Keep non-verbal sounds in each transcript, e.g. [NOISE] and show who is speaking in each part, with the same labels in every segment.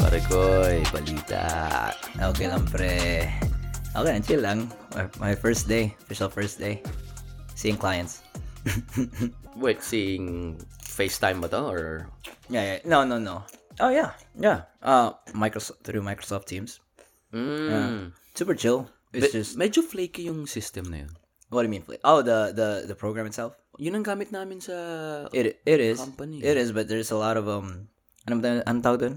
Speaker 1: pare
Speaker 2: eh,
Speaker 1: koy, balita. Okay lang pre. Okay lang, chill lang. My- My first day, official first day. Seeing clients.
Speaker 2: Wait, seeing FaceTime ba to? Or...
Speaker 1: Yeah, yeah. No, no, no. Oh yeah, yeah. Uh, Microsoft through Microsoft Teams. Uh,
Speaker 2: Mm.
Speaker 1: Super chill. It's
Speaker 2: Be-
Speaker 1: just
Speaker 2: medyo flaky yung system na yun.
Speaker 1: what do you mean? fl- Oh, the the the program itself.
Speaker 2: Yun ang gamit namin sa...
Speaker 1: It it is.
Speaker 2: Company.
Speaker 1: It is, but there's a lot of um. Anong tawag- anong tawag dun?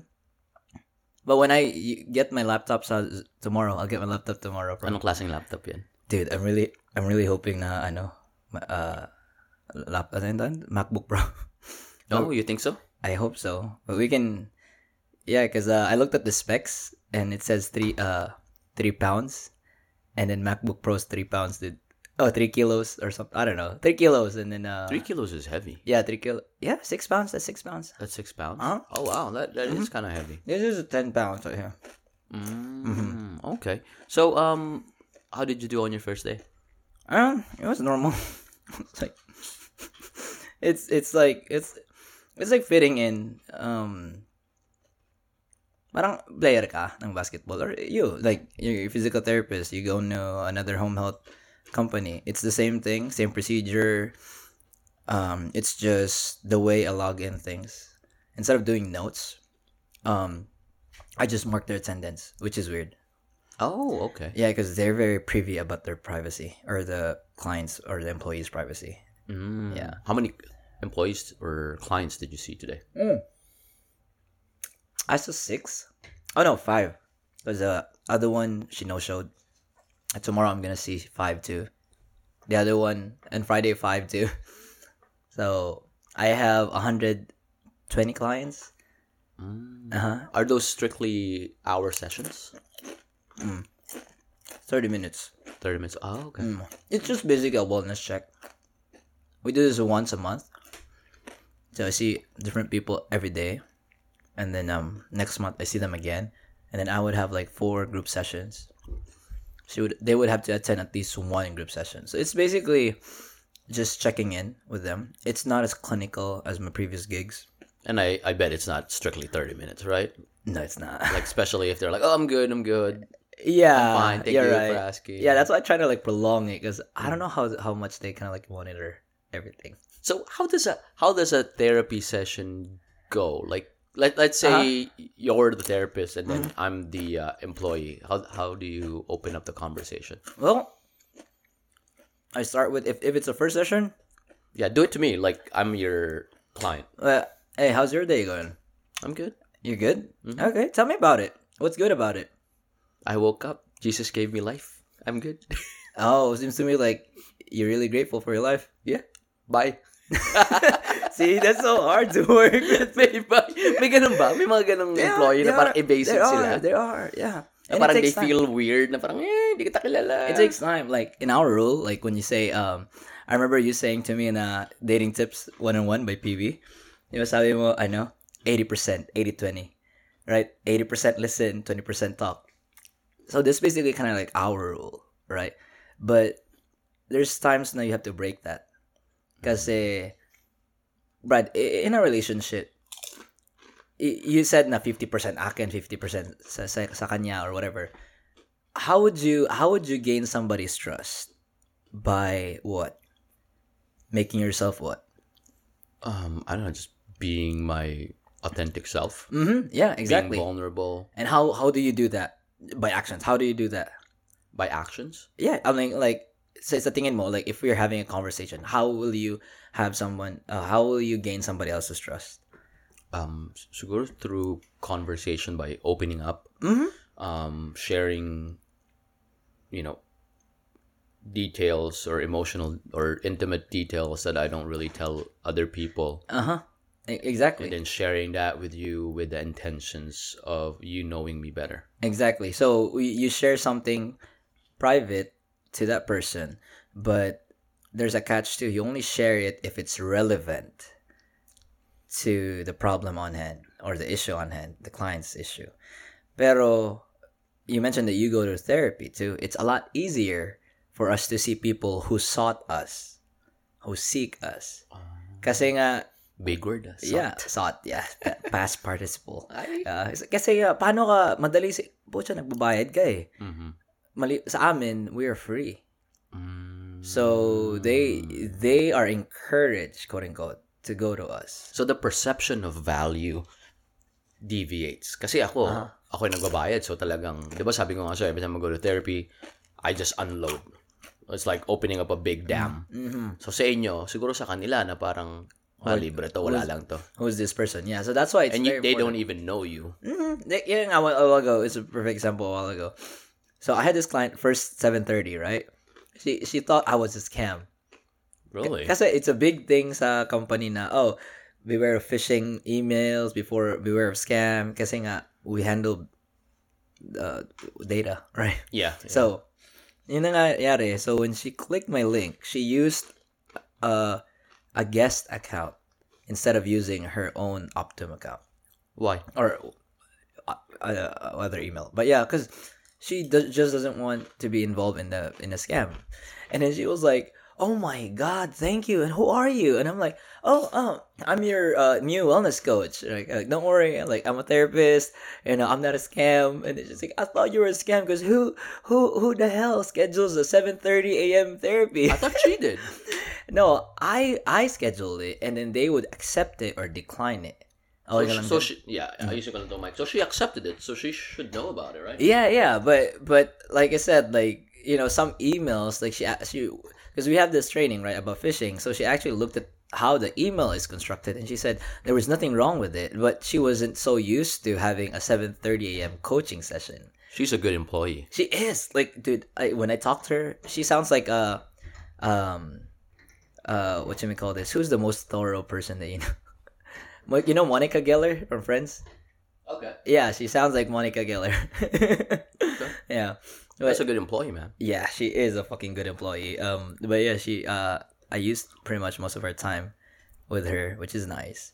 Speaker 1: But when I y- get my laptop sa tomorrow, I'll get my laptop tomorrow. From,
Speaker 2: Anong klaseng laptop yan?
Speaker 1: Dude, I'm really I'm really hoping na ano, ma- uh, lap ano yun dun? MacBook Pro. [LAUGHS]
Speaker 2: Oh, you think so?
Speaker 1: I hope so. But we can, yeah, because uh, I looked up the specs and it says three uh three pounds, and then MacBook Pro's three pounds did oh three kilos or something. I don't know three kilos and then uh
Speaker 2: Three kilos is heavy.
Speaker 1: yeah three kilo yeah six pounds that's six pounds.
Speaker 2: That's six pounds?
Speaker 1: Huh? Mm-hmm.
Speaker 2: Oh, wow. That, that is kind of heavy.
Speaker 1: This is a ten pounds right here.
Speaker 2: Mm,
Speaker 1: Mm-hmm.
Speaker 2: okay. So, um, how did you do on your first day?
Speaker 1: Um, it was normal. [LAUGHS] it's like it's it's like it's it's like fitting in. Um, parang player ka ng basketball or you like your physical therapist. You go to another home health company. It's the same thing, same procedure. Um, it's just the way I log in things. Instead of doing notes, um, I just mark their attendance, which is weird.
Speaker 2: Oh, okay.
Speaker 1: Yeah, because they're very privy about their privacy or the clients or the employees' privacy.
Speaker 2: Mm.
Speaker 1: Yeah.
Speaker 2: How many employees or clients did you see today?
Speaker 1: I saw six. Oh no, five. Because the other one she no showed. Tomorrow I'm gonna see five too. The other one and Friday five too. [LAUGHS] So I have hundred twenty clients. Uh huh.
Speaker 2: Are those strictly hour sessions?
Speaker 1: Thirty minutes.
Speaker 2: 30 minutes. Oh, okay.
Speaker 1: Mm. It's just basically a wellness check. We do this once a month. So I see different people every day. And then um next month I see them again. And then I would have like four group sessions. She would they would have to attend at least one group session. So it's basically just checking in with them. It's not as clinical as my previous gigs.
Speaker 2: And I, I bet it's not strictly 30 minutes, right?
Speaker 1: No, it's not. [LAUGHS]
Speaker 2: Like, especially if they're like, oh, I'm good, I'm good.
Speaker 1: yeah.
Speaker 2: fine. Thank
Speaker 1: Uh, you're
Speaker 2: you for asking.
Speaker 1: Yeah, that's why I try to like prolong it because I don't know how how much they kind of like monitor everything.
Speaker 2: So how does a how does a therapy session go? Like let let's say
Speaker 1: Uh-huh.
Speaker 2: you're the therapist and
Speaker 1: Mm-hmm.
Speaker 2: then I'm the uh, employee. How how do you open up the conversation?
Speaker 1: Well, I start with if, if it's a first session,
Speaker 2: Yeah, do it to me. Like I'm your client.
Speaker 1: uh, hey, how's your day going?
Speaker 2: I'm good.
Speaker 1: You good?
Speaker 2: Mm-hmm.
Speaker 1: Okay, tell me about it. What's good about it?
Speaker 2: I woke up. Jesus gave me life. I'm good. [LAUGHS]
Speaker 1: Oh, seems to me like you're really grateful for your life.
Speaker 2: yeah. Bye.
Speaker 1: [LAUGHS]
Speaker 2: [LAUGHS]
Speaker 1: See, that's so hard to work with.
Speaker 2: may iba, may ganun ba? May mga ganung employee na parang evasive
Speaker 1: there
Speaker 2: sila.
Speaker 1: Are, there are, yeah.
Speaker 2: Na
Speaker 1: And it
Speaker 2: parang
Speaker 1: takes
Speaker 2: they
Speaker 1: time.
Speaker 2: feel weird na parang eh, hindi kita kilala.
Speaker 1: It takes time. Like in our rule, like when you say, um, I remember you saying to me in uh, Dating Tips 101 by PB, you know, sabi mo, I know, 80%, 80-20, right? 80% listen, 20% talk. So this basically kind of like our rule, right? But there's times now you have to break that. Kasi, Brad, i- in a relationship, y- you said na 50% akin, 50% sa, sa, sa kanya or whatever how would you how would you gain somebody's trust by what making yourself what
Speaker 2: um I don't know, just being my authentic self,
Speaker 1: mm-hmm. yeah exactly
Speaker 2: being vulnerable
Speaker 1: and how how do you do that by actions how do you do that
Speaker 2: by actions.
Speaker 1: yeah i mean like so it's a thing in more like if we're having a conversation how will you have someone uh, how will you gain somebody else's trust
Speaker 2: um s- siguro through conversation by opening up
Speaker 1: mm-hmm.
Speaker 2: um sharing you know details or emotional or intimate details that I don't really tell other people
Speaker 1: uh-huh
Speaker 2: and
Speaker 1: E- exactly
Speaker 2: then sharing that with you with the intentions of you knowing me better
Speaker 1: Exactly. So we- you share something private to that person, but there's a catch too. You only share it if it's relevant to the problem on hand or the issue on hand, the client's issue. Pero you mentioned that you go to therapy too. It's a lot easier for us to see people who sought us, who seek us. Kasi nga
Speaker 2: Big word. ah,
Speaker 1: Yeah,
Speaker 2: sucked.
Speaker 1: sought. Yeah, pa-
Speaker 2: [LAUGHS]
Speaker 1: past participle. Ah, kasi ah, paano ka, madali si, pucha, nagbabayad ka eh.
Speaker 2: Mhm.
Speaker 1: Mali, sa amin, we are free.
Speaker 2: Mm.
Speaker 1: So, they
Speaker 2: Hmm.
Speaker 1: they are encouraged, quote unquote, to go to us.
Speaker 2: So the perception of value deviates. Kasi ako,
Speaker 1: Ah.
Speaker 2: ako yung nagbabayad. So talagang, di ba sabi ko nga sa'yo, every time I go to therapy, I just unload. It's like opening up a big dam.
Speaker 1: Mhm.
Speaker 2: So sa inyo, siguro sa kanila na parang, ah, libre to, wala lang to.
Speaker 1: Who's this person? Yeah, so that's why it's
Speaker 2: And you,
Speaker 1: very
Speaker 2: they
Speaker 1: important.
Speaker 2: don't even know you.
Speaker 1: Mm, th- yun nga, a while- a while ago, it's a perfect example a while ago. So I had this client first 7.30, right? She she thought I was a scam.
Speaker 2: Really?
Speaker 1: Kasi it's a big thing sa company na, oh, beware of phishing emails before beware of scam. Kasi nga, we handle uh, data, [LAUGHS] right?
Speaker 2: Yeah. yeah.
Speaker 1: So, yun na nga yari. So, when she clicked my link, she used uh, a guest account instead of using her own Optum account
Speaker 2: Why?
Speaker 1: or uh, uh, other email. But yeah, because she do- just doesn't want to be involved in the in a scam. And then she was like, "Oh my god, thank you." And who are you? And I'm like, "Oh, um, I'm your uh, new wellness coach. Like, uh, don't worry. Like, I'm a therapist. You know, I'm not a scam." And it's just like, "I thought you were a scam because who who who the hell schedules a 7:30 a.m. therapy?"
Speaker 2: I thought she did.
Speaker 1: [LAUGHS] no, I I scheduled it, and then they would accept it or decline it. Oh,
Speaker 2: So, she, so she, yeah, ayusin ko lang tong mic. So she accepted it. So she should know about it, right?
Speaker 1: Yeah, yeah, but but like I said, like you know, some emails like she she because we have this training right about phishing, so she actually looked at how the email is constructed, and she said there was nothing wrong with it, but she wasn't so used to having a seven thirty a.m. coaching session.
Speaker 2: She's a good employee.
Speaker 1: She is like, dude, I, when I talked to her, she sounds like a, um, uh, what you may call this? Who's the most thorough person that you know? [LAUGHS] Mo- you know Monica Geller from Friends?
Speaker 2: Okay.
Speaker 1: Yeah, she sounds like Monica Geller. [LAUGHS] yeah. But-
Speaker 2: That's a good employee, man.
Speaker 1: Yeah, she is a fucking good employee. Um, but yeah, she uh, I used pretty much most of her time with her, which is nice.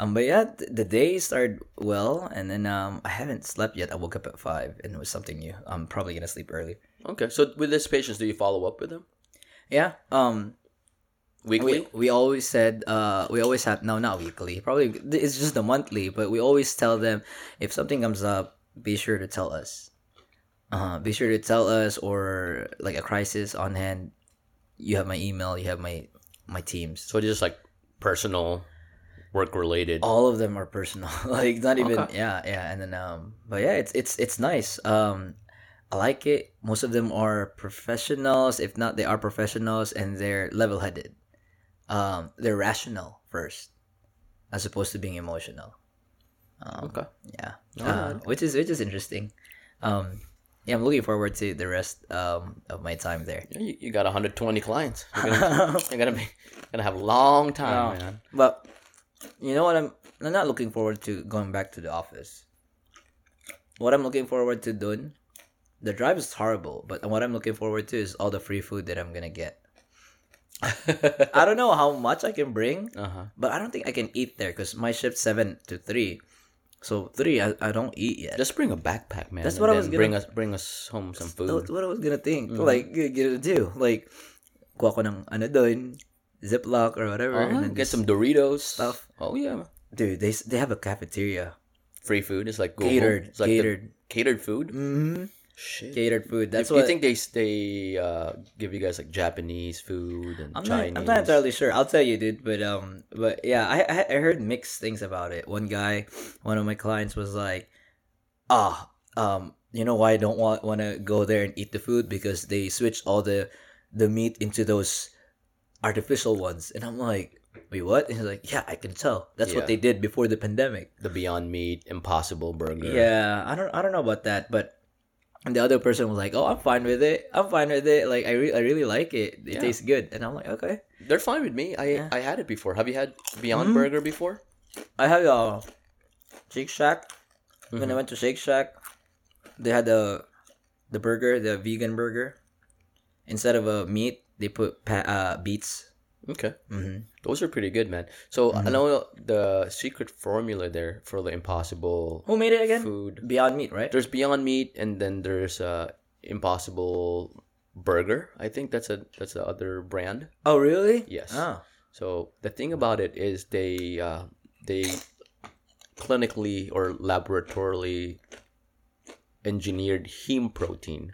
Speaker 1: Um, but yeah, th- the day started well, and then um, I haven't slept yet. I woke up at five, and it was something new. I'm probably gonna sleep early.
Speaker 2: Okay. So with these patients, do you follow up with them
Speaker 1: Yeah. Um,
Speaker 2: weekly?
Speaker 1: we we always said uh we always had no not weekly probably it's just the monthly but we always tell them if something comes up be sure to tell us uh be sure to tell us or like a crisis on hand you have my email you have my my teams
Speaker 2: So it's just like personal, work related.
Speaker 1: all of them are personal [LAUGHS] like not even
Speaker 2: Okay.
Speaker 1: yeah yeah and then um but yeah it's it's it's nice um I like it most of them are professionals if not they are professionals and they're level-headed um they're rational first as opposed to being emotional um,
Speaker 2: Okay.
Speaker 1: yeah uh,
Speaker 2: Alright.
Speaker 1: which is which is interesting um yeah I'm looking forward to the rest um of my time there
Speaker 2: Yeah, You, you got 120 clients. You're
Speaker 1: [LAUGHS]
Speaker 2: gonna, [LAUGHS] you're gonna be gonna have a long time, man.
Speaker 1: Oh. But you know what I'm I'm not looking forward to going back to the office. What I'm looking forward to doing the drive is horrible, but what I'm looking forward to is all the free food that I'm gonna
Speaker 2: [LAUGHS]
Speaker 1: get. I don't know how much I can bring,
Speaker 2: Uh huh.
Speaker 1: but I don't think I can eat there because my shift's seven to three, so three I, I don't eat yet.
Speaker 2: Just bring a backpack, man.
Speaker 1: That's
Speaker 2: and
Speaker 1: what I was
Speaker 2: then
Speaker 1: gonna-
Speaker 2: Bring us, bring us home some food. Mm-hmm.
Speaker 1: That's what I was gonna think. Like, gonna gonna do like, kuha ko ng ano doon, ziploc or whatever,
Speaker 2: Uh-huh,
Speaker 1: and then
Speaker 2: Get
Speaker 1: just-
Speaker 2: some Doritos
Speaker 1: stuff.
Speaker 2: Oh yeah, man.
Speaker 1: dude. They s- they have a cafeteria,
Speaker 2: free food. It's like go home.
Speaker 1: catered,
Speaker 2: It's like the-
Speaker 1: catered.
Speaker 2: catered food.
Speaker 1: hmm
Speaker 2: Shit.
Speaker 1: catered food. That's
Speaker 2: Do you
Speaker 1: what
Speaker 2: think they they uh, give you guys like Japanese food and
Speaker 1: I'm
Speaker 2: Chinese?
Speaker 1: not. I'm not entirely sure. I'll tell you, dude. But um, but yeah, I I, I heard mixed things about it. One guy, one of my clients was like, ah, um, you know why I don't want want to go there and eat the food because they switched all the the meat into those artificial ones, and I'm like. Wait, what? And he's like, yeah, I can tell. That's what
Speaker 2: Yeah.
Speaker 1: they did before the pandemic.
Speaker 2: the Beyond Meat Impossible Burger.
Speaker 1: Yeah, I don't I don't know about that, but and the other person was like, "Oh, I'm fine with it. I'm fine with it. Like I re- I really like it. It
Speaker 2: Yeah.
Speaker 1: tastes good." And I'm like, "Okay.
Speaker 2: they're fine with me. I
Speaker 1: Yeah.
Speaker 2: I had it before. Have you had Beyond
Speaker 1: Mhm.
Speaker 2: Burger before?
Speaker 1: I have a Shake Shack.
Speaker 2: Mm-hmm.
Speaker 1: When I went to Shake Shack, they had the the burger, the vegan burger. Instead of a meat, they put pa- uh beets.
Speaker 2: Okay,
Speaker 1: Mhm.
Speaker 2: those are pretty good, man. So I know the secret formula there for the Impossible
Speaker 1: Who made it again?
Speaker 2: food.
Speaker 1: Beyond Meat, right?
Speaker 2: There's Beyond Meat, and then there's uh Impossible Burger. I think that's a that's the other brand.
Speaker 1: Oh, really?
Speaker 2: Yes.
Speaker 1: Oh.
Speaker 2: So the thing about it is they uh, they clinically or laboratorily engineered heme protein.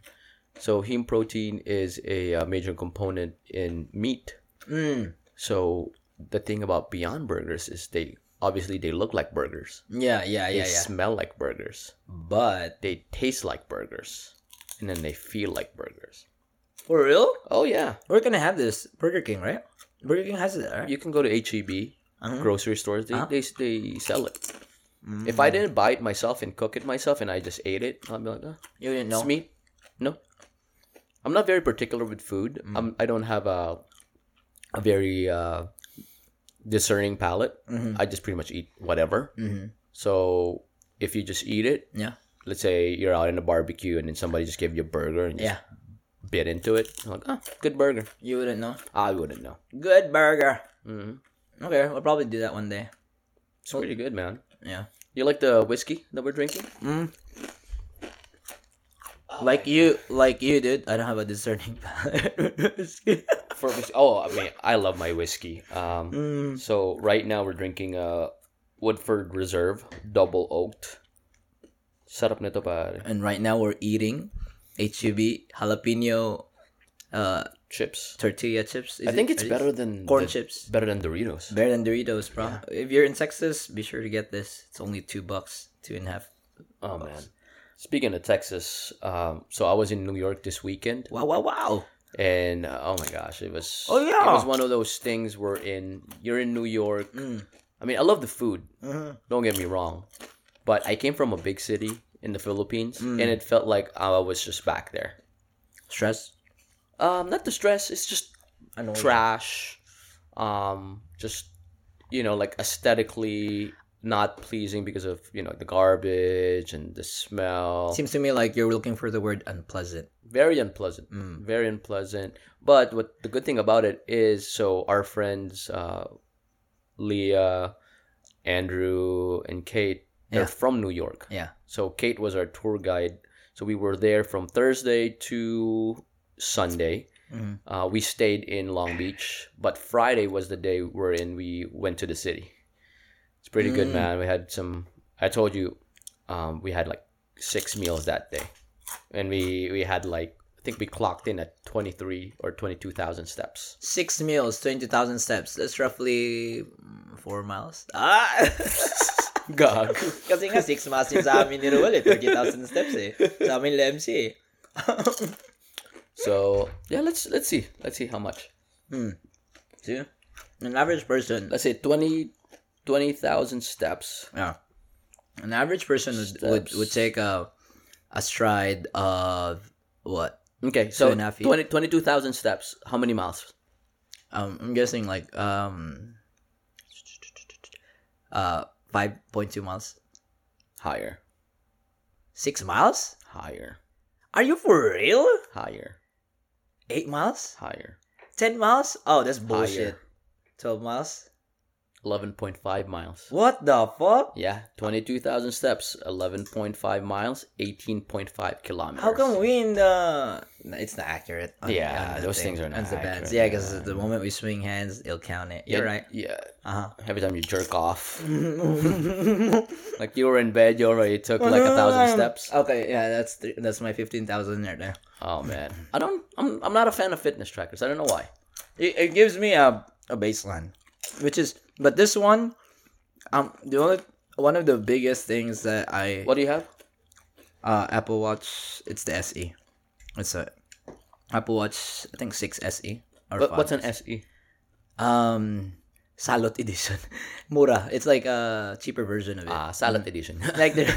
Speaker 2: So heme protein is a uh, major component in meat.
Speaker 1: Mm.
Speaker 2: So the thing about Beyond Burgers is they obviously they look like burgers.
Speaker 1: Yeah, yeah,
Speaker 2: They
Speaker 1: yeah, yeah.
Speaker 2: smell like burgers.
Speaker 1: But
Speaker 2: They taste like burgers. And then they feel like burgers.
Speaker 1: for real,
Speaker 2: Oh yeah.
Speaker 1: we're gonna have this Burger King, right? Burger King has it, right?
Speaker 2: You can go to HEB
Speaker 1: Uh-huh.
Speaker 2: grocery stores. They,
Speaker 1: Uh-huh. Mm.
Speaker 2: they they sell it. If I didn't buy it myself and cook it myself and I just ate it, I'd be like, ah,
Speaker 1: You didn't know.
Speaker 2: it's meat. No, I'm not very particular with food.
Speaker 1: Mm.
Speaker 2: I'm, I don't have a a very uh, discerning palate.
Speaker 1: Mm-hmm.
Speaker 2: I just pretty much eat whatever.
Speaker 1: Mhm.
Speaker 2: So if you just eat it,
Speaker 1: Yeah.
Speaker 2: let's say you're out in a barbecue and then somebody just gave you a burger and just
Speaker 1: Yeah.
Speaker 2: bit into it, I'm like, ah, good burger.
Speaker 1: You wouldn't know.
Speaker 2: I wouldn't know.
Speaker 1: Good burger.
Speaker 2: hmm
Speaker 1: Okay, we'll probably do that one day.
Speaker 2: It's pretty good, man.
Speaker 1: Yeah.
Speaker 2: You like the whiskey that we're drinking?
Speaker 1: like you, like you, dude. I don't have a discerning [LAUGHS] palate.
Speaker 2: For whis- oh, I mean, I love my whiskey. Um,
Speaker 1: Mm.
Speaker 2: So right now we're drinking a Woodford Reserve double oaked. Sarap nito pare.
Speaker 1: and right now we're eating HEB jalapeno uh,
Speaker 2: Chips.
Speaker 1: tortilla chips. Is
Speaker 2: I think
Speaker 1: it-
Speaker 2: it's
Speaker 1: are
Speaker 2: better than
Speaker 1: corn
Speaker 2: the-
Speaker 1: chips.
Speaker 2: Better than Doritos.
Speaker 1: Better than Doritos, bro. If you're in Texas, be sure to get this. It's only two bucks, two and a half.
Speaker 2: oh man. Speaking of Texas, um, so I was in New York this weekend,
Speaker 1: Wow, wow, wow.
Speaker 2: and uh, oh my gosh, it was
Speaker 1: Oh, yeah.
Speaker 2: it was one of those things where in you're in New York. I mean, I love the food. Don't get me wrong, but I came from a big city in the Philippines,
Speaker 1: Mm.
Speaker 2: and it felt like I was just back there.
Speaker 1: Stress.
Speaker 2: Um, not the stress. It's just
Speaker 1: I know.
Speaker 2: trash, um, just you know, like aesthetically not pleasing because of you know the garbage and the smell.
Speaker 1: Seems to me like you're looking for the word unpleasant. Mm.
Speaker 2: very unpleasant. Very unpleasant. But what the good thing about it is, so our friends, uh, Leah, Andrew, and Kate, they're from New York.
Speaker 1: Yeah.
Speaker 2: So Kate was our tour guide. So we were there from Thursday to Sunday.
Speaker 1: Mhm.
Speaker 2: Uh, we stayed in Long Beach, but Friday was the day wherein we went to the city. It's pretty good, man. We had some. I told you, um, we had like six meals that day, and we we had like I think we clocked in at twenty three or twenty two thousand
Speaker 1: [LAUGHS]
Speaker 2: steps.
Speaker 1: Six meals, 20,000 steps. That's roughly mm, four miles. Ah! [LAUGHS]
Speaker 2: Gag.
Speaker 1: Kasi nga, six miles yung sa amin ni Ruel eh. 30,000 steps eh. Sa amin LMC eh.
Speaker 2: So yeah, let's let's see let's see how much.
Speaker 1: See? An average person,
Speaker 2: Let's say 20 20,000 steps.
Speaker 1: yeah. An average person would, would,
Speaker 2: Steps.
Speaker 1: would take a, a stride of what?
Speaker 2: Okay,
Speaker 1: Two
Speaker 2: so
Speaker 1: and a half feet.
Speaker 2: 20 22,000 steps. How many miles?
Speaker 1: Um, I'm guessing like um, uh, 5.2 miles.
Speaker 2: Higher,
Speaker 1: Six miles?
Speaker 2: higher,
Speaker 1: Are you for real?
Speaker 2: higher,
Speaker 1: Eight miles?
Speaker 2: higher.
Speaker 1: Ten miles? Oh, that's bullshit.
Speaker 2: Higher.
Speaker 1: Twelve miles?
Speaker 2: 11.5 miles.
Speaker 1: What the fuck?
Speaker 2: Yeah, 22,000 steps, 11.5 miles, 18.5 kilometers.
Speaker 1: How come we in the? No, it's not accurate. on-
Speaker 2: Yeah,
Speaker 1: on the
Speaker 2: those things are not
Speaker 1: on the bats.
Speaker 2: accurate,
Speaker 1: Yeah, because
Speaker 2: yeah.
Speaker 1: the moment we swing hands, it'll count it. You're right.
Speaker 2: Yeah.
Speaker 1: [LAUGHS] Uh huh.
Speaker 2: Every time you jerk off. [LAUGHS] like you were in bed, you already took like a thousand steps.
Speaker 1: Okay, yeah, that's th- that's my fifteen thousand right there.
Speaker 2: Oh man. I don't I'm I'm not a fan of fitness trackers. I don't know why.
Speaker 1: It, it gives me a a baseline, which is but this one, um, the only one of the biggest things that I
Speaker 2: What do you have?
Speaker 1: uh, Apple Watch. It's the SE. It's a Apple Watch. I think six SE or
Speaker 2: What, what's an
Speaker 1: five.
Speaker 2: E? SE?
Speaker 1: um Salot edition. [LAUGHS] Mura. It's like a cheaper version of it.
Speaker 2: Ah, silent edition. [LAUGHS]
Speaker 1: Like there,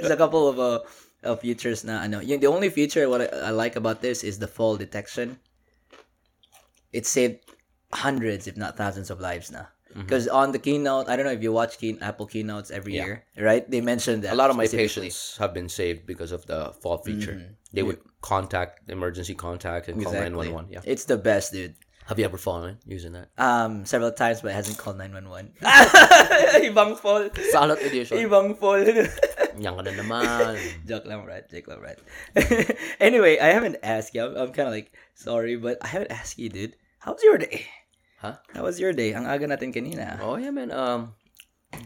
Speaker 1: there's a couple of uh of features now. I know. Yung- The only feature what I, I like about this is the fall detection. It saved hundreds, if not thousands, of lives now.
Speaker 2: Mm-hmm.
Speaker 1: Because on the keynote, I don't know if you watch key, Apple keynotes every year, right? They mentioned that
Speaker 2: a lot of my
Speaker 1: specifically.
Speaker 2: patients have been saved because of the fall feature.
Speaker 1: Mm-hmm.
Speaker 2: They would contact emergency contact and call
Speaker 1: Exactly.
Speaker 2: 911. Yeah.
Speaker 1: It's the best, dude.
Speaker 2: Have you ever fallen using that?
Speaker 1: um several times but hasn't called [LAUGHS] 911. Ibang fall. [LAUGHS]
Speaker 2: Silent edition.
Speaker 1: Ibang fall.
Speaker 2: Yan ka na naman.
Speaker 1: [LAUGHS] joke lang, right? Joke lang, [LAUGHS] right? anyway, I haven't asked you. I'm, I'm kind of like, sorry, but I haven't asked you, dude. How's your day?
Speaker 2: Huh?
Speaker 1: How was your day? Ang aga natin kanina.
Speaker 2: Oh yeah, man. Um,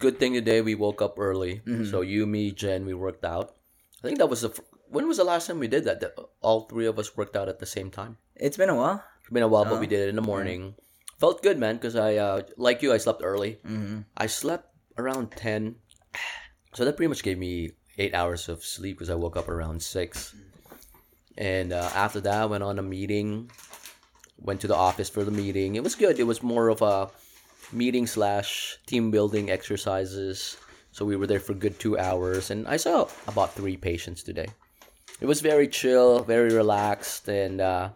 Speaker 2: good thing today we woke up early. So you, me, Jen, we worked out. I think that was the. Fr- when was the last time we did that? That all three of us worked out at the same time.
Speaker 1: It's been a while.
Speaker 2: It's been a while, but we did it in the morning. Felt good, man, because I, uh, like you, I slept early.
Speaker 1: Mhm.
Speaker 2: I slept around 10. So that pretty much gave me eight hours of sleep because I woke up around 6. And uh, after that, I went on a meeting, went to the office for the meeting. It was good. It was more of a meeting slash team building exercises. So we were there for good two hours, and I saw about three patients today. It was very chill, very relaxed, and uh,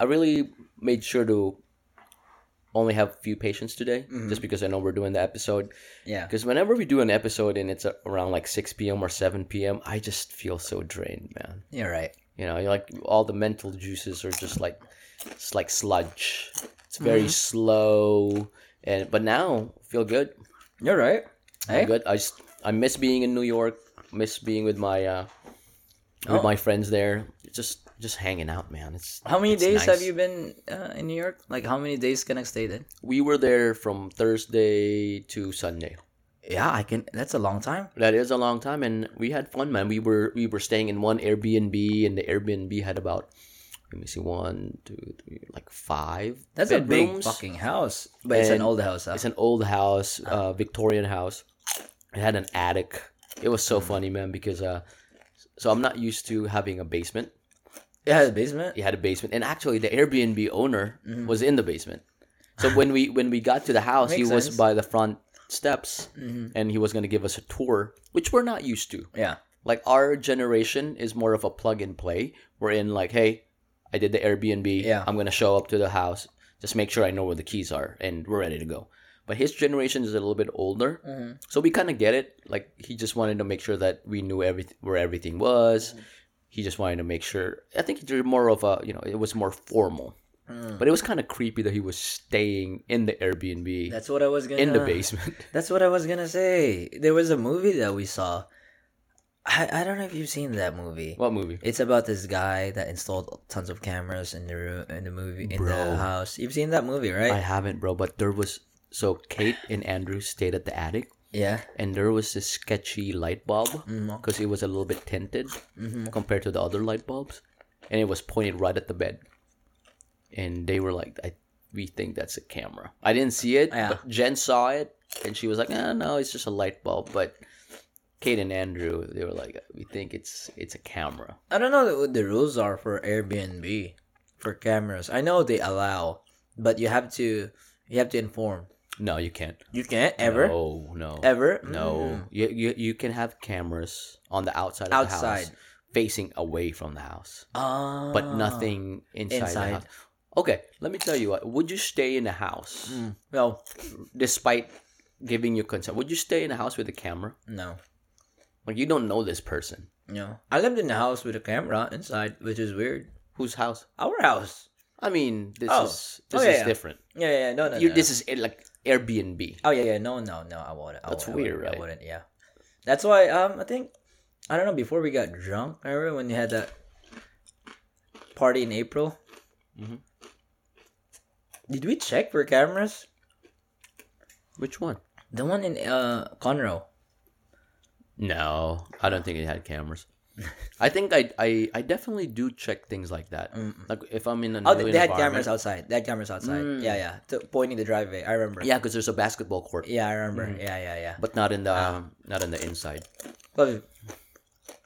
Speaker 2: I really made sure to only have few patients today, just because I know we're doing the episode.
Speaker 1: Yeah.
Speaker 2: Because whenever we do an episode and it's uh, around like 6 p.m. or 7 p.m., I just feel so drained, man.
Speaker 1: You're right.
Speaker 2: You know, you're like all the mental juices are just like it's like sludge. It's very
Speaker 1: Mm-hmm.
Speaker 2: slow, and but now I feel good.
Speaker 1: You're right.
Speaker 2: I
Speaker 1: Hey?
Speaker 2: feel good. I s- I miss being in New York. Miss being with my uh, with my friends there. Just just hanging out, man. It's
Speaker 1: Oh. How many
Speaker 2: it's
Speaker 1: days
Speaker 2: nice.
Speaker 1: have you been uh, in New York? Like, how many days can I stay then?
Speaker 2: We were there from Thursday to Sunday.
Speaker 1: Yeah, I can. That's a long time.
Speaker 2: That is a long time, and we had fun, man. We were we were staying in one Airbnb, and the Airbnb had about let me see, one, two, three, like five.
Speaker 1: That's
Speaker 2: bedrooms.
Speaker 1: a big fucking house. But it's an
Speaker 2: And
Speaker 1: old house, huh?
Speaker 2: It's an old house, uh, Victorian house. It had an attic. It was
Speaker 1: Mm.
Speaker 2: so funny, man, because uh, so I'm not used to having a basement.
Speaker 1: It has a basement.
Speaker 2: It had a basement, and actually, the Airbnb owner was in the basement. So when we when we got to the house, he
Speaker 1: Mm-hmm. Makes
Speaker 2: was
Speaker 1: sense.
Speaker 2: by the front steps, and he was gonna give us a tour, which we're not used to.
Speaker 1: Mm-hmm. Yeah.
Speaker 2: Like our generation is more of a plug and play. We're in like, hey, I did the Airbnb.
Speaker 1: Yeah.
Speaker 2: I'm gonna show up to the house. Just make sure I know where the keys are, and we're ready to go. But his generation is a little bit older, so we kind of get it. Like he just wanted to make sure that we knew every where everything was.
Speaker 1: Mm-hmm.
Speaker 2: He just wanted to make sure. I think it was more of a you know it was more formal, but it was kind of creepy that he was staying in the Airbnb
Speaker 1: That's what I was gonna.
Speaker 2: in the basement. [LAUGHS]
Speaker 1: That's what I was gonna say. There was a movie that we saw. I I don't know if you've seen that movie.
Speaker 2: what movie?
Speaker 1: It's about this guy that installed tons of cameras in the room, in the movie in the
Speaker 2: Bro.
Speaker 1: house. You've seen that movie,
Speaker 2: I
Speaker 1: right?
Speaker 2: haven't, bro. But there was so Kate and Andrew stayed at the attic,
Speaker 1: yeah.
Speaker 2: and there was this sketchy light bulb
Speaker 1: Mhm.
Speaker 2: because it was a little bit tinted
Speaker 1: Mm-hmm.
Speaker 2: compared to the other light bulbs, and it was pointed right at the bed. And they were like, "I, we think that's a camera." I didn't see it,
Speaker 1: Yeah.
Speaker 2: but Jen saw it, and she was like, "No, no, it's just a light bulb." But Kate and Andrew, they were like, "We think it's it's a camera."
Speaker 1: I don't know what the rules are for Airbnb for cameras. I know they allow, but you have to you have to inform.
Speaker 2: No, you can't.
Speaker 1: You can't ever
Speaker 2: No, no,
Speaker 1: ever Mm.
Speaker 2: No, you, you you can have cameras on the outside of
Speaker 1: Outside.
Speaker 2: the house, facing away from the house,
Speaker 1: Ah.
Speaker 2: but nothing inside,
Speaker 1: Inside.
Speaker 2: the house. Okay, let me tell you what. Would you stay in a house
Speaker 1: Mm, well,
Speaker 2: despite giving your consent? Would you stay in a house with a camera?
Speaker 1: no.
Speaker 2: Like you don't know this person.
Speaker 1: No. I lived in a house with a camera inside, which is weird.
Speaker 2: Whose house?
Speaker 1: Our house.
Speaker 2: I mean, this
Speaker 1: Oh.
Speaker 2: is
Speaker 1: Oh,
Speaker 2: this
Speaker 1: yeah,
Speaker 2: is
Speaker 1: yeah.
Speaker 2: different.
Speaker 1: Yeah, yeah, no, no.
Speaker 2: You,
Speaker 1: no.
Speaker 2: This is eh, like Airbnb.
Speaker 1: Oh yeah, yeah. No, no, no. I wouldn't. I
Speaker 2: That's
Speaker 1: wouldn't,
Speaker 2: weird, right?
Speaker 1: I wouldn't, I wouldn't. Yeah. That's why. Um, I think I don't know. Before we got drunk, remember when you had that party in April?
Speaker 2: Mhm.
Speaker 1: Did we check for cameras?
Speaker 2: Which one?
Speaker 1: The one in uh Conroe.
Speaker 2: No, I don't think it had cameras. I think I, I I definitely do check things like that. Like if I'm in a
Speaker 1: Mm. Oh,
Speaker 2: new
Speaker 1: they, they had
Speaker 2: environment-
Speaker 1: cameras outside. They had cameras outside.
Speaker 2: Mm.
Speaker 1: Yeah, yeah. To, pointing the driveway. I remember.
Speaker 2: Yeah, Mm-hmm. because there's a basketball court,
Speaker 1: Yeah, Ah. I remember. Yeah, yeah, yeah.
Speaker 2: but not in the um, not in the inside.
Speaker 1: Cause,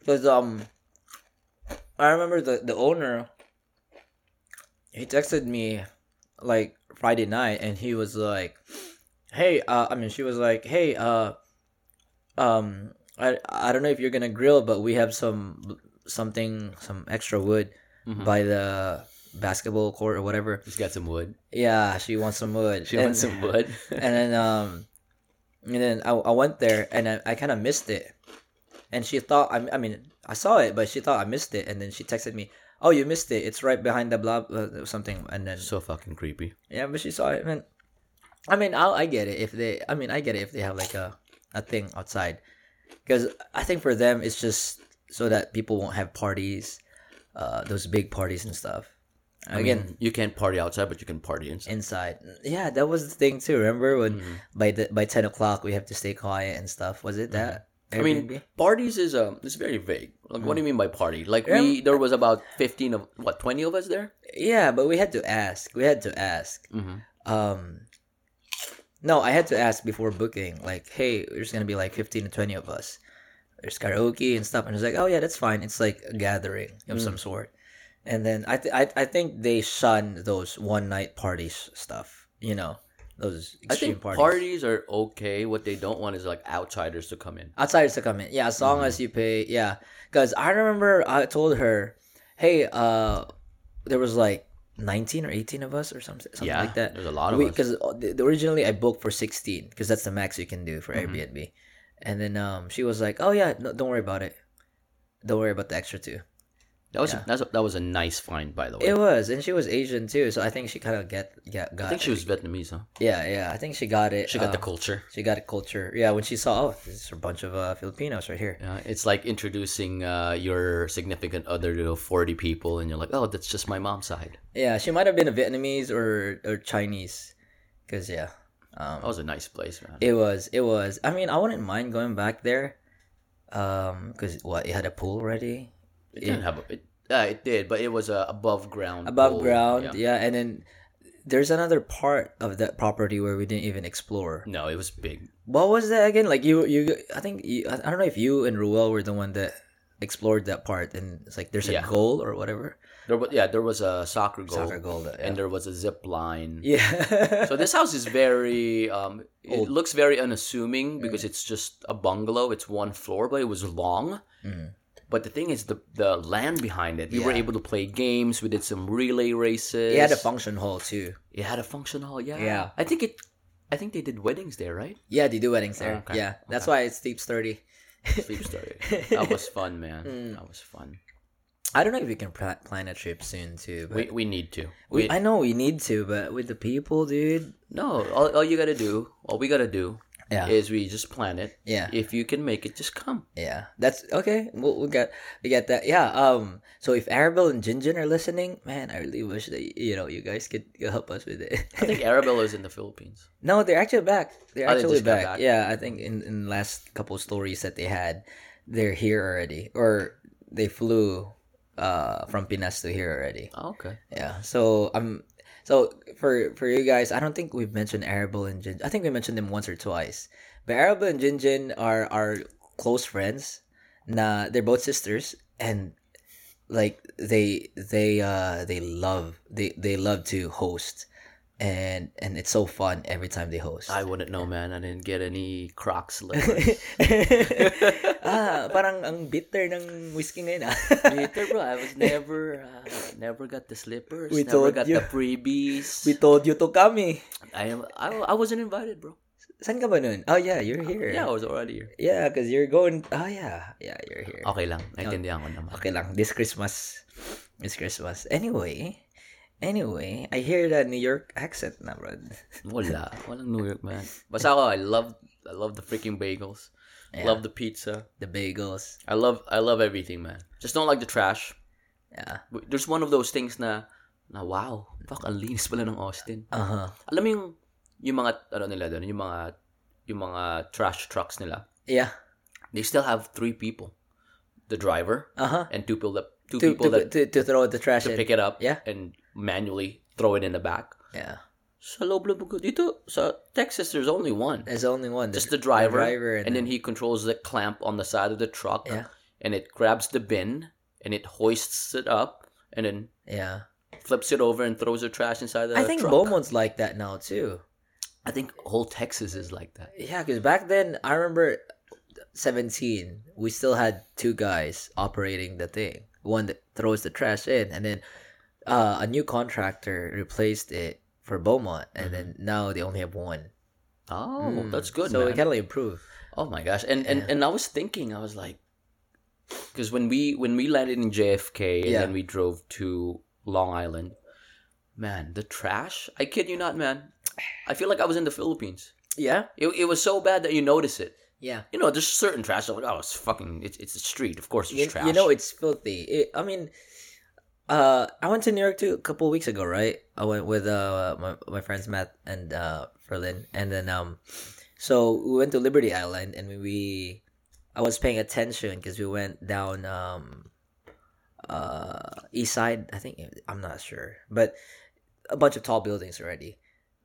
Speaker 1: cause um, I remember the the owner. He texted me, like Friday night, and he was like, "Hey, uh, I mean, she was like, hey, uh, um, I I don't know if you're gonna grill, but we have some something some extra wood
Speaker 2: Mhm.
Speaker 1: by the basketball court or whatever.
Speaker 2: She's got some wood.
Speaker 1: Yeah, she wants some wood.
Speaker 2: [LAUGHS] She
Speaker 1: And-
Speaker 2: wants some
Speaker 1: [LAUGHS]
Speaker 2: wood.
Speaker 1: and then um and then i, I went there and i, I kind of missed it and she thought I, I mean i saw it but she thought i missed it and then she texted me oh you missed it it's right behind the blob uh, something and then
Speaker 2: so fucking creepy.
Speaker 1: yeah but she saw it and i mean i i get it if they i mean i get it if they have like a a thing outside because i think for them it's just so that people won't have parties uh those big parties and stuff Again,
Speaker 2: you can't party outside, but you can party inside. Mm-hmm.
Speaker 1: inside. Yeah, that was the thing too. Remember when by the by ten o'clock we have to stay quiet and stuff. Was it that?
Speaker 2: Mm-hmm. I mean,
Speaker 1: Airbnb?
Speaker 2: parties is um, it's very vague. Like, what do you mean by party? Like, we there was about fifteen of what twenty of us there.
Speaker 1: yeah, but we had to ask. We had to ask.
Speaker 2: Mm-hmm.
Speaker 1: Um, no, I had to ask before booking. Like, hey, there's gonna be like fifteen to twenty of us. There's karaoke and stuff, and it's like, oh yeah, that's fine. It's like a gathering of some
Speaker 2: Mm.
Speaker 1: sort. And then I, th- I I think they shun those one night parties stuff. You know, those
Speaker 2: I
Speaker 1: extreme
Speaker 2: think
Speaker 1: parties.
Speaker 2: parties are okay. What they don't want is like outsiders to come in.
Speaker 1: outsiders to come in. Yeah, as long as
Speaker 2: Mm-hmm.
Speaker 1: you pay. Yeah, because I remember I told her, "Hey, uh, there was like 19 or 18 of us or something, something
Speaker 2: Yeah,
Speaker 1: like that.
Speaker 2: there's a lot of us.
Speaker 1: Because originally I booked for 16 because that's the max you can do for
Speaker 2: Mm-hmm.
Speaker 1: Airbnb, and then um, she was like, "Oh yeah, no, don't worry about it. Don't worry about the extra two.
Speaker 2: That was that's a, that was a nice find, by the way.
Speaker 1: It was, and she was Asian too, so I think she kind of get, get got.
Speaker 2: I think she was Vietnamese, huh?
Speaker 1: yeah, yeah, I think she got it.
Speaker 2: She got the
Speaker 1: um,
Speaker 2: culture.
Speaker 1: She got a culture. Yeah, when she saw, oh, this is a bunch of uh, Filipinos right here.
Speaker 2: Yeah, it's like introducing uh, your significant other to 40 people, and you're like, oh, that's just my mom's side.
Speaker 1: Yeah, she might have been a Vietnamese or or Chinese, because yeah, um,
Speaker 2: That was a nice place, man.
Speaker 1: it was it was. I mean, I wouldn't mind going back there, um, because what it had a pool already
Speaker 2: It didn't have a, it, uh, it did, but it was a above ground.
Speaker 1: above
Speaker 2: pool.
Speaker 1: ground.
Speaker 2: Yeah.
Speaker 1: Yeah. and then there's another part of that property where we didn't even explore.
Speaker 2: No, it was big.
Speaker 1: What was that again? Like you, you, I think you, I I don't know if you and Ruel were the one that explored that part, and it's like there's a
Speaker 2: Yeah.
Speaker 1: goal or whatever.
Speaker 2: There was yeah, there was a soccer goal,
Speaker 1: Soccer goal, yeah.
Speaker 2: and there was a zip line.
Speaker 1: Yeah.
Speaker 2: So this house is very um it looks very unassuming because it's just a bungalow. It's one floor, but it was long. But the thing is the the land behind it. We were
Speaker 1: Mm-hmm. Yeah.
Speaker 2: able to play games. We did some relay races.
Speaker 1: [LAUGHS] it had a function hall too.
Speaker 2: It had a function hall. Yeah.
Speaker 1: Yeah.
Speaker 2: I think it I think they did weddings there,
Speaker 1: [LAUGHS]
Speaker 2: right?
Speaker 1: Yeah, they do weddings there.
Speaker 2: Okay,
Speaker 1: Yeah, that's why it sleeps thirty.
Speaker 2: Sleep story. that was fun, man.
Speaker 1: Mm.
Speaker 2: That was fun.
Speaker 1: I don't know if we can pla- plan a trip soon too. But
Speaker 2: We we need to.
Speaker 1: we, I know we need to, but with the people, dude.
Speaker 2: No, all, all you gotta do, all we gotta do,
Speaker 1: Yeah.
Speaker 2: is we just plan it.
Speaker 1: Yeah.
Speaker 2: If you can make it, just come.
Speaker 1: Yeah, that's okay. We'll, we got we got that. Yeah. Um. So if Arabelle and Jinjin are listening, man, I really wish that you know you guys could help us with it.
Speaker 2: I
Speaker 1: [LAUGHS]
Speaker 2: think Arabella's in the Philippines.
Speaker 1: no, they're actually back.
Speaker 2: Oh,
Speaker 1: They're
Speaker 2: they
Speaker 1: actually
Speaker 2: just got
Speaker 1: back.
Speaker 2: back.
Speaker 1: Yeah, I think in in the last couple of stories that they had, they're here already, or they flew uh from Pinas to here already.
Speaker 2: [LAUGHS] Oh, okay.
Speaker 1: Yeah. So I'm so for for you guys, I don't think we've mentioned Arable and Jinjin. I think we mentioned them once or twice. But Arable and Jinjin are are close friends. Nah, they're both sisters and like they they uh they love they they love to host and and it's so fun every time they host. [LAUGHS]
Speaker 2: I wouldn't know, man. I didn't get any Crocs [LAUGHS] slippers.
Speaker 1: ah, parang ang bitter ng whiskey ngayon ah.
Speaker 2: Later, bro, I was never, uh, never got the slippers.
Speaker 1: We
Speaker 2: never
Speaker 1: told
Speaker 2: got
Speaker 1: you.
Speaker 2: the freebies.
Speaker 1: [LAUGHS] We told you to come eh.
Speaker 2: I, am- I, I wasn't invited, bro.
Speaker 1: Saan ka ba nun? Oh yeah, you're here.
Speaker 2: Yeah, I was already here.
Speaker 1: Yeah, because you're going. Oh, yeah. Yeah, you're here.
Speaker 2: Okay lang. Naintindihan ko naman.
Speaker 1: Oh, Okay lang. This Christmas. This Christmas. Anyway. Anyway, I hear that New York accent na, bro.
Speaker 2: Wala. Walang New York, man. Basta ako, I love, I love the freaking bagels. Love the pizza.
Speaker 1: The bagels.
Speaker 2: I love, I love everything, man. Just don't like the trash.
Speaker 1: Yeah.
Speaker 2: there's one of those things na, na wow, fuck, ang linis pala ng Austin.
Speaker 1: Uh-huh.
Speaker 2: Alam mo yung, yung mga, ano nila doon, yung mga, yung mga trash trucks nila,
Speaker 1: Yeah.
Speaker 2: they still have three people. The driver,
Speaker 1: Uh-huh.
Speaker 2: and two people that, two
Speaker 1: To,
Speaker 2: people
Speaker 1: to,
Speaker 2: that
Speaker 1: to, to throw the trash in.
Speaker 2: pick it up,
Speaker 1: Yeah.
Speaker 2: and manually throw it in the back.
Speaker 1: Yeah.
Speaker 2: Sa loob loob ko, dito, sa Texas, there's only one.
Speaker 1: There's only one.
Speaker 2: Just the driver,
Speaker 1: driver
Speaker 2: and, then he controls the clamp on the side of the truck,
Speaker 1: Yeah.
Speaker 2: and it grabs the bin, and it hoists it up, and then
Speaker 1: Yeah.
Speaker 2: flips it over and throws the trash inside the
Speaker 1: I think
Speaker 2: truck.
Speaker 1: Beaumont's like that now, too.
Speaker 2: I think whole Texas is like that.
Speaker 1: Yeah, because back then, I remember 17, we still had two guys operating the thing. One that throws the trash in, and then uh, a new contractor replaced it for Beaumont, and then now they only have one.
Speaker 2: Mm-hmm.
Speaker 1: Mm,
Speaker 2: Oh, that's good.
Speaker 1: Hmm. So we
Speaker 2: man.
Speaker 1: can only improve.
Speaker 2: oh my gosh, and and and I was thinking, I was like, because when we when we landed in JFK and
Speaker 1: Yeah.
Speaker 2: then we drove to Long Island, man, the trash. I kid you not, man. I feel like I was in the Philippines.
Speaker 1: Yeah?
Speaker 2: It, it was so bad that you notice it.
Speaker 1: Yeah.
Speaker 2: You know, there's certain trash. I'm like, oh, it's fucking, it's it's a street. Of course, it's
Speaker 1: You,
Speaker 2: trash.
Speaker 1: you know, it's filthy. It, I mean, uh, I went to New York too a couple weeks ago, right? I went with uh my, my friends Matt and uh Ferlin, and then um, so we went to Liberty Island, and we, I was paying attention because we went down um, uh, east side. I think I'm not sure, but a bunch of tall buildings already.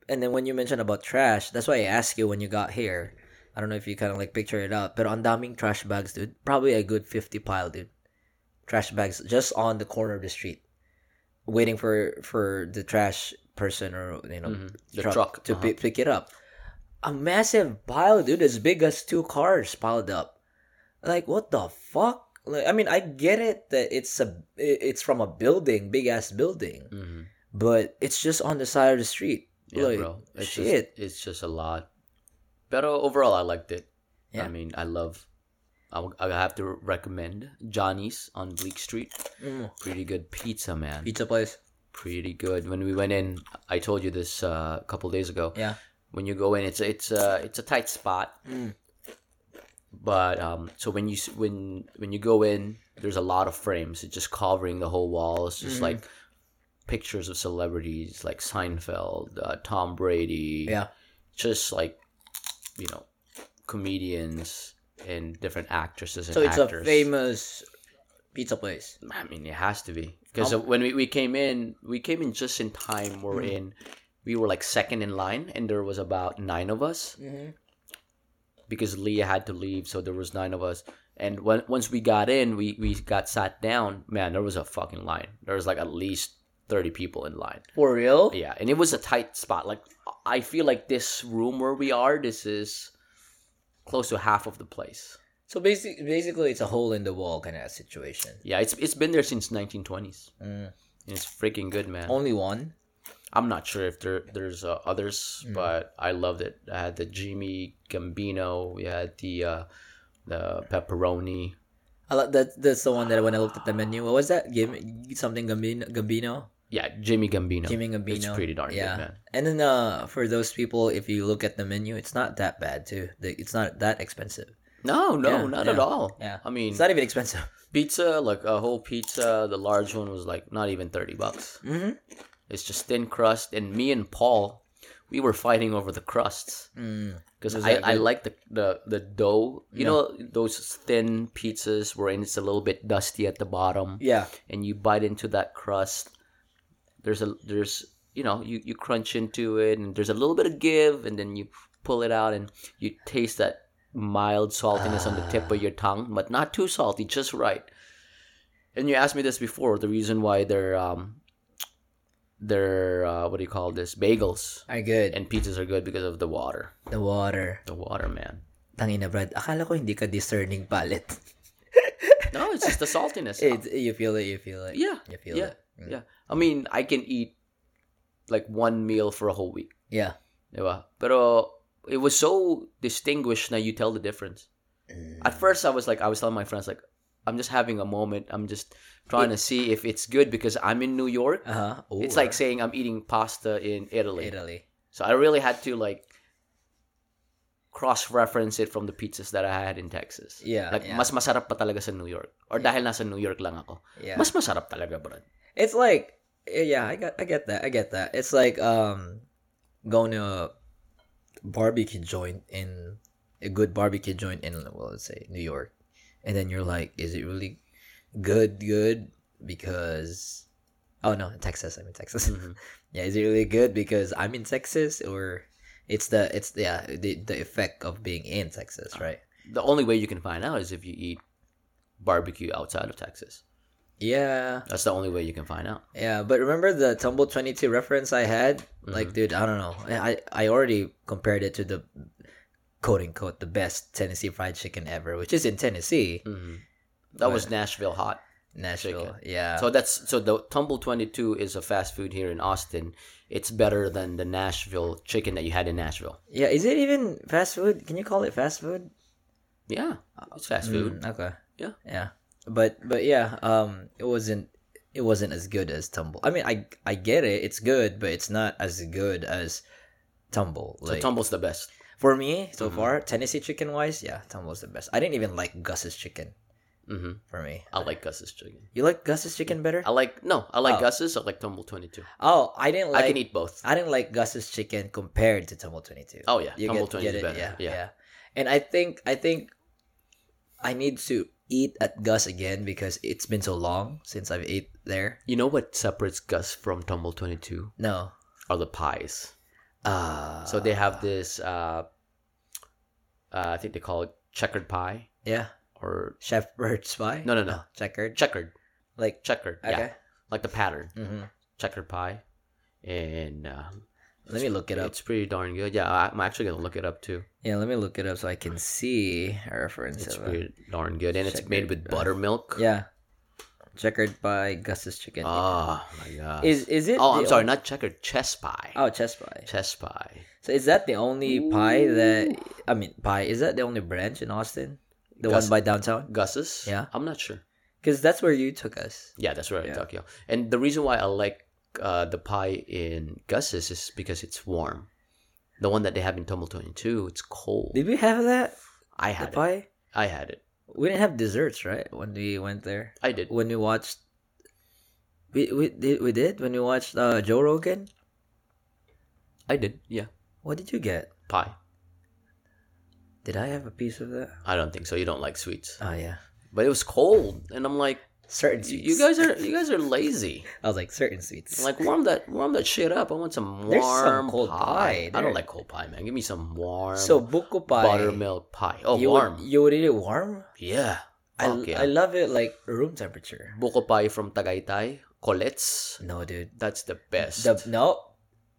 Speaker 1: And then when you mentioned about trash, that's why I asked you when you got here. I don't know if you kind of like picture it out, but on daming trash bags, dude. Probably a good 50 pile, dude. Trash bags just on the corner of the street, waiting for for the trash person or you know
Speaker 2: Mhm. The truck,
Speaker 1: to
Speaker 2: uh-huh.
Speaker 1: pi- pick it up. A massive pile, dude, as big as two cars piled up. Like what the fuck? Like, I mean, I get it that it's a it- it's from a building, big ass building,
Speaker 2: Mhm.
Speaker 1: but it's just on the side of the street.
Speaker 2: Yeah,
Speaker 1: Like,
Speaker 2: bro. It's
Speaker 1: shit.
Speaker 2: Just, it's just a lot. But overall, I liked it.
Speaker 1: Yeah.
Speaker 2: I mean, I love. I, w- I have to recommend Johnny's on Bleak Street.
Speaker 1: Mm.
Speaker 2: Pretty good pizza, man.
Speaker 1: Pizza place.
Speaker 2: Pretty good. When we went in, I told you this uh, a couple days ago.
Speaker 1: Yeah.
Speaker 2: When you go in, it's it's uh, it's a tight spot.
Speaker 1: Mm.
Speaker 2: But um, so when you s- when when you go in, there's a lot of frames. It's just covering the whole wall. It's just like
Speaker 1: Mm-hmm.
Speaker 2: pictures of celebrities like Seinfeld, uh, Tom Brady.
Speaker 1: Yeah.
Speaker 2: just like you know comedians and different actresses and
Speaker 1: So it's
Speaker 2: actors.
Speaker 1: a famous pizza place.
Speaker 2: I mean, it has to be
Speaker 1: Oh.
Speaker 2: because when we, we came in, we came in just in time. We're
Speaker 1: Hmm.
Speaker 2: in, we were like second in line, and there was about nine of us
Speaker 1: Mm-hmm.
Speaker 2: because Leah had to leave, so there was nine of us. And when, once we got in, we we got sat down. Man, there was a fucking line. There was like at least thirty people in line.
Speaker 1: For real?
Speaker 2: Yeah, and it was a tight spot. Like I feel like this room where we are, this is close to half of the place.
Speaker 1: So basically, basically, it's a hole in the wall kind of situation.
Speaker 2: Yeah, it's it's been there since 1920s,
Speaker 1: Mm.
Speaker 2: and it's freaking good, man.
Speaker 1: Only one.
Speaker 2: I'm not sure if there there's uh, others,
Speaker 1: Hmm.
Speaker 2: but I loved it. I had the Jimmy Gambino, we had the uh, the pepperoni.
Speaker 1: I like that. That's the one that when I looked at the menu, what was that? Give something Gambino. Gambino.
Speaker 2: Yeah, Jimmy Gambino.
Speaker 1: Jimmy Gambino.
Speaker 2: It's pretty darn good, man.
Speaker 1: And then uh, for those people, if you look at the menu, it's not that bad too. The- It's not that expensive.
Speaker 2: No, no,
Speaker 1: Yeah,
Speaker 2: not
Speaker 1: yeah,
Speaker 2: at all.
Speaker 1: yeah.
Speaker 2: I mean,
Speaker 1: It's not even expensive. [LAUGHS]
Speaker 2: pizza, like a whole pizza, the large one was like not even 30 bucks.
Speaker 1: Mm-hmm.
Speaker 2: It's just thin crust, and me and Paul, we were fighting over the crusts
Speaker 1: Mm.
Speaker 2: because
Speaker 1: Was
Speaker 2: I,
Speaker 1: that
Speaker 2: I
Speaker 1: good?
Speaker 2: like the, the the dough. You
Speaker 1: Yeah.
Speaker 2: know those thin pizzas wherein it's a little bit dusty at the bottom,
Speaker 1: Yeah.
Speaker 2: and you bite into that crust. There's a there's you know you you crunch into it, and there's a little bit of give, and then you pull it out, and you taste that mild saltiness on the tip of your tongue, but not too salty, just right. And you asked me this before. The reason why they're um, they're uh, what do you call this bagels
Speaker 1: I good.
Speaker 2: and pizzas are good because of the water.
Speaker 1: The water.
Speaker 2: The water, man.
Speaker 1: Tangina, Brad. Akala ko hindi ka discerning palate. [LAUGHS]
Speaker 2: No, it's just the saltiness.
Speaker 1: It, you feel it. You feel it.
Speaker 2: yeah,
Speaker 1: You feel
Speaker 2: yeah,
Speaker 1: it. Mm.
Speaker 2: yeah. I mean, I can eat like one meal for a whole week,
Speaker 1: Yeah.
Speaker 2: diba? Pero it was so distinguished that you tell the difference.
Speaker 1: Mm.
Speaker 2: At first, I was like, I was telling my friends like, I'm just having a moment. I'm just trying to see if it's good because I'm in New York.
Speaker 1: Uh huh.
Speaker 2: It's like saying I'm eating pasta in Italy.
Speaker 1: Italy.
Speaker 2: So I really had to like cross-reference it from the pizzas that I had in Texas.
Speaker 1: Yeah,
Speaker 2: Like
Speaker 1: yeah.
Speaker 2: mas masarap pa talaga sa New York. Or dahil nasa New York lang ako.
Speaker 1: Yeah.
Speaker 2: Mas masarap talaga, bro.
Speaker 1: It's like eh, yeah, I got I get that. I get that. It's like um going to a barbecue joint in a good barbecue joint in well let's say New York. And then you're like, is it really good good because oh no, Texas, I'm in Texas.
Speaker 2: Mm.
Speaker 1: [LAUGHS]
Speaker 2: Mm-hmm.
Speaker 1: yeah, is it really good because I'm in Texas or it's the it's yeah, the the effect of being in Texas, right?
Speaker 2: The only way you can find out is if you eat barbecue outside of Texas.
Speaker 1: Yeah.
Speaker 2: That's the only way you can find out.
Speaker 1: Yeah, but remember the Tumble 22 reference I had?
Speaker 2: Mm-hmm.
Speaker 1: Like, dude, I don't know. I, I already compared it to the quote unquote the best Tennessee fried chicken ever, which is in Tennessee,
Speaker 2: That was Nashville hot.
Speaker 1: Nashville. Yeah.
Speaker 2: Mm-hmm. So that's so the Tumble 22 is a fast food here in Austin. It's better than the Nashville chicken that you had in Nashville.
Speaker 1: yeah, is it even fast food? Can you call it fast food?
Speaker 2: Yeah. Uh, It's fast food.
Speaker 1: Mm, okay.
Speaker 2: Yeah.
Speaker 1: Yeah. But but yeah, um it wasn't it wasn't as good as Tumble. I mean, I I get it. It's good, but it's not as good as Tumble.
Speaker 2: So Mm-hmm.
Speaker 1: Like
Speaker 2: Tumble's the best.
Speaker 1: for me so far, Tennessee chicken wise, yeah, Tumble's the best. I didn't even like Gus's chicken.
Speaker 2: Mm-hmm.
Speaker 1: for me.
Speaker 2: I like Gus's chicken.
Speaker 1: You like Gus's chicken better?
Speaker 2: I like no, I like
Speaker 1: Oh.
Speaker 2: Gus's. I like Tumble Twenty Two.
Speaker 1: Oh, I didn't like
Speaker 2: I can eat both.
Speaker 1: I didn't like Gus's chicken compared to Tumble Twenty Two.
Speaker 2: Oh yeah,
Speaker 1: you
Speaker 2: Tumble
Speaker 1: get,
Speaker 2: Twenty
Speaker 1: get
Speaker 2: is
Speaker 1: it?
Speaker 2: better.
Speaker 1: Yeah,
Speaker 2: yeah.
Speaker 1: yeah. And I think I think I need to eat at Gus again because it's been so long since I've ate there.
Speaker 2: You know what separates Gus from Tumble Twenty Two
Speaker 1: No.
Speaker 2: are the pies.
Speaker 1: Uh,
Speaker 2: So they have this. Uh, uh, I think they call it checkered pie
Speaker 1: yeah
Speaker 2: or
Speaker 1: shepherd's pie.
Speaker 2: no no no
Speaker 1: checkered.
Speaker 2: checkered
Speaker 1: like
Speaker 2: checkered
Speaker 1: Oh.
Speaker 2: yeah
Speaker 1: okay.
Speaker 2: like the pattern
Speaker 1: hmm
Speaker 2: checkered pie and uh,
Speaker 1: Let me look it up.
Speaker 2: it's pretty darn good. Yeah, I- I'm actually gonna look it up too.
Speaker 1: Yeah, let me look it up so I can see a reference.
Speaker 2: It's
Speaker 1: of it.
Speaker 2: pretty darn good, and it's made with
Speaker 1: Checkered pie.
Speaker 2: buttermilk.
Speaker 1: Yeah, checkered by Gus's Chicken.
Speaker 2: Oh my god.
Speaker 1: is is it?
Speaker 2: oh, I'm
Speaker 1: the
Speaker 2: sorry,
Speaker 1: on-
Speaker 2: not checkered, chess pie.
Speaker 1: Oh, chess pie.
Speaker 2: Chess pie.
Speaker 1: So is that the only pie that I mean pie? Is that the only branch in Austin? The one
Speaker 2: Gus-
Speaker 1: by downtown?
Speaker 2: Gus's?
Speaker 1: Yeah.
Speaker 2: I'm not sure.
Speaker 1: Because that's where you took us.
Speaker 2: Yeah, that's right,
Speaker 1: Yeah.
Speaker 2: Tokyo. And the reason why I like uh, the pie in Gus's is because it's warm. The one that they have in Tumble 22, it's cold.
Speaker 1: Did we have that
Speaker 2: I
Speaker 1: the
Speaker 2: had it.
Speaker 1: pie?
Speaker 2: I had it.
Speaker 1: We didn't have desserts, right? When we went there,
Speaker 2: I did.
Speaker 1: when we watched, we we did we did when we watched uh, Joe Rogan.
Speaker 2: I did. Yeah.
Speaker 1: What did you get?
Speaker 2: Pie.
Speaker 1: Did I have a piece of that?
Speaker 2: I don't think so. You don't like sweets.
Speaker 1: Oh yeah,
Speaker 2: But it was cold and I'm like,
Speaker 1: certain
Speaker 2: "You-
Speaker 1: sweets.
Speaker 2: you guys are you guys are lazy.
Speaker 1: [LAUGHS] I was like certain sweets.
Speaker 2: I'm like warm that warm that shit up. I want some warm
Speaker 1: There's some cold
Speaker 2: pie.
Speaker 1: pie.
Speaker 2: I don't
Speaker 1: There-
Speaker 2: like cold pie, man. Give me some warm
Speaker 1: so buko pie,
Speaker 2: buttermilk pie. Oh,
Speaker 1: you
Speaker 2: warm.
Speaker 1: Would, you would eat it warm.
Speaker 2: Yeah.
Speaker 1: I,
Speaker 2: Fuck yeah.
Speaker 1: I love it like room temperature.
Speaker 2: Buko pie from Tagaytay, Colette's.
Speaker 1: No, dude.
Speaker 2: That's the best.
Speaker 1: The no,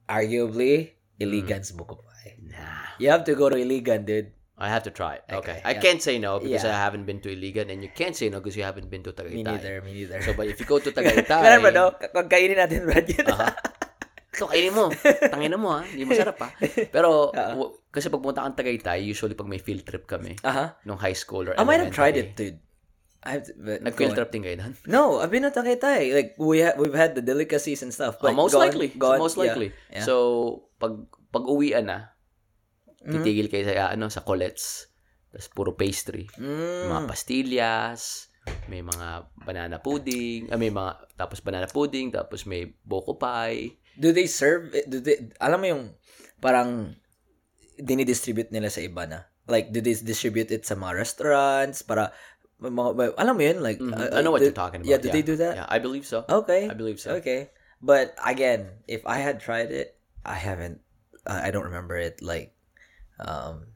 Speaker 1: arguably
Speaker 2: Mm-hmm.
Speaker 1: Iligan's buko pie.
Speaker 2: nah.
Speaker 1: You have to go to Iligan, dude.
Speaker 2: I have to try it. Okay.
Speaker 1: Okay,
Speaker 2: I
Speaker 1: yeah.
Speaker 2: can't say no because
Speaker 1: Yeah.
Speaker 2: I haven't been to Iligan and you can't say no because you haven't been to Tagaytay.
Speaker 1: Me neither. Me neither. [LAUGHS]
Speaker 2: So, but if you go to Tagaytay,
Speaker 1: Ganun ba, no? Kung kainin natin, Brad, yun.
Speaker 2: Aha. Ito, kainin mo. Tangin mo ha. Hindi masarap ha.
Speaker 1: [LAUGHS]
Speaker 2: Pero, w- kasi pagpunta kang Tagaytay, usually pag may field trip kami,
Speaker 1: Aha.
Speaker 2: nung high school or
Speaker 1: I Ah, might have tried
Speaker 2: uh-huh. elementary,
Speaker 1: it, dude. I have to, but
Speaker 2: Nag-field
Speaker 1: go on.
Speaker 2: trip din kayo doon?
Speaker 1: No, I've been to Tagaytay. Like we ha- we've had the delicacies and stuff. But
Speaker 2: Oh, most
Speaker 1: go on,
Speaker 2: likely.
Speaker 1: go on.
Speaker 2: Most
Speaker 1: Yeah.
Speaker 2: likely.
Speaker 1: yeah.
Speaker 2: So, pag pag uwian na,
Speaker 1: Mm-hmm.
Speaker 2: titigil kayo sa ano sa Colette's. Tapos puro pastry. May Mga
Speaker 1: Mm.
Speaker 2: pastillas, may mga banana pudding, ah, may mga tapos banana pudding, tapos may boko pie.
Speaker 1: Do they serve it- do they alam mo yung parang dinidistribute nila sa iba na? Like do they distribute it sa mga restaurants para mga, alam mo yun like
Speaker 2: Mhm.
Speaker 1: uh,
Speaker 2: I know what
Speaker 1: do-
Speaker 2: you're talking about.
Speaker 1: Yeah, do they do that?
Speaker 2: Yeah, I believe so.
Speaker 1: Okay.
Speaker 2: I believe so.
Speaker 1: Okay. But again, if I had tried it, I haven't uh, I don't remember it like um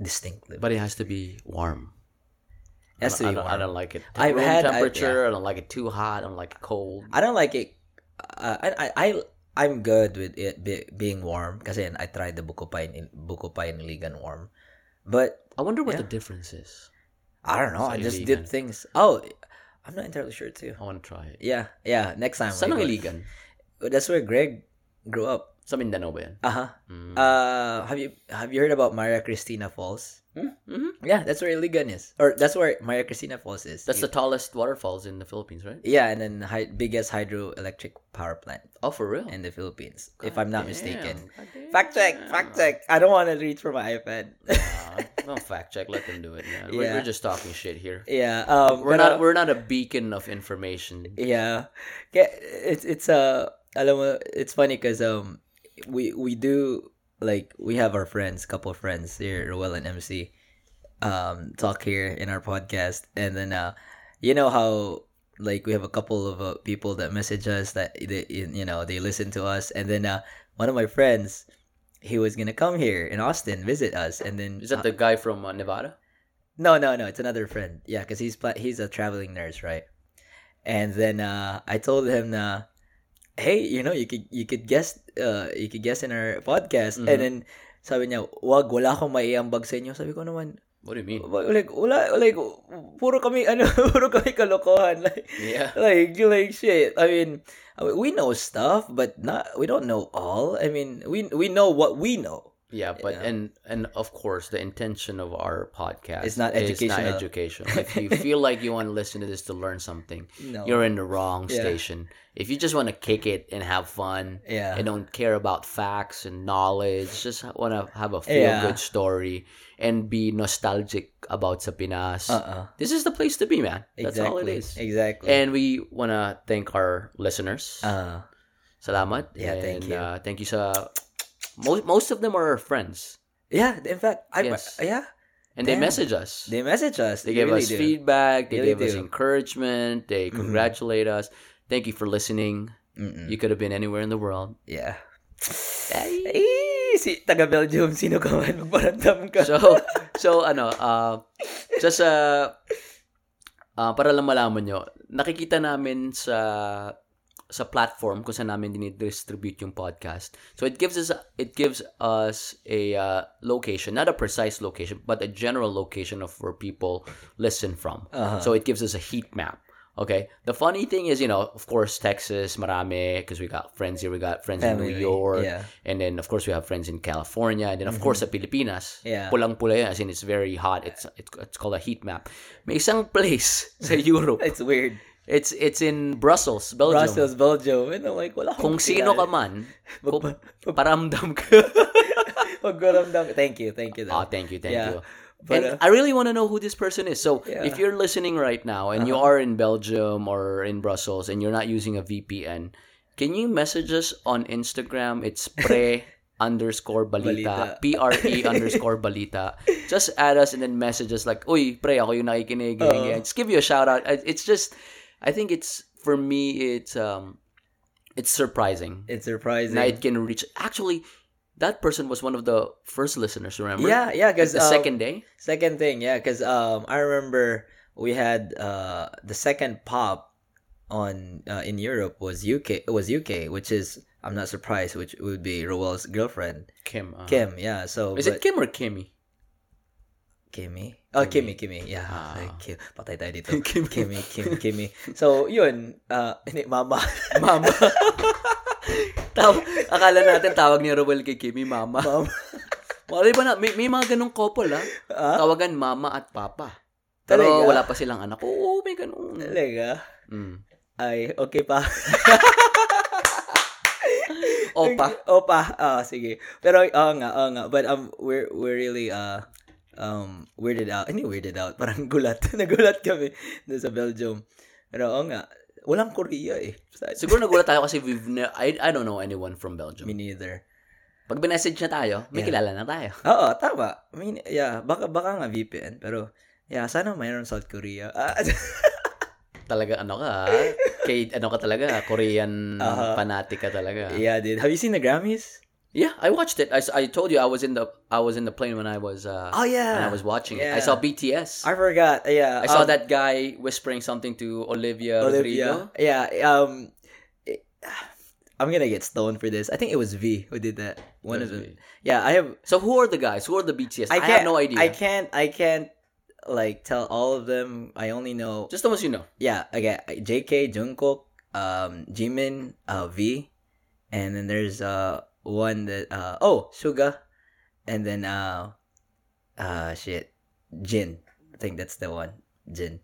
Speaker 1: distinctly.
Speaker 2: But it has to be warm.
Speaker 1: It has
Speaker 2: I,
Speaker 1: to be
Speaker 2: don't, I
Speaker 1: warm.
Speaker 2: don't like it.
Speaker 1: I've
Speaker 2: room
Speaker 1: had- I-
Speaker 2: temperature. I, don't like it too hot. I don't like it cold.
Speaker 1: I don't like it. Uh, I, I I I'm good with it be, being warm kasi I tried the buko pie in buko pie in Ligan warm, but
Speaker 2: I wonder what
Speaker 1: Yeah.
Speaker 2: the difference is.
Speaker 1: I don't know.
Speaker 2: Sa
Speaker 1: I just
Speaker 2: Iligan.
Speaker 1: did things. Oh, I'm not entirely sure too.
Speaker 2: I want to try it.
Speaker 1: Yeah, yeah. Next time.
Speaker 2: Saan ang
Speaker 1: we go.
Speaker 2: iligan?
Speaker 1: That's where Greg grew up.
Speaker 2: Sa Mindanao ba yan?
Speaker 1: Uh huh.
Speaker 2: Mm.
Speaker 1: Uh, have you have you heard about Maria Cristina Falls?
Speaker 2: Mhm.
Speaker 1: Yeah, that's where Iligan is, or that's where Maria Cristina Falls is.
Speaker 2: That's the tallest waterfalls in the Philippines, right?
Speaker 1: yeah, and then hy- biggest hydroelectric power plant
Speaker 2: Oh, for real?
Speaker 1: in the Philippines, if I'm not
Speaker 2: Damn.
Speaker 1: mistaken.
Speaker 2: Goddamn.
Speaker 1: Fact check, fact check. I don't want to reach for my iPad.
Speaker 2: Nah, don't fact check. Let them do it. Man. We're,
Speaker 1: Yeah.
Speaker 2: we're just talking shit here.
Speaker 1: [LAUGHS] yeah, um,
Speaker 2: We're
Speaker 1: pero-
Speaker 2: not. We're not a beacon of information.
Speaker 1: Yeah, Kaya it's it's uh, alam mo, it's funny because um, we we do like we have our friends, couple of friends here, Roel and MC, um, talk here in our podcast, and then uh, you know how like we have a couple of uh, people that message us that they, you know they listen to us, and then uh, one of my friends, he was gonna come here in Austin visit us, and then
Speaker 2: Is that the guy from uh, Nevada?
Speaker 1: no, no, no. It's another friend. Yeah, because he's pla- he's a traveling nurse, right? And then uh, I told him, uh, "Hey, you know, you could you could guess, uh, you could guess in our podcast." And
Speaker 2: Mhm.
Speaker 1: then sabi niya, "Wag, wala akong maiambag sa inyo." Sabi ko naman,
Speaker 2: What do you mean?
Speaker 1: "Wag, like wala, like puro kami [LAUGHS] ano, puro kami kalokohan. [LAUGHS] Like,
Speaker 2: Yeah.
Speaker 1: like like shit. I mean, I mean, we know stuff, but not we don't know all. I mean, we we know what we know.
Speaker 2: Yeah, but and and of course the intention of our podcast
Speaker 1: It's not
Speaker 2: is
Speaker 1: educational.
Speaker 2: educational. if
Speaker 1: [LAUGHS]
Speaker 2: you feel like you want to listen to this to learn something,
Speaker 1: No.
Speaker 2: you're in the wrong
Speaker 1: Yeah.
Speaker 2: station. If you just want to kick it and have fun
Speaker 1: Yeah.
Speaker 2: and don't care about facts and knowledge, just want to have a feel good story and be nostalgic about sa Pinas.
Speaker 1: Uh-uh.
Speaker 2: This is the place to be, man.
Speaker 1: Exactly.
Speaker 2: That's all it is.
Speaker 1: Exactly.
Speaker 2: And we want to thank our listeners.
Speaker 1: uh,
Speaker 2: Salamat.
Speaker 1: Yeah, thank
Speaker 2: and,
Speaker 1: you.
Speaker 2: Uh, thank you sa most most of them are our friends.
Speaker 1: yeah, in fact, I
Speaker 2: Yes.
Speaker 1: yeah,
Speaker 2: And they
Speaker 1: Damn.
Speaker 2: message us. They,
Speaker 1: they message us. They,
Speaker 2: gave
Speaker 1: really
Speaker 2: us
Speaker 1: do.
Speaker 2: feedback, they
Speaker 1: Really
Speaker 2: gave us
Speaker 1: do.
Speaker 2: encouragement, they
Speaker 1: Mhm.
Speaker 2: congratulate us. Thank you for listening.
Speaker 1: Mm-mm.
Speaker 2: You could have been anywhere in the world.
Speaker 1: Yeah.
Speaker 2: Ay.
Speaker 1: Ay, si taga Belgium sino ka man [LAUGHS] magparamdam ka.
Speaker 2: So so ano, uh, just uh, uh, para lang malaman nyo, nakikita namin sa sa platform kung saan namin dinidistribute yung podcast. So it gives us it gives us a uh, location, not a precise location, but a general location of where people listen from.
Speaker 1: Uh-huh.
Speaker 2: So it gives us a heat map. Okay. The funny thing is, you know, of course, Texas, marami, because we got friends here, we got friends in New
Speaker 1: Family,
Speaker 2: York,
Speaker 1: yeah.
Speaker 2: and then of course we have friends in California, and then of course sa Pilipinas,
Speaker 1: Mm-hmm. Yeah.
Speaker 2: pulang-pula yan, as in it's very hot. It's, it's it's called a heat map. May isang place [LAUGHS] sa Europe.
Speaker 1: [LAUGHS] It's weird.
Speaker 2: It's it's in Brussels, Belgium.
Speaker 1: Brussels, Belgium. And I'm like, wala
Speaker 2: Kung
Speaker 1: akong
Speaker 2: sino ka
Speaker 1: kilala. [LAUGHS]
Speaker 2: man, kung,
Speaker 1: Magpa-
Speaker 2: paramdam ka.
Speaker 1: [LAUGHS] Magparamdam. Thank you, thank you.
Speaker 2: Ah,
Speaker 1: though.
Speaker 2: thank you, thank
Speaker 1: Yeah.
Speaker 2: you.
Speaker 1: But, uh,
Speaker 2: and I really want to know who this person is. So,
Speaker 1: Yeah. Uh-huh.
Speaker 2: if you're listening right now and you are in Belgium or in Brussels and you're not using a VPN, can you message us on Instagram?
Speaker 1: [LAUGHS]
Speaker 2: It's pre underscore balita,
Speaker 1: Balita.
Speaker 2: P R
Speaker 1: [LAUGHS]
Speaker 2: E underscore balita. Just add us and then message us like, "Uy, pre ako yung nakikinig."
Speaker 1: Oo.
Speaker 2: ganyan." Just give you a shout out. I- It's just, I think it's for me, it's um, it's surprising
Speaker 1: It's surprising.
Speaker 2: that it can reach. Actually, that person was one of the first listeners. Remember?
Speaker 1: Yeah, yeah, because
Speaker 2: the second day.
Speaker 1: Second thing, yeah, because um, I remember we had uh, the second pop on uh, in Europe was UK was UK, which is I'm not surprised, which would be Roel's girlfriend
Speaker 2: Kim. uh,
Speaker 1: Kim. Yeah, so
Speaker 2: Is it Kim or Kimmy?
Speaker 1: Kimmy? Oh, Kimmy, Kimmy. Yeah, [LAUGHS]
Speaker 2: Ah.
Speaker 1: Ay, Kim. Patay tayo
Speaker 2: [LAUGHS]
Speaker 1: dito. Kimmy, Kimmy, Kim, Kimmy. So yun, uh, [LAUGHS] hindi, mama,
Speaker 2: Mama. [LAUGHS] Taw akala natin tawag ni Rowell kay Kimmy Mama.
Speaker 1: mama.
Speaker 2: Wala ba na? May, may mga ganong couple, ha?
Speaker 1: Ah?
Speaker 2: Tawagan Mama at Papa.
Speaker 1: Talaga?
Speaker 2: Pero wala pa silang anak. Oo, may ganun.
Speaker 1: Talaga?
Speaker 2: Mm.
Speaker 1: Ay, okay pa.
Speaker 2: Opa.
Speaker 1: [LAUGHS] Opa. Ah, sige. Pero oo nga, oo nga. But um we're we're really uh um weirded out. Hindi weirded out. Parang [LAUGHS] gulat. Nagulat kami doon sa Belgium. Pero oo nga, walang Korea eh. Sa-
Speaker 2: Siguro nagulat tayo kasi we've ne- I, I don't know anyone from Belgium.
Speaker 1: Me neither.
Speaker 2: Pag binessage na tayo, may
Speaker 1: Yeah.
Speaker 2: kilala na tayo. [LAUGHS]
Speaker 1: Oo, tama. I mean, yeah, baka baka nga VPN, pero yeah, sana mayroon South Korea. [LAUGHS] Ah,
Speaker 2: Talaga ano ka, ha?
Speaker 1: [LAUGHS]
Speaker 2: Kay, ano ka talaga, Korean
Speaker 1: Aha.
Speaker 2: fanatic ka talaga.
Speaker 1: Uh-huh. yeah, dude. Have you seen the Grammys?
Speaker 2: Yeah, I watched it. I, s- I told you I was in the I was in the plane when I was uh
Speaker 1: Oh
Speaker 2: when
Speaker 1: yeah.
Speaker 2: I was watching it. I
Speaker 1: Yeah.
Speaker 2: saw BTS.
Speaker 1: I forgot. Yeah.
Speaker 2: I saw
Speaker 1: um,
Speaker 2: that guy whispering something to Olivia,
Speaker 1: Olivia.
Speaker 2: Rodrigo.
Speaker 1: Yeah. Um, it- I'm gonna get stoned for this. I think it was V who did that. One of them.
Speaker 2: Olivia.
Speaker 1: Yeah, I have.
Speaker 2: So who are the guys? Who are the BTS? I,
Speaker 1: can't.
Speaker 2: have no idea.
Speaker 1: I can't. I can't like tell all of them. I only know.
Speaker 2: Just the ones you know.
Speaker 1: yeah. Okay. J.K. Jungkook, um, Jimin, uh, V, and then there's uh one that uh oh Suga, and then uh uh shit Jin. I think that's the one Jin.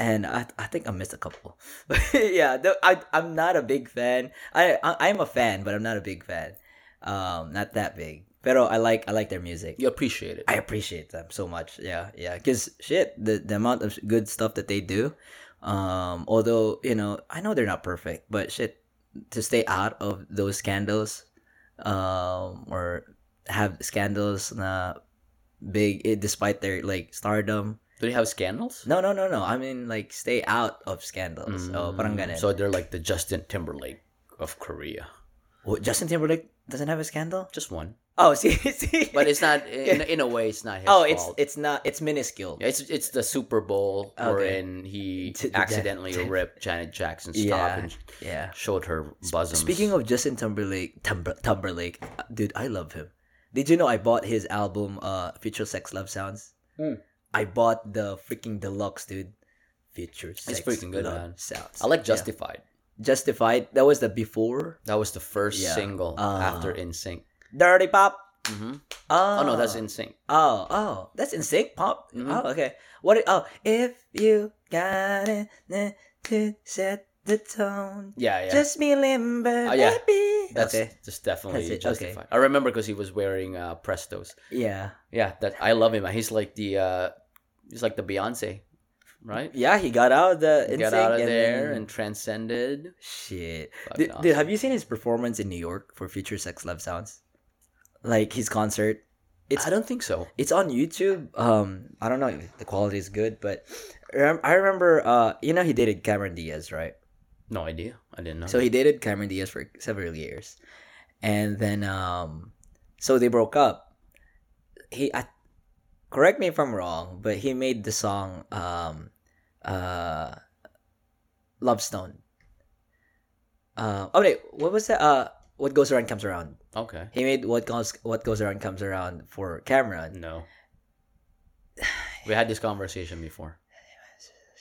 Speaker 1: And I, I think I missed a couple. [LAUGHS] yeah, though I I'm not a big fan. I, I I'm a fan, but I'm not a big fan. Um, not that big. Pero I like I like their music.
Speaker 2: You appreciate it.
Speaker 1: I appreciate them so much. Yeah, yeah. Because shit, the the amount of good stuff that they do. Um, although you know, I know they're not perfect, but shit, to stay out of those scandals, um, or have scandals na big eh, despite their like stardom.
Speaker 2: Do they have scandals?
Speaker 1: No, no, no, no. I mean like stay out of scandals. Oh, parang ganun.
Speaker 2: Mm, So they're like the Justin Timberlake of Korea.
Speaker 1: What, Oh, Justin Timberlake doesn't have a scandal.
Speaker 2: Just one.
Speaker 1: Oh, [LAUGHS] see, see.
Speaker 2: But it's not in, in a way it's not his
Speaker 1: oh, it's
Speaker 2: fault.
Speaker 1: it's not. It's minuscule.
Speaker 2: Yeah, It's it's the Super Bowl wherein he
Speaker 1: T- the-
Speaker 2: accidentally ripped Janet Jackson's top
Speaker 1: Yeah.
Speaker 2: and
Speaker 1: Yeah.
Speaker 2: showed her bosoms.
Speaker 1: Speaking of Justin Timberlake, Timber, Timberlake, uh, dude, I love him. Did you know I bought his album, uh, Future Sex Love Sounds?
Speaker 2: Mm.
Speaker 1: I bought the freaking deluxe, dude. Future Sex
Speaker 2: freaking good, man.
Speaker 1: Love Sounds.
Speaker 2: I like
Speaker 1: Yeah.
Speaker 2: Justified.
Speaker 1: Justified. That was the before.
Speaker 2: That was the first
Speaker 1: Yeah.
Speaker 2: single
Speaker 1: Ah.
Speaker 2: after In Sync.
Speaker 1: Dirty Pop.
Speaker 2: Mhm.
Speaker 1: Oh,
Speaker 2: Oh no, that's in Mm-hmm. sync.
Speaker 1: Oh, oh, that's in sync pop. Oh, okay. What? Oh, if you got it na- to set the tone,
Speaker 2: Yeah, yeah.
Speaker 1: just be limber,
Speaker 2: Oh, yeah.
Speaker 1: baby.
Speaker 2: that's
Speaker 1: okay.
Speaker 2: just definitely
Speaker 1: That's it, okay.
Speaker 2: justified. I remember because he was wearing uh, Prestos.
Speaker 1: Yeah.
Speaker 2: Yeah, that I love him. He's like the uh, he's like the Beyonce, right?
Speaker 1: Yeah, he got out of the
Speaker 2: Get
Speaker 1: NSYNC
Speaker 2: out of
Speaker 1: and
Speaker 2: there
Speaker 1: then-
Speaker 2: and transcended.
Speaker 1: Shit.
Speaker 2: Fucking
Speaker 1: Dude, dude, have you seen his performance in New York for Future Sex Love Sounds? Like his concert. It's
Speaker 2: I don't think so.
Speaker 1: it's on YouTube. Um I don't know if the quality is good, but rem- I remember uh you know he dated Cameron Diaz, right?
Speaker 2: No idea. I didn't know.
Speaker 1: So he dated Cameron Diaz for several years. And then um so they broke up. He I, correct me if I'm wrong, but he made the song um uh Love Stone. Uh, oh wait, what was that? Uh what goes around comes around.
Speaker 2: okay.
Speaker 1: He made what goes what goes around comes around for Cameron. [SIGHS]
Speaker 2: No. We had this conversation before.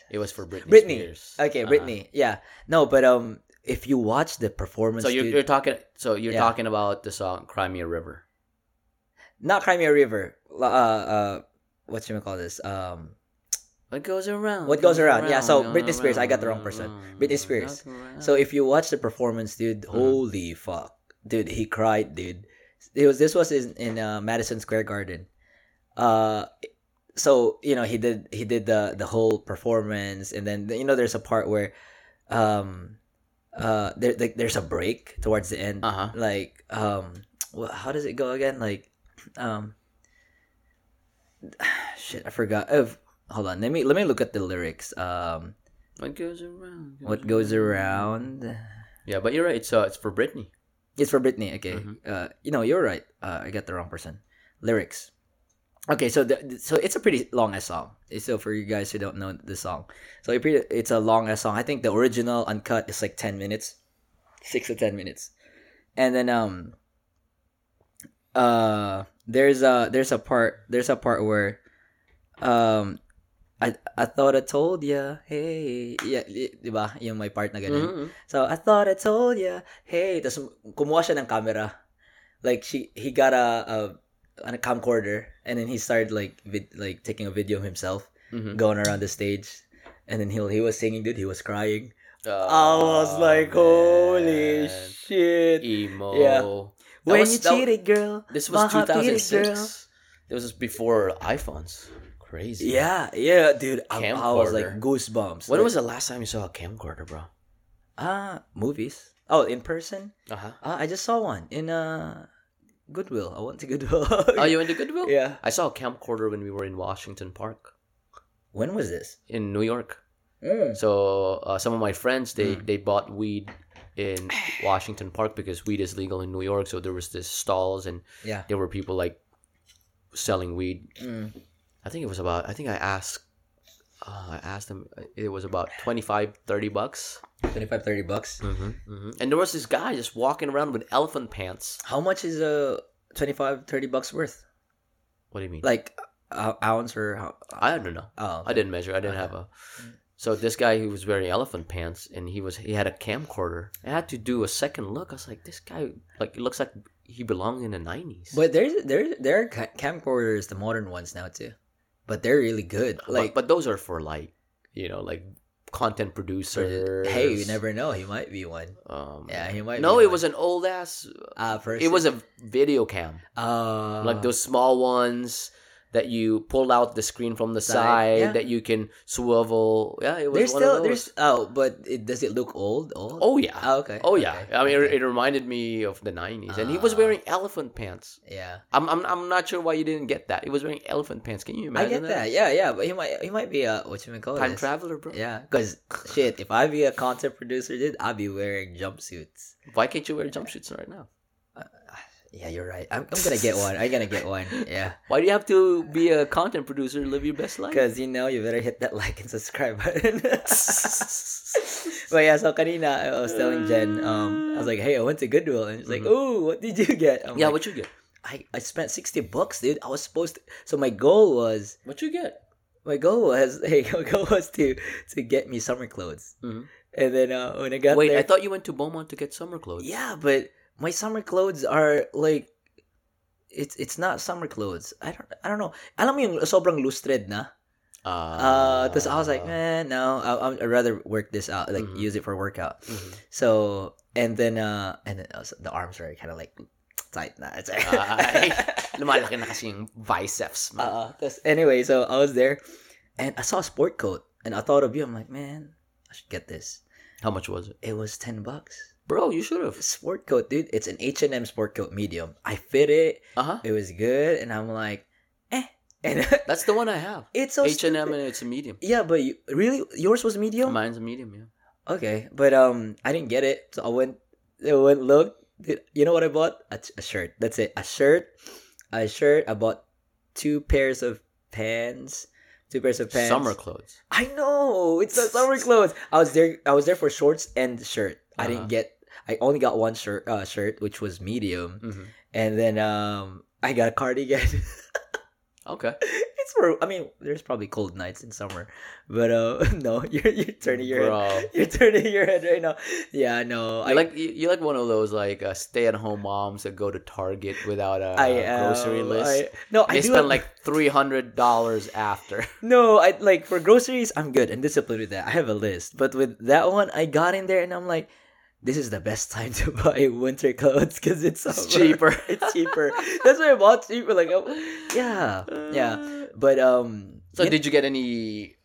Speaker 2: It was for Britney.
Speaker 1: Britney.
Speaker 2: Spears.
Speaker 1: Okay,
Speaker 2: Uh-huh.
Speaker 1: Britney. Yeah. No, but um if you watch the performance
Speaker 2: So you're,
Speaker 1: dude-
Speaker 2: you're talking. So you're
Speaker 1: Yeah.
Speaker 2: talking about the song "Crimea River."
Speaker 1: not Crimea River. Uh, uh, what should we call this? Um,
Speaker 2: What goes around?
Speaker 1: What goes around, yeah, so Britney Spears, I got the wrong person. Britney Spears. so if you watch the performance, dude, holy fuck, dude, he cried, dude. It was this was in, in uh, Madison Square Garden. Uh, so you know he did he did the the whole performance, and then you know there's a part where, um, uh, there like, there's a break towards the end,
Speaker 2: uh huh.
Speaker 1: like um wha- how does it go again like um [SIGHS] shit i forgot oh, hold on let me let me look at the lyrics um
Speaker 2: What goes around?
Speaker 1: what goes around
Speaker 2: Yeah, but you're right. It's uh, it's for Britney.
Speaker 1: it's for britney okay
Speaker 2: Mhm.
Speaker 1: uh you know you're right uh, i got the wrong person lyrics okay so the, so it's a pretty long ass song so for you guys who don't know the song so it pretty, it's a long ass song i think the original uncut is like 10 minutes 6 to 10 minutes and then um uh there's a there's a part there's a part where um I I thought I told ya hey yeah y- di ba yung may part na ganun
Speaker 2: Mhm.
Speaker 1: so I thought I told ya hey tapos kumuha siya ng camera like she he got a a, a camcorder and then he started like vid, like taking a video of himself
Speaker 2: Mhm.
Speaker 1: going around the stage and then he he was singing dude he was crying I
Speaker 2: Oh,
Speaker 1: was like holy
Speaker 2: man.
Speaker 1: shit
Speaker 2: Emo.
Speaker 1: Yeah.
Speaker 2: That
Speaker 1: when
Speaker 2: was-
Speaker 1: you
Speaker 2: that-
Speaker 1: cheated, girl.
Speaker 2: This was
Speaker 1: my heart beat it,
Speaker 2: 2006. This was before iPhones. Crazy.
Speaker 1: Yeah, yeah, dude. I, I
Speaker 2: Camcorder.
Speaker 1: was like goosebumps.
Speaker 2: When
Speaker 1: Like,
Speaker 2: was the last time you saw a camcorder, bro?
Speaker 1: ah movies? Oh, in person.
Speaker 2: Uh huh.
Speaker 1: Uh, I just saw one in uh Goodwill. I went to Goodwill.
Speaker 2: Oh, you went to [LAUGHS] Goodwill?
Speaker 1: Yeah.
Speaker 2: I saw a camcorder when we were in Washington Park
Speaker 1: When was this?
Speaker 2: in New York.
Speaker 1: Mm.
Speaker 2: So uh, some of my friends they they bought weed in Washington Park because weed is legal in New York. So there was this stalls and
Speaker 1: Yeah.
Speaker 2: there were people like selling weed.
Speaker 1: Mm.
Speaker 2: I think it was about. I think I asked. Uh, I asked them. It was about 25, 30 bucks.
Speaker 1: 25, 30 bucks.
Speaker 2: Mm-hmm, mm-hmm. And there was this guy just walking around with elephant pants.
Speaker 1: How much is uh 25, 30 bucks worth?
Speaker 2: What do you mean?
Speaker 1: Like uh, ounce or how?
Speaker 2: I don't know.
Speaker 1: Oh,
Speaker 2: I didn't measure. I didn't have a. So this guy, he was wearing elephant pants, and he was he had a camcorder. I had to do a second look. I was like, this guy, like, it looks like he belonged in the nineties.
Speaker 1: But there's there there are ca- camcorders, the modern ones now too, but they're really good. Like,
Speaker 2: but, those are for like, you know, like content producers.
Speaker 1: hey, you never know. He might be one.
Speaker 2: Um,
Speaker 1: Yeah, he might
Speaker 2: No, it
Speaker 1: be
Speaker 2: was an old ass.
Speaker 1: Uh, person.
Speaker 2: It was a video cam,
Speaker 1: uh,
Speaker 2: like those small ones that you pull out the screen from the
Speaker 1: Side,
Speaker 2: side,
Speaker 1: yeah.
Speaker 2: that you can swivel. Yeah, it was
Speaker 1: There's
Speaker 2: one
Speaker 1: still
Speaker 2: of those.
Speaker 1: there's oh, but it, does it look old? Old?
Speaker 2: Oh yeah.
Speaker 1: Ah, okay.
Speaker 2: Oh yeah,
Speaker 1: Okay,
Speaker 2: I mean
Speaker 1: okay.
Speaker 2: it, it reminded me of the '90s, and he was
Speaker 1: Ah.
Speaker 2: wearing elephant pants.
Speaker 1: yeah.
Speaker 2: I'm, I'm I'm not sure why you didn't get that. He was wearing elephant pants. Can you
Speaker 1: I
Speaker 2: imagine
Speaker 1: get that. Yeah, yeah. But he might he might be a what you call
Speaker 2: Time
Speaker 1: this?
Speaker 2: traveler, bro.
Speaker 1: Yeah, because shit, if I be a content producer, dude, I'd be wearing jumpsuits.
Speaker 2: Why can't you wear jumpsuits right now?
Speaker 1: Yeah, you're right. I'm, I'm gonna get [LAUGHS] one. I'm gonna get one. [LAUGHS] Yeah,
Speaker 2: Why do you have to be a content producer to live your best life?
Speaker 1: because you know you better hit that like and subscribe button. [LAUGHS] but yeah, so kanina I was telling Jen, um, I was like, hey, I went to Goodwill, and she's like, ooh, what did you get?
Speaker 2: [LAUGHS]
Speaker 1: I'm
Speaker 2: yeah,
Speaker 1: like,
Speaker 2: what you get?
Speaker 1: I I spent sixty bucks, dude. I was supposed to. So my goal was
Speaker 2: What you get?
Speaker 1: my goal was [LAUGHS] hey my goal was to to get me summer clothes
Speaker 2: Mhm.
Speaker 1: and then uh, when i got
Speaker 2: Wait,
Speaker 1: there
Speaker 2: I thought you went to Beaumont to get summer clothes.
Speaker 1: yeah but my summer clothes are like it's it's not summer clothes. I don't I don't know. Alam mo yung sobrang loose thread na.
Speaker 2: Ah.
Speaker 1: Uh, 'cause I was like, eh, no, I I'm- I'd rather work this out, like
Speaker 2: Mhm.
Speaker 1: use it for workout.
Speaker 2: Mhm.
Speaker 1: So and then uh and then also the arms were kind of like tight na. It's like,
Speaker 2: Ay, lumalaki
Speaker 1: [LAUGHS]
Speaker 2: na kasi yung biceps. man.
Speaker 1: uh, tas- anyway, so I was there and I saw a sport coat and I thought of you. I'm like, man, I should get this.
Speaker 2: How much was it?
Speaker 1: It was ten bucks.
Speaker 2: Bro, you should have.
Speaker 1: Sport coat, dude. It's an H and M sport coat medium. I fit it.
Speaker 2: Uh-huh.
Speaker 1: It was good, and I'm like, eh. [LAUGHS] And
Speaker 2: That's the one I have.
Speaker 1: it's so
Speaker 2: H&M
Speaker 1: stupid.
Speaker 2: and it's a medium.
Speaker 1: Yeah, but you, really, yours was medium.
Speaker 2: Mine's a medium, yeah.
Speaker 1: Okay, but um, I didn't get it, so I went. I went look. Dude, You know what I bought? A, a shirt. That's it. A shirt. A shirt. I bought two pairs of pants. Two pairs of pants.
Speaker 2: Summer clothes.
Speaker 1: I know it's the summer clothes. I was there. I was there for shorts and shirt. I didn't
Speaker 2: Uh-huh.
Speaker 1: get. I only got one shirt. Uh, shirt which was medium,
Speaker 2: Mm-hmm.
Speaker 1: and then um, I got a cardigan. [LAUGHS]
Speaker 2: Okay.
Speaker 1: it's for. I mean, there's probably cold nights in summer, but uh, [LAUGHS] no, you're you're turning your head.
Speaker 2: Bro.
Speaker 1: You're turning your head right now. Yeah, no,
Speaker 2: I like you, you're like one of those like uh, stay-at-home moms that go to Target without a a
Speaker 1: I am,
Speaker 2: uh, grocery list.
Speaker 1: I, no, I
Speaker 2: they
Speaker 1: do
Speaker 2: spend
Speaker 1: have-
Speaker 2: like three hundred dollars
Speaker 1: [LAUGHS]
Speaker 2: after.
Speaker 1: no. I like for groceries. I'm good and disciplined with that. I have a list, but with that one, I got in there and I'm like, this is the best time to [LAUGHS] buy winter clothes because
Speaker 2: It's
Speaker 1: it's, summer.
Speaker 2: cheaper.
Speaker 1: [LAUGHS] it's cheaper. That's why I bought cheaper. Like, oh, yeah, yeah. But um,
Speaker 2: Uh, So
Speaker 1: you-
Speaker 2: did you get any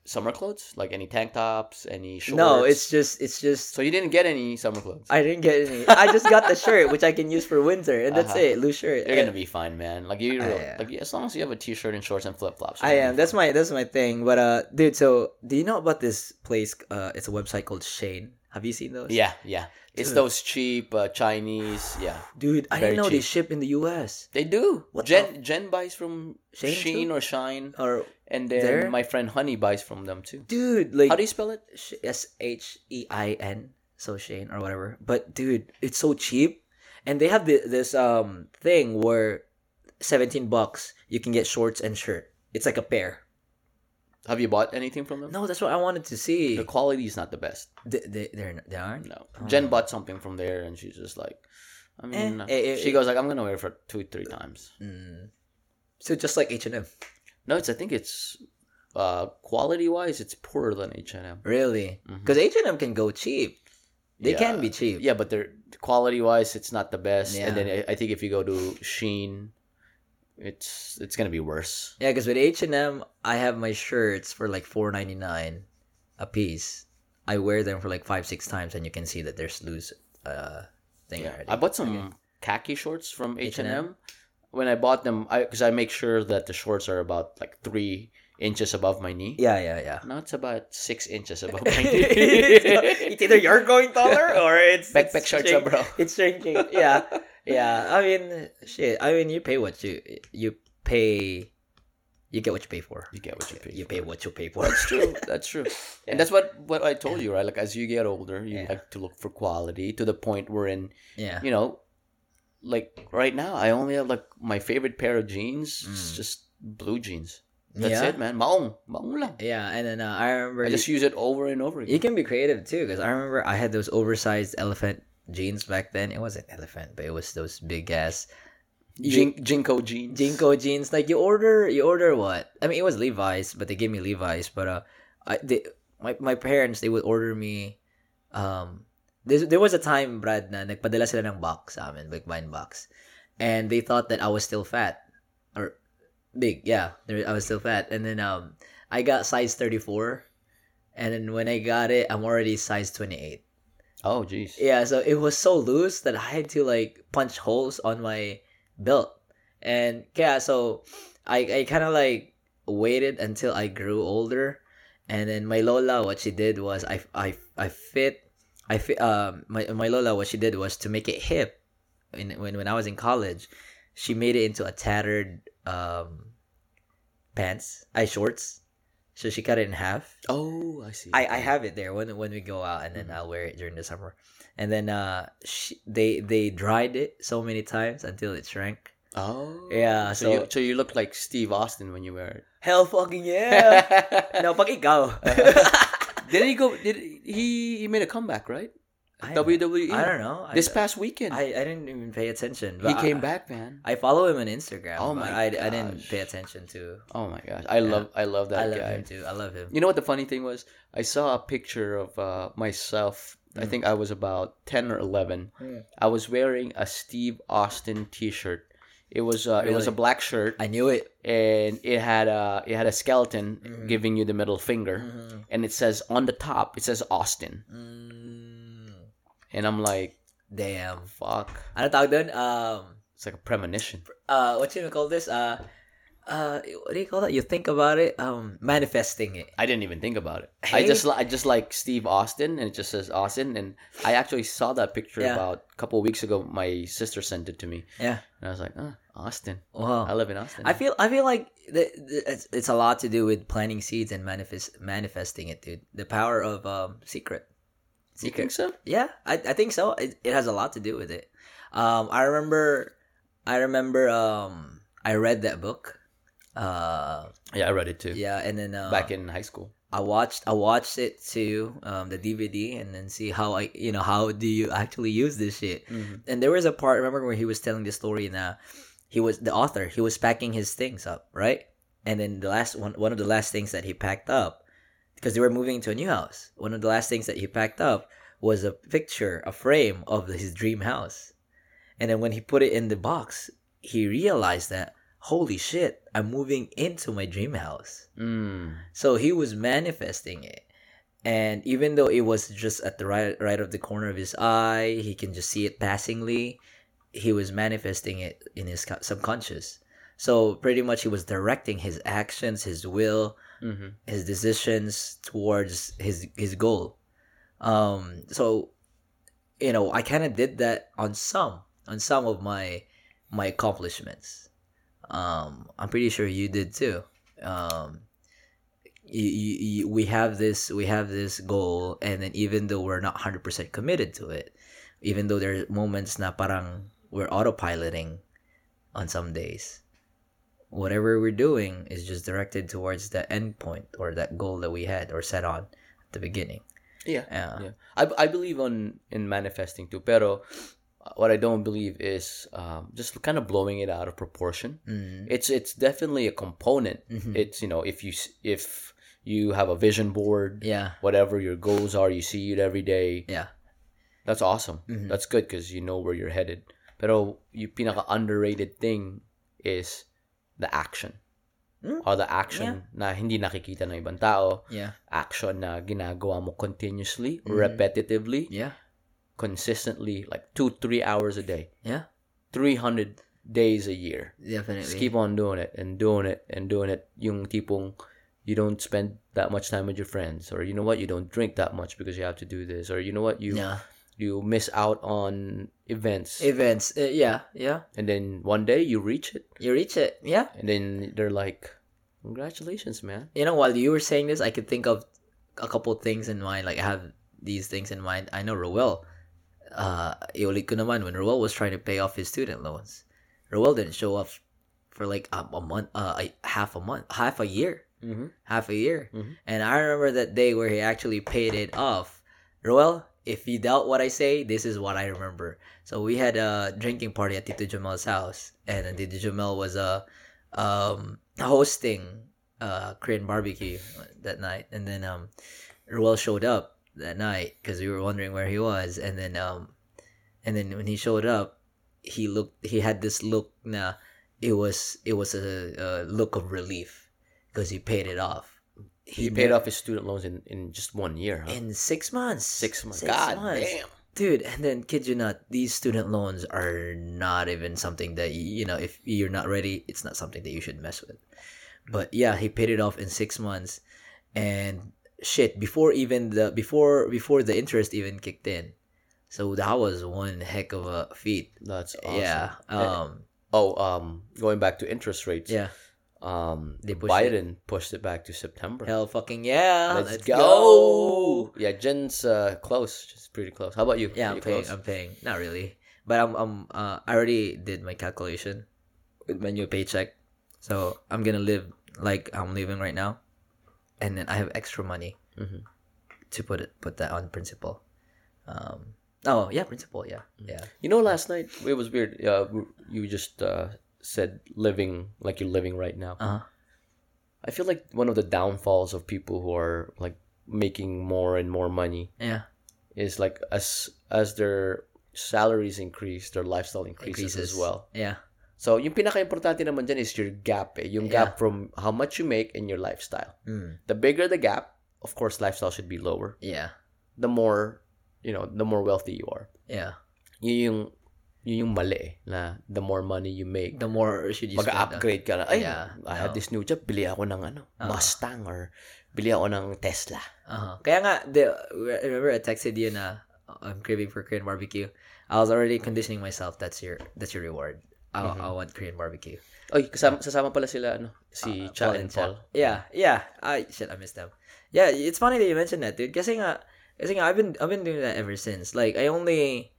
Speaker 2: summer clothes? Like any tank tops, any shorts?
Speaker 1: no, it's just it's just
Speaker 2: so you didn't get any summer clothes.
Speaker 1: I didn't get any. I just got
Speaker 2: [LAUGHS]
Speaker 1: the shirt, which I can use for winter, and that's
Speaker 2: Uh-huh.
Speaker 1: it. Loose shirt.
Speaker 2: You're gonna be fine, man. Like you,
Speaker 1: uh, I- uh,
Speaker 2: like as long as you have a t-shirt and shorts and flip flops.
Speaker 1: I am. That's my that's my thing. But uh, dude, so do you know about this place? Uh, it's a website called Shane. Have you seen those?
Speaker 2: Yeah, yeah. It's
Speaker 1: Dude.
Speaker 2: those cheap uh, Chinese. Yeah,
Speaker 1: Dude, I
Speaker 2: Very
Speaker 1: didn't know they
Speaker 2: cheap.
Speaker 1: ship in the U.S.
Speaker 2: they do.
Speaker 1: What
Speaker 2: Jen Jen buys from
Speaker 1: Shane
Speaker 2: Sheen
Speaker 1: too?
Speaker 2: or Shine,
Speaker 1: Or
Speaker 2: and then
Speaker 1: There?
Speaker 2: my friend Honey buys from them too.
Speaker 1: dude, like
Speaker 2: How do you spell it?
Speaker 1: Sh- S H E I N, so Shane or whatever. But dude, it's so cheap, and they have thi- this um thing where seventeen bucks you can get shorts and shirt. It's like a pair.
Speaker 2: Have you bought anything from them?
Speaker 1: No, that's what I wanted to see.
Speaker 2: The quality is not the best.
Speaker 1: They they they're, not- they aren't.
Speaker 2: No.
Speaker 1: Oh.
Speaker 2: Jen bought something from there, and she's just like, I mean,
Speaker 1: Eh, eh, eh,
Speaker 2: she
Speaker 1: eh.
Speaker 2: goes like, I'm gonna wear it for two, three times.
Speaker 1: Mm. So just like H and M.
Speaker 2: No, it's I think it's uh quality wise, it's poorer than H and M.
Speaker 1: Really?
Speaker 2: Mhm.
Speaker 1: Because H and M can go cheap. They can be cheap.
Speaker 2: Yeah, but they're quality wise, it's not the best. And
Speaker 1: Yeah.
Speaker 2: then I, I think if you go to Sheen, it's it's gonna be worse.
Speaker 1: Yeah, because with H and M, I have my shirts for like four ninety nine a piece. I wear them for like five six times, and you can see that there's loose uh thing
Speaker 2: Yeah.
Speaker 1: already.
Speaker 2: I bought some khaki shorts from H and M.
Speaker 1: H&M?
Speaker 2: When I bought them, I because I make sure that the shorts are about like three inches above my knee.
Speaker 1: yeah, yeah, yeah.
Speaker 2: Now it's about six inches
Speaker 1: [LAUGHS]
Speaker 2: above my knee.
Speaker 1: it's either
Speaker 2: [LAUGHS]
Speaker 1: you're going taller or it's
Speaker 2: Backpack
Speaker 1: it's
Speaker 2: shorts,
Speaker 1: shrink-
Speaker 2: bro.
Speaker 1: It's shrinking. Yeah, yeah. I mean, shit. I mean, you pay what you you pay. You get what you pay for.
Speaker 2: You get what you pay.
Speaker 1: You
Speaker 2: for.
Speaker 1: pay what you pay for. [LAUGHS]
Speaker 2: That's true. That's true. And that's what what I told you, right? Like as you get older, you
Speaker 1: Yeah.
Speaker 2: like to look for quality to the point wherein
Speaker 1: Yeah.
Speaker 2: you know, like right now, I only have like my favorite pair of jeans, is
Speaker 1: Mm.
Speaker 2: just blue jeans. That's it,
Speaker 1: yeah.
Speaker 2: man. Maong, maong lang.
Speaker 1: Yeah, and then uh, I
Speaker 2: I
Speaker 1: remember
Speaker 2: just use it over and over
Speaker 1: You
Speaker 2: again.
Speaker 1: can be creative too, because I remember I had those oversized elephant jeans back then. It wasn't elephant, but it was those big ass
Speaker 2: Jin- Jinko jeans.
Speaker 1: Jinko jeans. Like you order, you order what? I mean, it was Levi's, but they gave me Levi's. But uh, I they, my my parents they would order me. Um, there there was a time, Brad, na nagpadala sila ng box sa amin, like mine box, and they thought that I was still fat or big. Yeah, there, I was still fat, and then um, I got size thirty four. And then when I got it, I'm already size 28.
Speaker 2: Oh, jeez.
Speaker 1: Yeah, so it was so loose that I had to like punch holes on my belt. And yeah, so I I kind of like waited until I grew older, and then my lola what she did was I I I fit I fit um my my lola what she did was to make it hip. In, when when I was in college, she made it into a tattered um pants, I shorts. So she cut it in half.
Speaker 2: Oh, I see.
Speaker 1: I, I have it there when when we go out and then
Speaker 2: Mm-hmm.
Speaker 1: I'll wear it during the summer. And then uh she, they they dried it so many times until it shrank.
Speaker 2: Oh.
Speaker 1: Yeah,
Speaker 2: So, you,
Speaker 1: so,
Speaker 2: so you look like Steve Austin when you wear it.
Speaker 1: hell
Speaker 2: [LAUGHS]
Speaker 1: fucking yeah. [LAUGHS] no, pag ikaw.
Speaker 2: Did he go? Did he? He made a comeback, right?
Speaker 1: I,
Speaker 2: WWE.
Speaker 1: I don't know.
Speaker 2: E?
Speaker 1: I-
Speaker 2: This past weekend,
Speaker 1: I, I didn't even pay attention.
Speaker 2: he
Speaker 1: but I-
Speaker 2: came back, man.
Speaker 1: I follow him on Instagram.
Speaker 2: Oh my
Speaker 1: but I, I didn't
Speaker 2: gosh.
Speaker 1: pay attention to.
Speaker 2: Oh my gosh, I love I love that
Speaker 1: I love
Speaker 2: guy.
Speaker 1: him too. I love him.
Speaker 2: You know what the funny thing was? I saw a picture of uh, myself. I think I was about ten or eleven.
Speaker 1: Mm.
Speaker 2: I was wearing a Steve Austin T-shirt. It was uh, it was a
Speaker 1: Really?
Speaker 2: black shirt,
Speaker 1: I knew it.
Speaker 2: and it had a it had a skeleton
Speaker 1: Mm-hmm.
Speaker 2: giving you the middle finger,
Speaker 1: Mm,
Speaker 2: and it says on the top it says Austin,
Speaker 1: mm,
Speaker 2: and I'm like,
Speaker 1: damn.
Speaker 2: fuck,
Speaker 1: Ano tawag doon? Um,
Speaker 2: it's like a premonition.
Speaker 1: uh, what you call this? Uh, uh, what do you call that? You think about it. Um, manifesting it.
Speaker 2: I didn't even think about it. I
Speaker 1: Hey.
Speaker 2: just li- I just like Steve Austin, and it just says Austin. And I actually saw that picture
Speaker 1: Yeah.
Speaker 2: about a couple of weeks ago. My sister sent it to me,
Speaker 1: Yeah.
Speaker 2: and I was like, ah, Austin. I
Speaker 1: Wow.
Speaker 2: live in Austin.
Speaker 1: Oh. I feel I feel like the, the, it's, it's a lot to do with planting seeds and manifest manifesting it, dude. The power of um secret.
Speaker 2: you think so?
Speaker 1: Yeah, I, I think so. It, it has a lot to do with it. Um, I remember, I remember, um, I read that book. Uh,
Speaker 2: Yeah, I read it too.
Speaker 1: yeah, and then uh,
Speaker 2: Back in high school.
Speaker 1: I watched, I watched it too, um, the DVD, and then see how I, you know, how do you actually use this shit? And there was a part, remember where he was telling the story, and uh, he was the author, he was packing his things up, right? And then the last one, one of the last things that he packed up, because they were moving to a new house. One of the last things that he packed up was a picture, a frame of his dream house. And then when he put it in the box, he realized that holy shit, I'm moving into my dream house.
Speaker 2: Mm.
Speaker 1: So he was manifesting it. And even though it was just at the right right of the corner of his eye, he can just see it passingly. He was manifesting it in his co- subconscious. So pretty much he was directing his actions, his will,
Speaker 2: hmm
Speaker 1: his decisions towards his his goal. Um so you know, I kind of did that on some on some of my my accomplishments. Um I'm pretty sure you did too. Um you, you, you, we have this we have this goal and then even though we're not 100% committed to it even though there are moments na parang we're autopiloting on some days whatever we're doing is just directed towards that end point or that goal that we had or set on at the beginning.
Speaker 2: Yeah.
Speaker 1: Yeah.
Speaker 2: Yeah. I, I believe on in manifesting too, pero uh, what I don't believe is um, just kind of blowing it out of proportion.
Speaker 1: Mm.
Speaker 2: It's it's definitely a component.
Speaker 1: Mhm.
Speaker 2: It's you know if you s- if you have a vision board,
Speaker 1: Yeah.
Speaker 2: whatever your goals are, you see it every day.
Speaker 1: Yeah.
Speaker 2: That's awesome.
Speaker 1: Mhm.
Speaker 2: That's good because you know where you're headed. Pero yung pinaka underrated thing is the action.
Speaker 1: Mm.
Speaker 2: Or the action na hindi nakikita ng ibang tao.
Speaker 1: Yeah.
Speaker 2: Action na ginagawa mo continuously,
Speaker 1: Mhm.
Speaker 2: repetitively,
Speaker 1: Yeah.
Speaker 2: consistently, like two, three hours a day.
Speaker 1: Yeah.
Speaker 2: 300 days a year. Just
Speaker 1: Definitely.
Speaker 2: keep on doing it and doing it and doing it. Yung tipong you don't spend that much time with your friends or you know what, you don't drink that much because you have to do this or you know what, you
Speaker 1: Yeah.
Speaker 2: you miss out on events
Speaker 1: Events. Uh, yeah. Yeah.
Speaker 2: and then one day you reach it
Speaker 1: You reach it. Yeah.
Speaker 2: and then they're like congratulations man
Speaker 1: You know, while you were saying this, I could think of a couple things in mind. Like I have these things in mind. I know Roel. Uh, iulit ko naman when Roel was trying to pay off his student loans. Roel didn't show up for like a, a month, uh, a, half a month, half a year.
Speaker 2: mm-hmm.
Speaker 1: half a year.
Speaker 2: Mhm.
Speaker 1: And I remember that day where he actually paid it off. Roel, if you doubt what I say, this is what I remember. So we had a drinking party at Tito Jamel's house, and Tito Jamel was uh, um, hosting uh, Korean barbecue that night. And then um, Roel showed up that night because we were wondering where he was. And then um, and then when he showed up, he looked. He had this look. Na it was it was a, a look of relief because he paid it off.
Speaker 2: he paid off his student loans in, in just one year huh?
Speaker 1: in six months.
Speaker 2: six months god damn
Speaker 1: dude. And then, kid you not, these student loans are not even something that you, you know. If you're not ready, it's not something that you should mess with. But yeah, he paid it off in six months, and shit. Before even the before before the interest even kicked in, so that was one heck of a feat.
Speaker 2: that's awesome
Speaker 1: Yeah. Um.
Speaker 2: oh um going back to interest rates
Speaker 1: Yeah.
Speaker 2: um
Speaker 1: They pushed
Speaker 2: biden pushed it back to september
Speaker 1: Hell fucking yeah.
Speaker 2: Let's, go. Yeah, Jen's uh, close. She's pretty close. How about you? Are
Speaker 1: Yeah, I'm
Speaker 2: you
Speaker 1: paying.
Speaker 2: close?
Speaker 1: I'm paying. Not really, but I'm. I'm. Uh, I already did my calculation with my new paycheck, so I'm gonna live like I'm living right now, and then I have extra money
Speaker 2: Mhm.
Speaker 1: to put it put that on principal. Um, Oh, yeah, principle, yeah. Yeah.
Speaker 2: You know, last night it was weird. Uh, you just uh, said living like you're living right now.
Speaker 1: Uh-huh.
Speaker 2: I feel like one of the downfalls of people who are like making more and more money
Speaker 1: Yeah.
Speaker 2: is like as as their salaries increase, their lifestyle increases, as
Speaker 1: Increases.
Speaker 2: well.
Speaker 1: Yeah.
Speaker 2: So, yung pinaka-importante naman dyan is your gap. Eh. Yung
Speaker 1: Yeah.
Speaker 2: gap from how much you make and your lifestyle.
Speaker 1: Mm.
Speaker 2: The bigger the gap, of course, lifestyle should be lower.
Speaker 1: Yeah.
Speaker 2: The more, you know, the more wealthy you are.
Speaker 1: Yeah.
Speaker 2: Yun yung, yun yung mali eh, na the more money you make,
Speaker 1: The more should you spend uh, on-
Speaker 2: mag-upgrade ka na. Ay,
Speaker 1: Yeah,
Speaker 2: I have
Speaker 1: no.
Speaker 2: this new job. Bili ako ng ano,
Speaker 1: Ah.
Speaker 2: Mustang or bili ako ng Tesla.
Speaker 1: Uh-huh. Kaya nga, the, I remember I texted you na oh, I'm craving for Korean barbecue. I was already conditioning myself. That's your that's your reward. I, I
Speaker 2: Mm-hmm.
Speaker 1: want Korean barbecue. Uh,
Speaker 2: Oy, kasama, sasama pala sila ano, si Cha and Paul.
Speaker 1: Yeah, yeah. I shit, I missed them. Yeah, it's funny that you mentioned that, dude. Kasi nga, kasi nga, I've been I've been doing that ever since. Like I only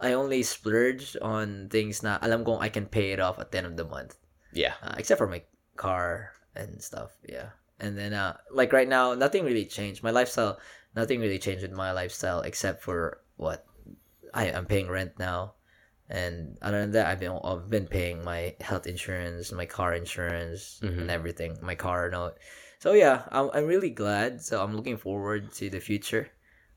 Speaker 1: I only splurge on things na alam kong I can pay it off at the end of the month.
Speaker 2: Yeah.
Speaker 1: uh, except for my car and stuff. Yeah, and then uh, like right now, nothing really changed. My lifestyle, nothing really changed with my lifestyle except for what I I'm paying rent now, and other than that, I've been I've been paying my health insurance, my car insurance,
Speaker 2: Mhm.
Speaker 1: and everything. My car note. So yeah, I'm I'm really glad. So I'm looking forward to the future,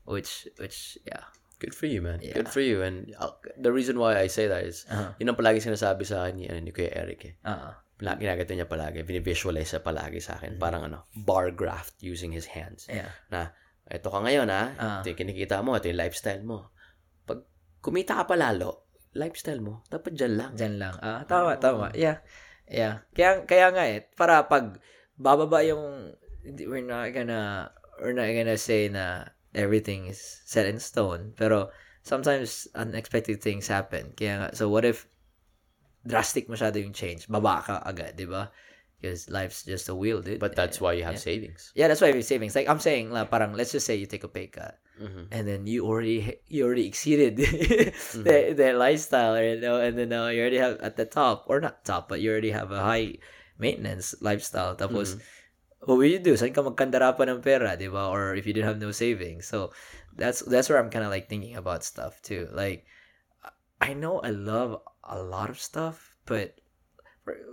Speaker 1: which which yeah.
Speaker 2: Good for you, man.
Speaker 1: Yeah.
Speaker 2: Good for you. And uh, the reason why I say that is,
Speaker 1: Uh-huh.
Speaker 2: yun ang palagi sinasabi sa akin ni, ano, ni Kuya Eric eh.
Speaker 1: Uh,
Speaker 2: Pala- Ginagato niya palagi, binivisualize niya palagi sa akin. Parang ano, bar graph using his hands.
Speaker 1: yeah.
Speaker 2: Na, ito ka ngayon ha,
Speaker 1: Ah.
Speaker 2: ito yung kinikita mo, ito yung lifestyle mo. Pag kumita ka pa lalo, lifestyle mo, dapat dyan lang.
Speaker 1: Diyan lang. Ah, tama, tama. Yeah. Yeah. Kaya, kaya nga eh, para pag bababa yung, hindi- we're not gonna, we're not gonna say na everything is set in stone. Pero, sometimes, unexpected things happen. Kaya nga, so what if, drastic masyado yung change, baba ka agad, di ba? Because life's just a wheel, dude.
Speaker 2: But that's why you have
Speaker 1: Yeah.
Speaker 2: savings.
Speaker 1: Yeah, that's why we savings. Like, I'm saying, la, parang, let's just say you take a pay cut
Speaker 2: Mhm.
Speaker 1: and then you already you already exceeded [LAUGHS] their, their lifestyle you know and then now you already have at the top or not top but you already have a high maintenance lifestyle tapos what will you do saan ka magkandara pa ng pera di ba or if you didn't have no savings so that's that's where I'm kind of like thinking about stuff too like I know I love a lot of stuff but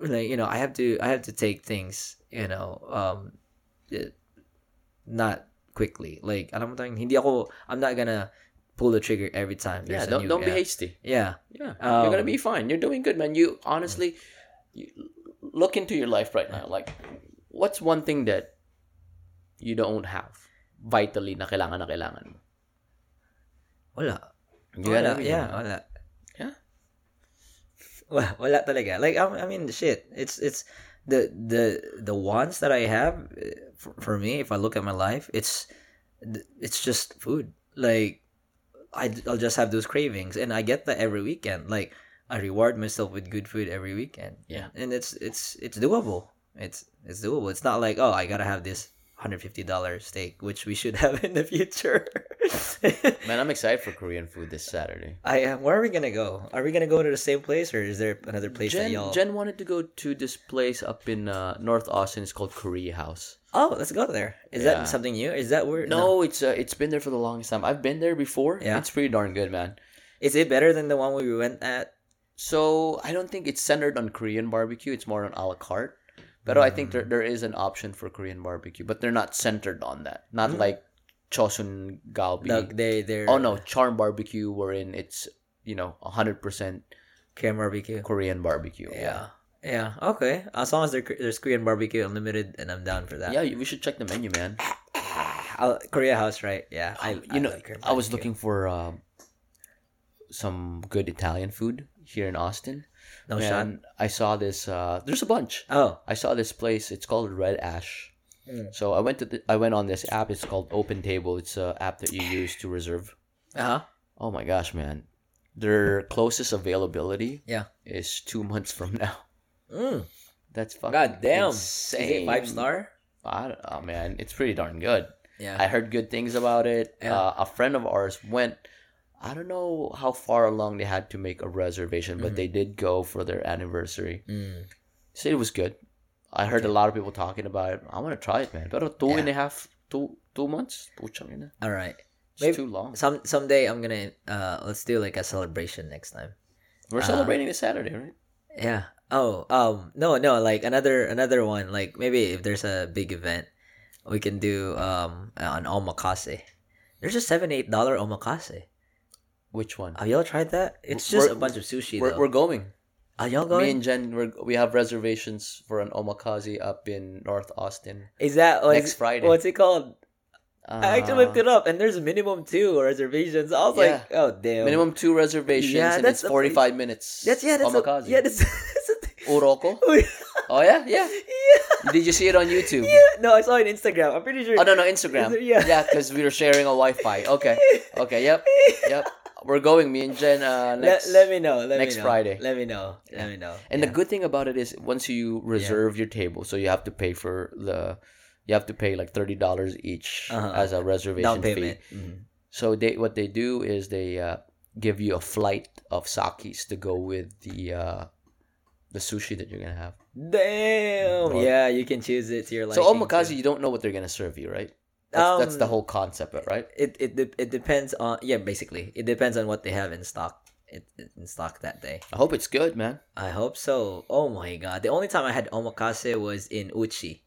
Speaker 1: like you know I have to I have to take things you know um not quickly. Like, alam mo tayong, hindi ako, I'm not gonna pull the trigger every time.
Speaker 2: Yeah,
Speaker 1: there's a
Speaker 2: don't,
Speaker 1: new
Speaker 2: don't be
Speaker 1: app.
Speaker 2: hasty.
Speaker 1: Yeah.
Speaker 2: Yeah,
Speaker 1: Um,
Speaker 2: you're gonna be fine. You're doing good, man. You honestly, you look into your life right now. Like, what's one thing that you don't have vitally na kailangan na kailangan mo?
Speaker 1: Wala.
Speaker 2: You
Speaker 1: wala.
Speaker 2: gotta-
Speaker 1: Yeah, wala.
Speaker 2: Yeah.
Speaker 1: Wala, wala talaga. Like, I'm- I mean, shit. It's, it's, the, the, the wants that I have, eh, for, for me, if I look at my life, it's, it's just food. Like, I, I'll just have those cravings. And I get that every weekend. Like, I reward myself with good food every weekend.
Speaker 2: Yeah.
Speaker 1: and it's it's it's doable. It's it's doable. It's not like oh I gotta have this hundred fifty dollar steak, which we should [LAUGHS] have in the future. [LAUGHS]
Speaker 2: Man, I'm excited for Korean food this Saturday.
Speaker 1: I am. Where are we gonna go? Are we gonna go to the same place, or is there another place
Speaker 2: Jen,
Speaker 1: that y'all?
Speaker 2: Jen wanted to go to this place up in uh, North Austin. It's called Korea House.
Speaker 1: oh, let's go there. Is
Speaker 2: Yeah.
Speaker 1: that something new? Is that where?
Speaker 2: No, it's uh, it's been there for the longest time. I've been there before.
Speaker 1: Yeah.
Speaker 2: It's pretty darn good, man.
Speaker 1: Is it better than the one we went at?
Speaker 2: So I don't think it's centered on Korean barbecue. It's more on a la carte. But I think
Speaker 1: Mm.
Speaker 2: there, there is an option for Korean barbecue, but they're not centered on that. Not
Speaker 1: Mm.
Speaker 2: like Chosun Galbi.
Speaker 1: Like they they're
Speaker 2: oh no, Charm Barbecue, wherein it's you know hundred percent
Speaker 1: Korean barbecue.
Speaker 2: Korean barbecue.
Speaker 1: Yeah. Yeah. Okay. As long as there- there's Korean barbecue unlimited, and I'm down for that.
Speaker 2: yeah. you- We should check the menu, man.
Speaker 1: [SIGHS] I'll- Korea House, right? Yeah. I
Speaker 2: Oh, You know,
Speaker 1: like Korean
Speaker 2: I was
Speaker 1: barbecue.
Speaker 2: looking for uh, some good Italian food here in Austin.
Speaker 1: No shot.
Speaker 2: and I saw this. Uh, there's a bunch.
Speaker 1: Oh.
Speaker 2: I saw this place. It's called Red Ash.
Speaker 1: Mm.
Speaker 2: So I went to the, I went on this app. It's called Open Table. It's an app that you use to reserve.
Speaker 1: Uh huh.
Speaker 2: Oh my gosh, man! Their closest availability
Speaker 1: Yeah.
Speaker 2: is two months from now. [LAUGHS]
Speaker 1: Mm.
Speaker 2: That's fucking
Speaker 1: God damn. Is
Speaker 2: insane.
Speaker 1: it five star?
Speaker 2: I don't, oh man, it's pretty darn good.
Speaker 1: Yeah.
Speaker 2: I heard good things about it.
Speaker 1: Yeah.
Speaker 2: Uh, a friend of ours went. I don't know how far along they had to make a reservation,
Speaker 1: Mm-hmm.
Speaker 2: but they did go for their anniversary.
Speaker 1: Mm.
Speaker 2: said it was good. I heard a lot of people talking about it. I want to try it, man. Pero two
Speaker 1: Yeah.
Speaker 2: and a half, two two months? Putang ina.
Speaker 1: All right.
Speaker 2: It's
Speaker 1: Maybe-
Speaker 2: too long.
Speaker 1: Some someday I'm gonna uh let's do like a celebration next time.
Speaker 2: We're celebrating this Saturday, right?
Speaker 1: Yeah. Oh, um no, no, like another another one. Like maybe if there's a big event, we can do um an omakase. There's a seven, eight dollar omakase.
Speaker 2: Which one?
Speaker 1: Have y'all tried that? It's just
Speaker 2: We're-
Speaker 1: a bunch of sushi
Speaker 2: We're,
Speaker 1: though.
Speaker 2: we're going.
Speaker 1: Are y'all
Speaker 2: Me and
Speaker 1: going?
Speaker 2: Jen, we're, we have reservations for an omakase up in North Austin.
Speaker 1: Is that like,
Speaker 2: next Friday.
Speaker 1: What's it called? I
Speaker 2: Uh,
Speaker 1: actually looked it up, and there's minimum two reservations. I was like,
Speaker 2: Yeah.
Speaker 1: oh damn.
Speaker 2: Minimum two reservations
Speaker 1: Yeah,
Speaker 2: and it's
Speaker 1: that's a-
Speaker 2: 45 minutes.
Speaker 1: That's yeah. That's a,
Speaker 2: omakase.
Speaker 1: yeah. That's, [LAUGHS] that's a thing.
Speaker 2: Uroko?
Speaker 1: [LAUGHS] yeah.
Speaker 2: Oh, yeah? Yeah. Did you see it on YouTube?
Speaker 1: [LAUGHS] No, I saw it on Instagram. I'm pretty sure. [LAUGHS]
Speaker 2: Oh, no, no, Instagram.
Speaker 1: Is it- yeah.
Speaker 2: Yeah, because we were sharing a Wi Fi. Okay. Okay, yep. Yep. We're going, me and Jen, uh,
Speaker 1: Let,
Speaker 2: next.
Speaker 1: let me know. Let
Speaker 2: next
Speaker 1: me know.
Speaker 2: Friday.
Speaker 1: Let me know. Let me know.
Speaker 2: And the good thing about it is once you reserve your table, so you have to pay for the you have to pay like thirty dollars each
Speaker 1: Uh-huh.
Speaker 2: as a reservation
Speaker 1: down
Speaker 2: fee.
Speaker 1: payment. Mhm.
Speaker 2: So they what they do is they uh, give you a flight of sakis to go with the uh, the sushi that you're gonna have.
Speaker 1: Damn.
Speaker 2: Well-
Speaker 1: yeah, you can choose it to your liking.
Speaker 2: so omakase, you don't know what they're gonna serve you, right? That's, that's the
Speaker 1: Um,
Speaker 2: whole concept, of it, right?
Speaker 1: It it de- it depends on yeah basically it depends on what they have in stock it, it- in stock that day.
Speaker 2: I hope it's good, man.
Speaker 1: I hope so. Oh my god. The only time I had omakase was in Uchi.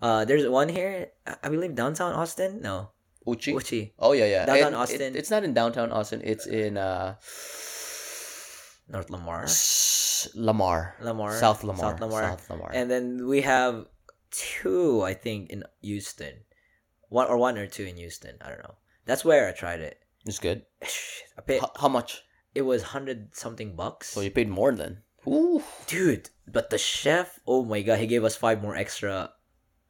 Speaker 1: Uh there's one here I I believe downtown Austin? No.
Speaker 2: Uchi.
Speaker 1: Uchi.
Speaker 2: Oh yeah, yeah.
Speaker 1: Downtown
Speaker 2: And it-
Speaker 1: Austin.
Speaker 2: it's not in downtown Austin. It's in uh,
Speaker 1: North Lamar.
Speaker 2: S- Lamar.
Speaker 1: Lamar.
Speaker 2: South Lamar.
Speaker 1: South Lamar.
Speaker 2: South Lamar.
Speaker 1: And then we have two, I think, in Houston. One or one or two in Houston. I don't know. That's where I tried it. [LAUGHS]
Speaker 2: it's good.
Speaker 1: Shit, I paid,
Speaker 2: How, how much?
Speaker 1: it was hundred something bucks.
Speaker 2: So you paid more than. Ooh.
Speaker 1: Dude, but the chef, oh my god, he gave us five more extra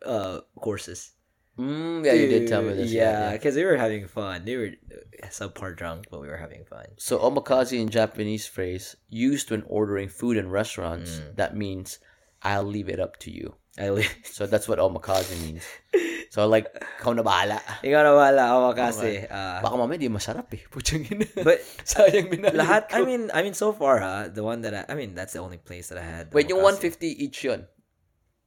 Speaker 1: uh courses.
Speaker 2: Mm, yeah, you did tell me this.
Speaker 1: Yeah, because we were having fun. We were uh, subpar drunk, but we were having fun.
Speaker 2: So omakase in Japanese phrase used when ordering food in restaurants.
Speaker 1: Mm.
Speaker 2: That means I'll leave it up to you.
Speaker 1: I li- [LAUGHS]
Speaker 2: So that's what omakase means. So like, kau na bahala.
Speaker 1: Ikaw na wala, awa kasi. ah.
Speaker 2: Baka mamaya di masarap eh. Puchangin.
Speaker 1: [LAUGHS] but
Speaker 2: [LAUGHS] Sayang minali.
Speaker 1: lahat, I mean, I mean so far, ha, the one that I, I mean, that's the only place that I had.
Speaker 2: Wait, yung
Speaker 1: omakase.
Speaker 2: 150 each yun.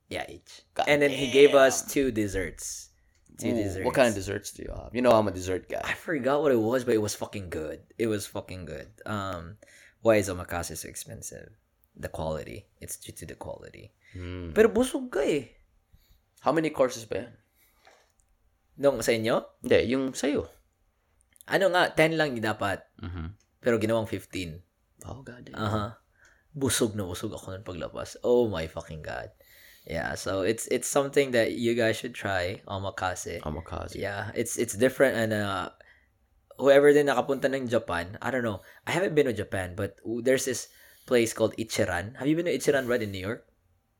Speaker 1: Yeah, each.
Speaker 2: God
Speaker 1: and then he gave us two desserts. Two
Speaker 2: Ooh,
Speaker 1: desserts.
Speaker 2: What kind of desserts do you have? You know I'm a dessert guy.
Speaker 1: I forgot what it was, but it was fucking good. It was fucking good. Um, why is omakase so expensive? The quality. It's due to the quality.
Speaker 2: Mm.
Speaker 1: Pero busog ka eh.
Speaker 2: How many courses ba yan?
Speaker 1: Nung sa inyo,
Speaker 2: Hindi, yung sa'yo.
Speaker 1: ano nga, 10 lang yung dapat.
Speaker 2: Mm-hmm.
Speaker 1: Pero ginawang 15.
Speaker 2: Oh, God. damn.
Speaker 1: Aha. Busog na busog ako nun paglabas. Oh my fucking god. Yeah, so it's it's something that you guys should try, omakase.
Speaker 2: Omakase.
Speaker 1: Yeah, it's it's different and uh whoever din nakapunta ng Japan, I don't know. I haven't been to Japan, but there's this place called Ichiran. Have you been to Ichiran Red in New York?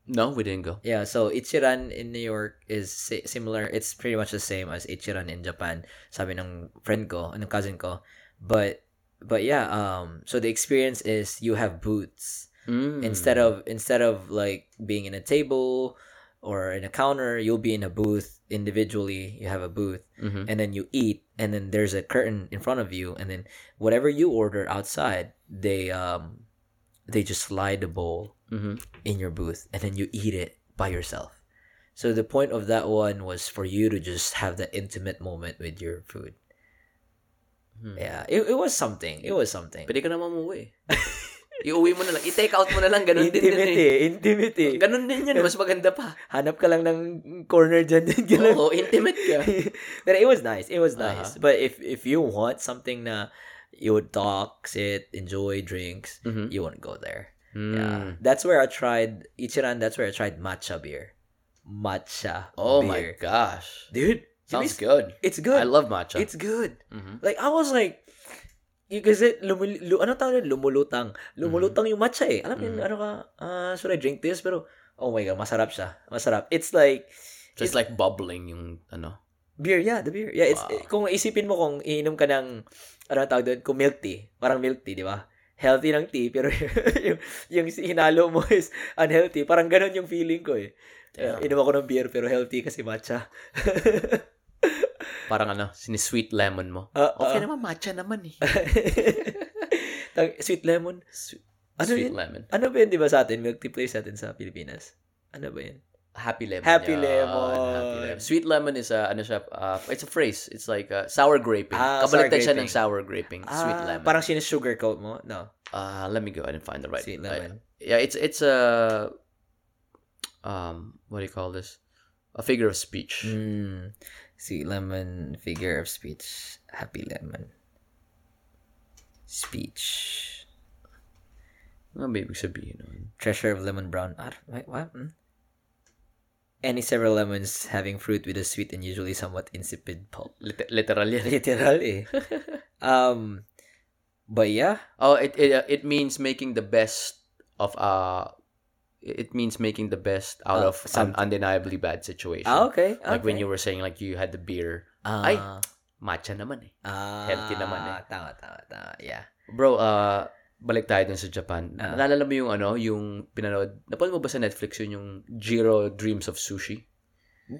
Speaker 2: No, we didn't go.
Speaker 1: Yeah, so Ichiran in New York is si- similar. It's pretty much the same as Ichiran in Japan. Sabi ng friend ko, ng cousin ko. But but yeah, um so the experience is you have booths
Speaker 2: Mm.
Speaker 1: instead of instead of like being in a table or in a counter, you'll be in a booth individually. You have a booth
Speaker 2: Mhm.
Speaker 1: and then you eat and then there's a curtain in front of you and then whatever you order outside they um they just slide the bowl
Speaker 2: Mhm.
Speaker 1: in your booth and then you eat it by yourself so the point of that one was for you to just have that intimate moment with your food
Speaker 2: Hmm.
Speaker 1: yeah it, it was something it was something
Speaker 2: Pwede ka naman umuwi. Iuwi mo na lang. I-take out mo na lang. Ganun din yun eh.
Speaker 1: intimate eh, intimate eh.
Speaker 2: Ganun din yun. Mas maganda pa.
Speaker 1: hanap ka lang ng corner dyan dyan ka lang.
Speaker 2: Oo, intimate
Speaker 1: [LAUGHS]
Speaker 2: ka. Uh-huh.
Speaker 1: But it was nice. It was nice. But if if you want something na you would talk, sit, enjoy drinks,
Speaker 2: Mhm.
Speaker 1: you wouldn't go there. Yeah.
Speaker 2: Mm.
Speaker 1: That's where I tried Ichiran, that's where I tried matcha beer. Matcha
Speaker 2: Oh my
Speaker 1: beer.
Speaker 2: gosh.
Speaker 1: Dude,
Speaker 2: Sounds
Speaker 1: Sounds
Speaker 2: good.
Speaker 1: it's good.
Speaker 2: I love matcha.
Speaker 1: It's good.
Speaker 2: Mhm.
Speaker 1: Like I was like y- kasi lumul, lu, ano tawag yun? lumulutang.
Speaker 2: Mm-hmm.
Speaker 1: Lumulutang yung matcha eh. Alam mo yun, ano ka, ah, should I drink this? Pero, oh my God, masarap siya. Masarap. It's like,
Speaker 2: Just like bubbling yung ano.
Speaker 1: Beer, yeah, the beer. Yeah, it's
Speaker 2: Wow.
Speaker 1: kung isipin mo kung iinom ka ng ano tawag doon, kung milk tea, parang milk tea, di ba? Healthy ng tea, pero [LAUGHS] yung, yung hinalo mo is unhealthy. Parang ganun yung feeling ko eh. Yeah.
Speaker 2: Damn.
Speaker 1: Inom ako ng beer, pero healthy kasi matcha. [LAUGHS]
Speaker 2: Parang ano, sinisweet lemon mo.
Speaker 1: Ah,
Speaker 2: Okay
Speaker 1: ah.
Speaker 2: naman, matcha naman eh.
Speaker 1: [LAUGHS] Tang- Sweet lemon.
Speaker 2: Sweet,
Speaker 1: Ano
Speaker 2: sweet
Speaker 1: yun?
Speaker 2: lemon.
Speaker 1: Ano ba yun, di ba sa atin? Milk tea place natin sa Pilipinas. Ano ba yun?
Speaker 2: Happy lemon.
Speaker 3: Happy
Speaker 2: Yun,
Speaker 3: lemon.
Speaker 2: happy lemon. Sweet lemon is a, ano siya, uh, it's a phrase. It's like uh, sour graping.
Speaker 3: Ah, sour
Speaker 2: Kabaliktad siya ng
Speaker 3: graping.
Speaker 2: sour graping. Sweet
Speaker 3: Ah,
Speaker 2: lemon.
Speaker 1: Parang sinisugarcoat mo? No.
Speaker 2: Uh, let me go ahead and find the right.
Speaker 1: Sweet
Speaker 2: I-
Speaker 1: lemon.
Speaker 2: yeah, it's it's a um what do you call this? A figure of speech.
Speaker 1: Mm. Sweet lemon figure of speech. Happy lemon. Speech.
Speaker 2: Ano ba ibig sabihin nun?
Speaker 1: Treasure of lemon brown. I don't, wait, what? Hmm? Any several lemons having fruit with a sweet and usually somewhat insipid [LAUGHS] pulp.
Speaker 2: Lit- literal yan.
Speaker 1: Literal eh. um, but yeah.
Speaker 2: [LAUGHS] Oh, it it, uh, it means making the best of uh it means making the best out
Speaker 1: Uh,
Speaker 2: of some undeniably bad situation.
Speaker 1: Ah, okay.
Speaker 2: Like when
Speaker 1: okay.
Speaker 2: you were saying like you had the beer.
Speaker 1: Ah,
Speaker 2: Ay, matcha naman eh.
Speaker 1: ah,
Speaker 2: healthy naman eh.
Speaker 1: Tama, tama, tama. Yeah.
Speaker 2: Bro, uh, balik tayo dun sa Japan.
Speaker 1: Ah.
Speaker 2: Naalala mo yung ano, yung pinanood, napanood mo ba sa Netflix yun yung Jiro Dreams of Sushi?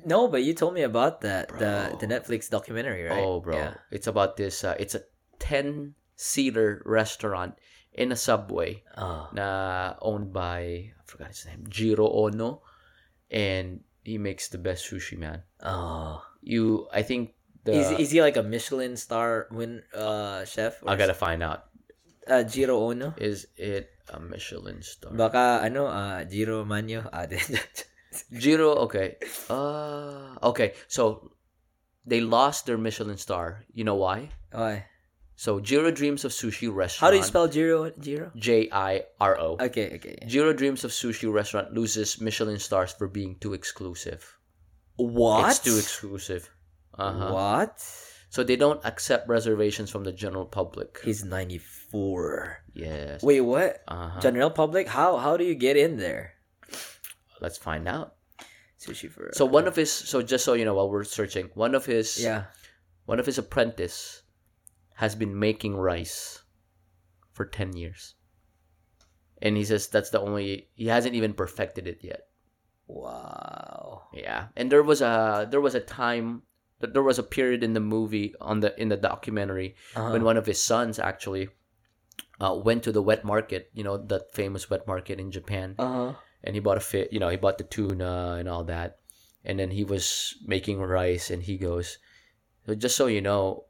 Speaker 1: No, but you told me about that
Speaker 2: Bro.
Speaker 1: the the Netflix documentary, right?
Speaker 2: Oh, bro.
Speaker 1: Yeah.
Speaker 2: It's about this, uh, it's a 10-seater restaurant in a subway
Speaker 1: Oh.
Speaker 2: na owned by, I forgot his name, Jiro Ono. And he makes the best sushi, man.
Speaker 1: Oh.
Speaker 2: You, I think the...
Speaker 1: is is he like a Michelin star win uh chef?
Speaker 2: I gotta find out.
Speaker 1: uh, Jiro Ono.
Speaker 2: Is it a Michelin star?
Speaker 1: Baka ano uh Jiro Manyo. [LAUGHS] Ah, di-
Speaker 2: Jiro, okay. Uh, okay, so they lost their Michelin star. You know why?
Speaker 1: Why?
Speaker 2: So Jiro Dreams of Sushi Restaurant.
Speaker 1: How do you spell Jiro? Jiro?
Speaker 2: J I R O.
Speaker 1: Okay, okay.
Speaker 2: Jiro Dreams of Sushi Restaurant loses Michelin stars for being too exclusive.
Speaker 1: What?
Speaker 2: It's too exclusive. Uh-huh.
Speaker 1: What?
Speaker 2: So they don't accept reservations from the general public.
Speaker 1: He's 94.
Speaker 2: Yes.
Speaker 1: Wait, what?
Speaker 2: Uh-huh.
Speaker 1: General public? How how do you get in there?
Speaker 2: Let's find out.
Speaker 1: Sushi for
Speaker 2: So one of his so just so you know while we're searching, one of his
Speaker 1: Yeah.
Speaker 2: one of his apprentice has been making rice for 10 years and he says that's the only he hasn't even perfected it yet
Speaker 1: Wow.
Speaker 2: yeah and there was a there was a time that there was a period in the movie on the in the documentary
Speaker 1: Uh-huh.
Speaker 2: when one of his sons actually uh, went to the wet market you know that famous wet market in japan
Speaker 1: Uh-huh.
Speaker 2: and he bought a fit you know he bought the tuna and all that and then he was making rice and he goes so just so you know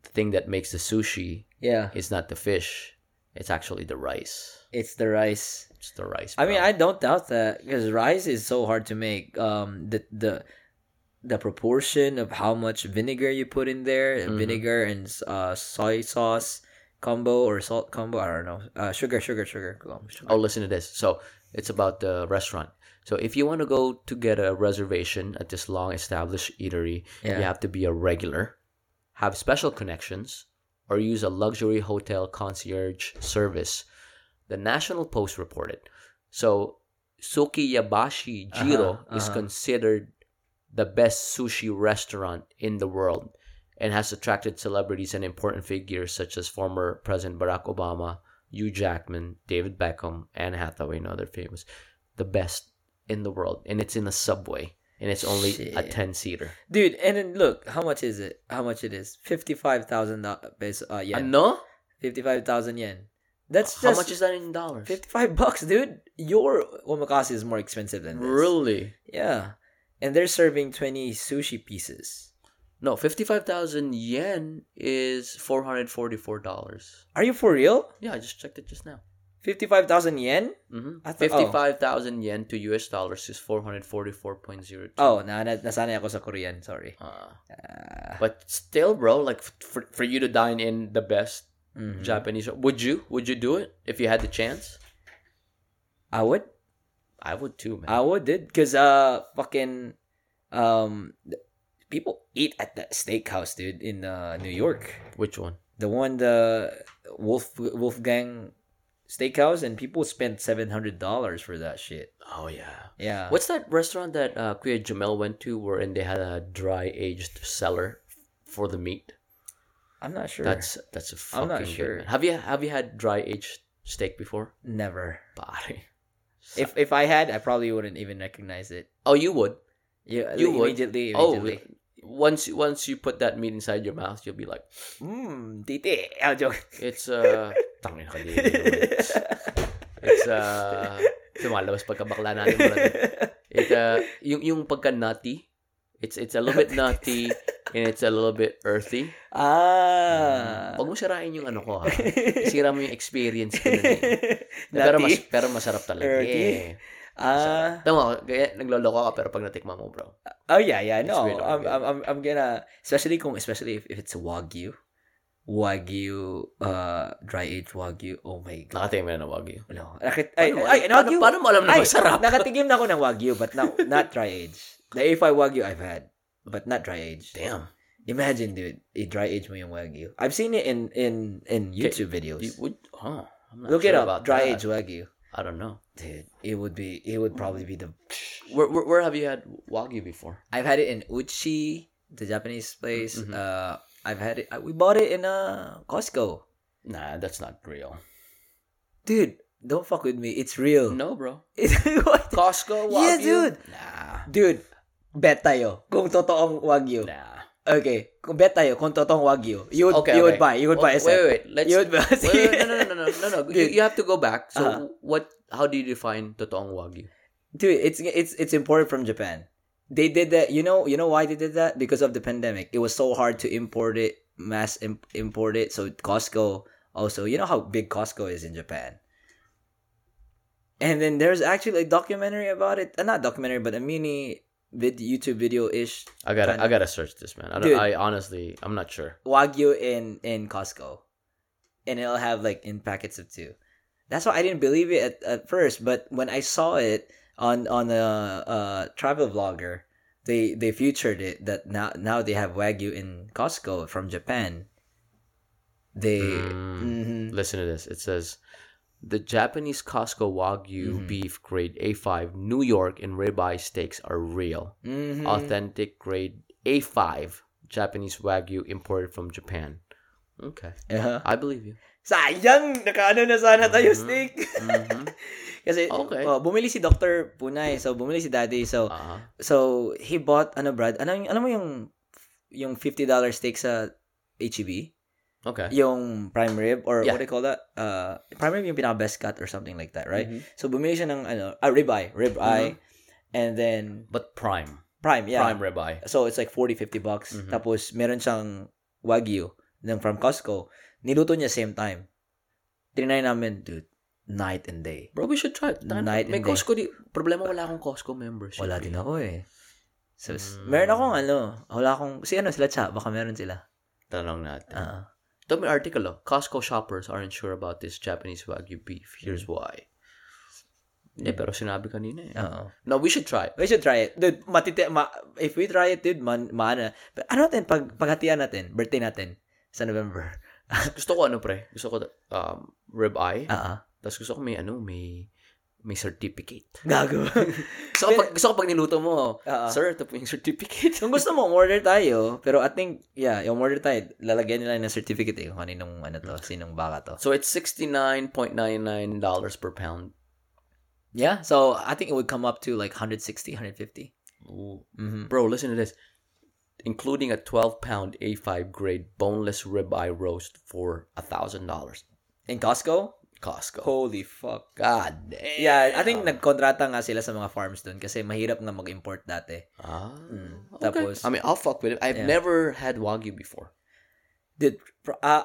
Speaker 2: the thing that makes the sushi
Speaker 1: Yeah.
Speaker 2: is not the fish it's actually the rice
Speaker 1: It's the rice.
Speaker 2: it's the rice
Speaker 1: I mean,
Speaker 2: bro.
Speaker 1: I don't doubt that because rice is so hard to make. Um, the the the proportion of how much vinegar you put in there,
Speaker 2: Mhm.
Speaker 1: vinegar and uh soy sauce combo or salt combo. I don't know. Uh, sugar, sugar, sugar,
Speaker 2: oh
Speaker 1: um, sugar.
Speaker 2: listen to this so it's about the restaurant so if you want to go to get a reservation at this long established eatery you
Speaker 1: yeah.
Speaker 2: have to be a regular have special connections or use a luxury hotel concierge service the national post reported so sukiyabashi jiro
Speaker 1: Uh-huh,
Speaker 2: is
Speaker 1: uh-huh.
Speaker 2: considered the best sushi restaurant in the world and has attracted celebrities and important figures such as former president barack obama hugh jackman david beckham anne hathaway and other famous the best in the world and it's in a subway and it's only a
Speaker 1: Shit.
Speaker 2: 10 seater
Speaker 1: dude. And then look, how much is it? How much it is? Fifty five thousand peso. Uh, yen.
Speaker 2: Ano?
Speaker 1: Fifty five thousand yen. That's
Speaker 2: How
Speaker 1: just
Speaker 2: much is that in dollars?
Speaker 1: fifty five bucks, dude. Your omakase is more expensive than this.
Speaker 2: Really?
Speaker 1: Yeah, and they're serving twenty sushi pieces.
Speaker 2: No, 55,000 yen is $444.
Speaker 1: Are you for real?
Speaker 2: Yeah, I just checked it just now.
Speaker 1: 55,000 yen?
Speaker 2: Mm-hmm.
Speaker 1: I thought- oh.
Speaker 2: 55,000 yen to US dollars is 444.02.
Speaker 1: Oh, na, na nasanay ako sa Korean, sorry.
Speaker 2: Uh,
Speaker 1: Ah,
Speaker 2: but still, bro, like f- for, for you to dine in the best
Speaker 1: mhm.
Speaker 2: Japanese, would you? Would you do it if you had the chance?
Speaker 1: I would.
Speaker 2: I would too, man.
Speaker 1: I would, dude. Cause uh, fucking, um, th- people eat at that steakhouse, dude, in uh, New York.
Speaker 2: Which one?
Speaker 1: The one, the Wolf Wolfgang Steakhouse, and people spend seven hundred dollars for that shit.
Speaker 2: Oh yeah.
Speaker 1: Yeah.
Speaker 2: What's that restaurant that uh, Kuya Jamel went to, where and they had a dry aged cellar for the meat?
Speaker 1: I'm not sure.
Speaker 2: That's that's a fucking
Speaker 1: I'm not
Speaker 2: good
Speaker 1: sure.
Speaker 2: man. Have you have you had dry aged steak before?
Speaker 1: never.
Speaker 2: Pare.
Speaker 1: If if I had, I probably wouldn't even recognize it.
Speaker 2: Oh, you would.
Speaker 1: Yeah,
Speaker 2: You would.
Speaker 1: immediately.
Speaker 2: Oh,
Speaker 1: immediately.
Speaker 2: once once you put that meat inside your mouth, you'll be like,
Speaker 1: Mmm, titi. I'll joke. [LAUGHS]
Speaker 2: it's uh, [LAUGHS] tangin ka dito. It's uh, tumalabas pagkabakla natin. brother. It uh yung yung pagka nutty, it's it's a little bit nutty and it's a little bit earthy.
Speaker 1: [LAUGHS]
Speaker 2: Mm.
Speaker 1: Ah. [LAUGHS]
Speaker 2: Huwag mo sirain yung ano ko ha. Sira mo yung experience ko nun [LAUGHS] eh. Pero, mas,
Speaker 1: Nutty?
Speaker 2: pero masarap talaga eh.
Speaker 1: Earthy? Ah.
Speaker 2: Tama, kaya nagloloko ka pero pag natikma mo bro.
Speaker 1: Oh yeah, yeah.
Speaker 2: It's
Speaker 1: No,
Speaker 2: really
Speaker 1: I'm,
Speaker 2: good.
Speaker 1: I'm, I'm, I'm gonna especially kung especially if, if it's wagyu, wagyu, uh, dry aged wagyu. Oh my god.
Speaker 2: Nakatingin mo na ng wagyu.
Speaker 1: No, nakit ay,
Speaker 2: Paano mo-
Speaker 1: ay,
Speaker 2: paano,
Speaker 1: wagyu.
Speaker 2: paano mo alam na
Speaker 1: Ay,
Speaker 2: masarap?
Speaker 1: nakatigim na ako ng wagyu, but not not dry aged. The A5 wagyu I've had, but not dry aged.
Speaker 2: Damn.
Speaker 1: Imagine, dude, i dry age mo yung wagyu. I've seen it in in in YouTube videos.
Speaker 2: You would, huh, I'm not
Speaker 1: Look
Speaker 2: sure
Speaker 1: it up,
Speaker 2: about
Speaker 1: dry
Speaker 2: that.
Speaker 1: aged wagyu,
Speaker 2: I don't know.
Speaker 1: dude. It would be, it would probably be the.
Speaker 2: Where, where, where have you had wagyu before?
Speaker 1: I've had it in Uchi, the Japanese place.
Speaker 2: Mhm.
Speaker 1: Uh, I've had it. We bought it in uh Costco,
Speaker 2: Nah, that's not real.
Speaker 1: dude. Don't fuck with me. It's real. [LAUGHS]
Speaker 2: No, bro.
Speaker 1: What?
Speaker 2: Costco wagyu.
Speaker 1: Yeah, dude.
Speaker 2: Nah.
Speaker 1: dude, bet tayo kung totoong
Speaker 2: [LAUGHS]
Speaker 1: wagyu.
Speaker 2: Nah.
Speaker 1: Okay, kung bet tayo kung totoong wagyu, you would,
Speaker 2: Okay,
Speaker 1: you would
Speaker 2: okay.
Speaker 1: buy, you would buy
Speaker 2: Wait,
Speaker 1: a
Speaker 2: wait,
Speaker 1: set.
Speaker 2: wait. Let's.
Speaker 1: You would buy.
Speaker 2: wait, wait, no, no, no, no, no, no. You,
Speaker 1: Dude.
Speaker 2: you have to go back. So
Speaker 1: Uh-huh.
Speaker 2: what? How do you define totoong wagyu?
Speaker 1: dude it's it's it's imported from japan they did that you know you know why they did that because of the pandemic it was so hard to import it mass imp- import it so costco also you know how big costco is in japan and then there's actually a documentary about it uh, not documentary but a mini vid- youtube video ish
Speaker 2: I gotta,
Speaker 1: Kinda.
Speaker 2: I gotta search this, man. I
Speaker 1: Dude.
Speaker 2: don't. I honestly, I'm not sure.
Speaker 1: wagyu in in costco and it'll have like in packets of two that's why i didn't believe it at, at first but when i saw it on on a uh travel vlogger they they featured it that now now they have wagyu in costco from japan they
Speaker 2: Mm.
Speaker 1: Mhm.
Speaker 2: Listen to this. It says the Japanese Costco Wagyu
Speaker 1: Mhm.
Speaker 2: beef grade A5 New York and ribeye steaks are real.
Speaker 1: Mhm.
Speaker 2: Authentic grade A5 Japanese Wagyu imported from Japan. Okay.
Speaker 1: Uh-huh.
Speaker 2: I believe you.
Speaker 1: sayang nakaano na sana tayo
Speaker 2: Mhm.
Speaker 1: steak
Speaker 2: Mhm.
Speaker 1: [LAUGHS] kasi
Speaker 2: Okay.
Speaker 1: oh, bumili si Dr. Punay so bumili si Daddy
Speaker 2: [LAUGHS]
Speaker 1: so
Speaker 2: Uh-huh.
Speaker 1: So, he bought, ano Brad, ano, ano mo yung, yung $50 steak sa HEB?
Speaker 2: Okay.
Speaker 1: Yung prime rib or
Speaker 2: Yeah.
Speaker 1: what do you call that? Uh, prime rib yung pinaka-best cut or something like that, right?
Speaker 2: Mhm.
Speaker 1: So, bumili siya ng, ano, ah, ribeye, ribeye, and then
Speaker 2: But prime.
Speaker 1: prime, yeah.
Speaker 2: Uh-huh. Prime ribeye.
Speaker 1: So, it's like 40, 50 bucks.
Speaker 2: Mhm.
Speaker 1: Tapos, meron siyang wagyu ng from Costco. Niluto niya same time. Trinay namin, dude, night and day.
Speaker 2: Bro, we should try it. Tangina,
Speaker 1: Night
Speaker 2: May
Speaker 1: and day.
Speaker 2: Costco di. Problema wala akong Costco membership.
Speaker 1: Wala din ako eh. So, s-
Speaker 2: Mm.
Speaker 1: meron akong ano, wala akong, si ano sila cha, baka meron sila.
Speaker 2: Tanong natin.
Speaker 1: Ah.
Speaker 2: Ito may article, oh. Costco shoppers aren't sure about this Japanese Wagyu beef. Here's why. Eh, pero sinabi kanina eh.
Speaker 1: Oo.
Speaker 2: No, we should try. [LAUGHS] it.
Speaker 1: We should try it. Dude, matiti- ma- if we try it, dude, man, maana. But ano natin, pag, paghatian natin, birthday natin, sa [LAUGHS] November.
Speaker 2: Gusto ko ano pre, gusto ko um, rib eye.
Speaker 1: Ah, ah.
Speaker 2: Tapos gusto ko may ano, may may certificate.
Speaker 1: [LAUGHS] Gago.
Speaker 2: Gusto ko pag, gusto ko pag niluto mo,
Speaker 1: Ah, ah.
Speaker 2: sir, ito po yung certificate.
Speaker 1: Kung gusto mo, order tayo. Pero I think, yeah, yung order tayo, lalagyan nila ng certificate eh, kung kaninong, ano to, sinong baka to.
Speaker 2: So it's $69.99 per pound.
Speaker 1: Yeah, so I think it would come up to like 160, 150. Mm-hmm.
Speaker 2: Bro, listen to this. Including a 12 pound A5 grade boneless ribeye roast for $1,000.
Speaker 1: In Costco?
Speaker 2: Costco.
Speaker 1: Holy fuck.
Speaker 2: God damn.
Speaker 1: Yeah, I think nagkontrata nga sila sa mga farms dun kasi mahirap nga mag-import dati.
Speaker 2: Ah,
Speaker 1: Mm.
Speaker 2: okay.
Speaker 1: Tapos-
Speaker 2: I mean, I'll fuck with it. I've
Speaker 1: Yeah.
Speaker 2: never had wagyu before.
Speaker 1: Did uh,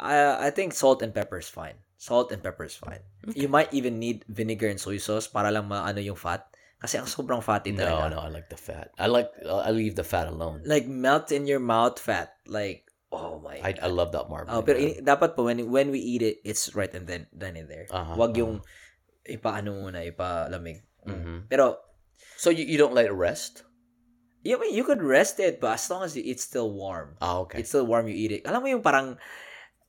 Speaker 1: I I think salt and pepper is fine. Salt and pepper is fine. You might even need vinegar and soy sauce para lang maano yung fat kasi ang sobrang fatty
Speaker 2: No,
Speaker 1: talaga.
Speaker 2: no, I like the fat. I like. I leave the fat alone.
Speaker 1: Like melt in your mouth fat. Like oh my.
Speaker 2: I, I love that marble.
Speaker 1: oh, pero ini- dapat po when when we eat it, it's right and then then in there.
Speaker 2: Aha,
Speaker 1: Wag yung
Speaker 2: uh-huh.
Speaker 1: ipaano muna, ipalamig. Mm.
Speaker 2: Mhm.
Speaker 1: Pero
Speaker 2: So you, you don't let it rest?
Speaker 1: you, I mean, you could rest it but as long as it's still warm.
Speaker 2: Ah, okay.
Speaker 1: It's still warm you eat it. Alam mo yung parang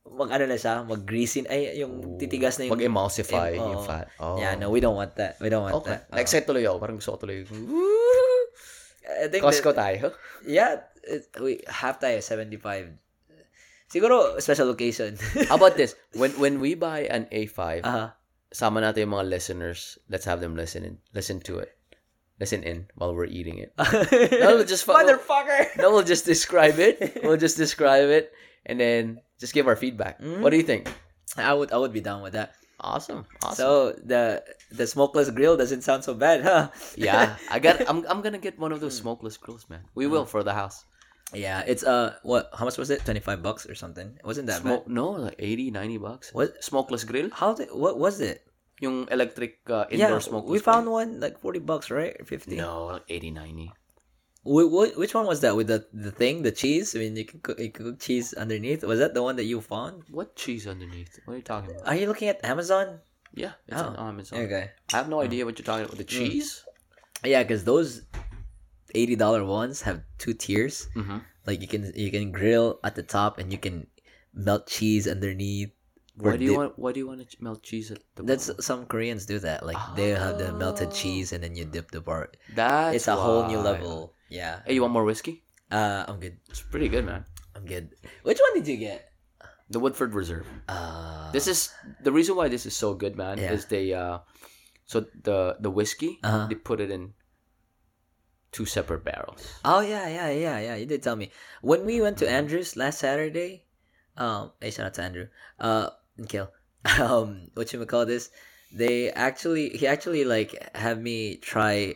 Speaker 1: mag ano na siya, mag greasy
Speaker 2: um,
Speaker 1: ay yung titigas na yung
Speaker 2: Pag emulsify
Speaker 1: Em-
Speaker 2: yung
Speaker 1: oo.
Speaker 2: fat. Oh.
Speaker 1: Yeah, no, we don't want that. We don't want
Speaker 2: Okay.
Speaker 1: that. Uh,
Speaker 2: Excited tuloy ako. Parang gusto ko tuloy.
Speaker 1: I think
Speaker 2: Costco
Speaker 1: that-
Speaker 2: tayo.
Speaker 1: Yeah, it, we half tayo 75. Siguro special occasion.
Speaker 2: [LAUGHS]
Speaker 1: [LAUGHS] Uh-huh.
Speaker 2: How about this? When when we buy an A5,
Speaker 1: Aha.
Speaker 2: sama natin yung mga listeners. Let's have them listen in. Listen to it. Listen in while we're eating it. No, just fu-
Speaker 1: Motherfucker.
Speaker 2: No, we'll just describe it. We'll [LAUGHS] just describe it, and then just give our feedback. What do you think?
Speaker 1: I would I would be down with that.
Speaker 2: Mm. Awesome. Awesome.
Speaker 1: So the the smokeless grill doesn't sound so bad, huh?
Speaker 2: [LAUGHS] yeah, I got. I'm I'm gonna get one of those smokeless grills, man. We will for the house.
Speaker 1: [LAUGHS] Yeah, it's uh what how much was it? 25 bucks or something. It wasn't that
Speaker 2: Smoke, no, like 80, 90 bucks.
Speaker 1: What?
Speaker 2: Smokeless grill?
Speaker 1: bad. How did what was it?
Speaker 2: Yung electric uh,
Speaker 1: Yeah,
Speaker 2: indoor smokeless.
Speaker 1: we found one like 40 bucks, right? Or 50.
Speaker 2: grill. No, like 80, 90.
Speaker 1: Wh- wh- which one was that with the the thing, the cheese? I mean, you can cook, you can cook cheese underneath. Was that the one that you found?
Speaker 2: What cheese underneath? What are you talking about?
Speaker 1: Are you looking at Amazon?
Speaker 2: Yeah, it's
Speaker 1: Uh, Oh,
Speaker 2: on Amazon.
Speaker 1: Okay.
Speaker 2: I have no idea what you're talking about. The cheese?
Speaker 1: Yeah, because those eighty dollar ones have two tiers.
Speaker 2: Mm-hmm.
Speaker 1: Like you can you can grill at the top and you can melt cheese underneath.
Speaker 2: Why
Speaker 1: or
Speaker 2: do you
Speaker 1: dip.
Speaker 2: want? Why do you want to melt cheese at the?
Speaker 1: That's
Speaker 2: bottom? Ah.
Speaker 1: some Koreans do that. Like they have the melted cheese and then you dip the bar.
Speaker 2: that's
Speaker 1: it's a whole new
Speaker 2: why.
Speaker 1: level. Yeah.
Speaker 2: Hey, you want more whiskey?
Speaker 1: Uh, I'm good.
Speaker 2: It's pretty good, man.
Speaker 1: I'm good. Which one did you get?
Speaker 2: The Woodford Reserve.
Speaker 1: Uh,
Speaker 2: This is the reason why this is so good, man.
Speaker 1: Yeah.
Speaker 2: Is they uh, so the the whiskey
Speaker 1: Uh-huh.
Speaker 2: they put it in two separate barrels.
Speaker 1: oh yeah, yeah, yeah, yeah. You did tell me when we went to Andrews last Saturday. Um, hey, shout out to Andrew. Uh, and Kale. [LAUGHS] Um, what you call this? They actually, he actually like had me try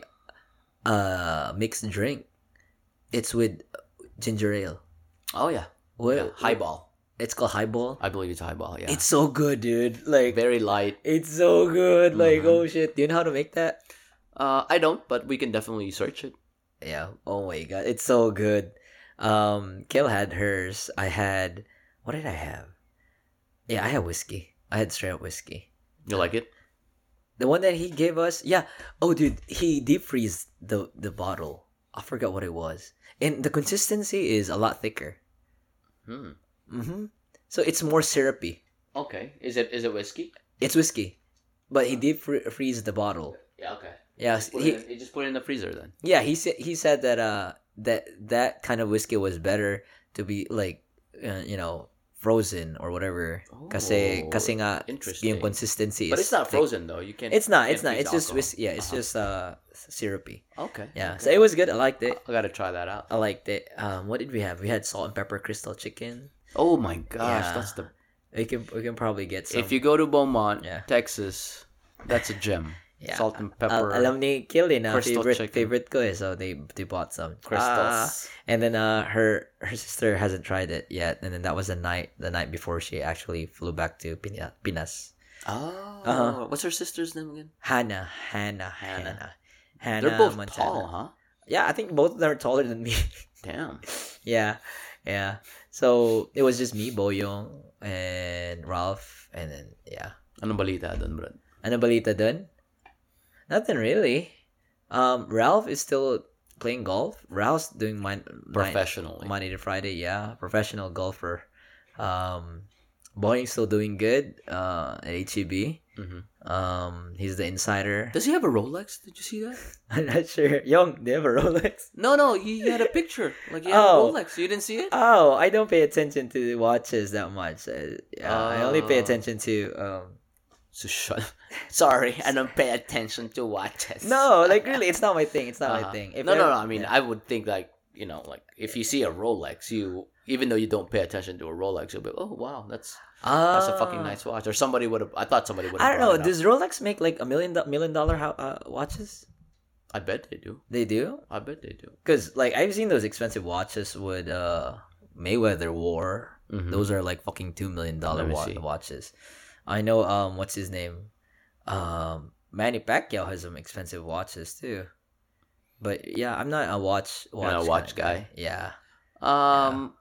Speaker 1: a mixed drink. It's with ginger ale.
Speaker 2: Oh yeah,
Speaker 1: What?
Speaker 2: yeah. highball.
Speaker 1: It's called highball.
Speaker 2: I believe it's highball. Yeah,
Speaker 1: It's so good, dude. Like
Speaker 2: very light.
Speaker 1: It's so good. Like,
Speaker 2: Mhm.
Speaker 1: oh shit. Do you know how to make that?
Speaker 2: Uh, I don't, but we can definitely search it.
Speaker 1: Yeah. Oh my god. It's so good. Um, Kale had hers. I had what did I have? Yeah, I had whiskey. I had straight up whiskey.
Speaker 2: You like it?
Speaker 1: The one that he gave us, yeah. Oh dude, he deep freeze the the bottle. I forgot what it was. And the consistency is a lot thicker.
Speaker 2: Hmm.
Speaker 1: Mm-hmm. So it's more syrupy.
Speaker 2: Okay. Is it is it whiskey?
Speaker 1: It's whiskey. But he deep fr- freeze the bottle.
Speaker 2: Yeah. Okay.
Speaker 1: Yeah,
Speaker 2: Put
Speaker 1: Uh, he,
Speaker 2: it in- you just put it in the freezer then.
Speaker 1: Yeah, he said he said that uh that that kind of whiskey was better to be like uh, you know frozen or whatever. kasi
Speaker 2: Oh,
Speaker 1: kasi eh, nga
Speaker 2: interesting.
Speaker 1: yung consistency
Speaker 2: But
Speaker 1: is
Speaker 2: it's not
Speaker 1: thick.
Speaker 2: frozen though. You can.
Speaker 1: It's not.
Speaker 2: you
Speaker 1: It's
Speaker 2: can't
Speaker 1: not. It's
Speaker 2: freeze
Speaker 1: just
Speaker 2: alcohol. Uh-huh.
Speaker 1: whis- yeah. It's just uh syrupy.
Speaker 2: Okay.
Speaker 1: Yeah. So
Speaker 2: okay.
Speaker 1: it was good. I liked it.
Speaker 2: I gotta try that out.
Speaker 1: I liked it. Um, what did we have? We had salt and pepper crystal chicken.
Speaker 2: Oh my gosh,
Speaker 1: Yeah.
Speaker 2: that's the.
Speaker 1: We can we can probably get some.
Speaker 2: If you go to Beaumont,
Speaker 1: Yeah.
Speaker 2: Texas, that's a gem.
Speaker 1: Yeah.
Speaker 2: Salt and
Speaker 1: Al-
Speaker 2: pepper.
Speaker 1: alam ni Kelly na
Speaker 2: crystal
Speaker 1: favorite
Speaker 2: chicken.
Speaker 1: favorite ko eh, so they they bought some Ah,
Speaker 2: crystals.
Speaker 1: And then uh, her her sister hasn't tried it yet. And then that was the night the night before she actually flew back to Pina- Pinas.
Speaker 2: oh.
Speaker 1: Ah. Uh-huh.
Speaker 2: What's her sister's name again?
Speaker 1: Hannah, Hannah,
Speaker 2: Hannah.
Speaker 1: Hannah, Hannah.
Speaker 2: They're both
Speaker 1: Montana.
Speaker 2: tall, huh?
Speaker 1: Yeah, I think both of them are taller than me. [LAUGHS]
Speaker 2: Damn.
Speaker 1: yeah, yeah. So it was just me, Boyong, and Ralph, and then yeah.
Speaker 2: Anong balita dun, Brad?
Speaker 1: Ano balita dun? Nothing really. Um, Ralph is still playing golf. Ralph's doing mine. mine-
Speaker 2: Professionally.
Speaker 1: Monday to Friday, yeah. Professional golfer. Um, Boeing's still doing good uh, at HEB.
Speaker 2: Mhm.
Speaker 1: Um, he's the insider.
Speaker 2: Does he have a Rolex? Did you see that?
Speaker 1: [LAUGHS] I'm not sure. Young, they have a Rolex. [LAUGHS]
Speaker 2: No, no. He had a picture. Like he had a
Speaker 1: Oh.
Speaker 2: Rolex. You didn't see it?
Speaker 1: Oh, I don't pay attention to the watches that much. Uh, yeah, I only pay
Speaker 2: Oh.
Speaker 1: attention to um.
Speaker 2: So shut.
Speaker 1: [LAUGHS]
Speaker 2: Sorry, I don't pay attention to watches.
Speaker 1: [LAUGHS] No, like really, it's not my thing. It's not my
Speaker 2: Uh-huh.
Speaker 1: thing.
Speaker 2: no, no, no. I mean, I would think like you know, like if you see a Rolex, you even though you don't pay attention to a Rolex, you'll be, oh wow, that's that's a fucking nice watch. Or somebody would have. I thought somebody would.
Speaker 1: Ah. I uh, don't know. Does Rolex make like a million do- million dollar ho- uh, watches?
Speaker 2: I bet they do.
Speaker 1: They do.
Speaker 2: I bet they do.
Speaker 1: Cause like I've seen those expensive watches with uh Mayweather wore.
Speaker 2: Mhm.
Speaker 1: Those are like fucking two million dollar
Speaker 2: Let me
Speaker 1: wa-
Speaker 2: see.
Speaker 1: watches. I know um what's his name? Um Manny Pacquiao has some expensive watches too. But yeah, I'm not a watch watch,
Speaker 2: not a watch
Speaker 1: kinda Yeah.
Speaker 2: Um,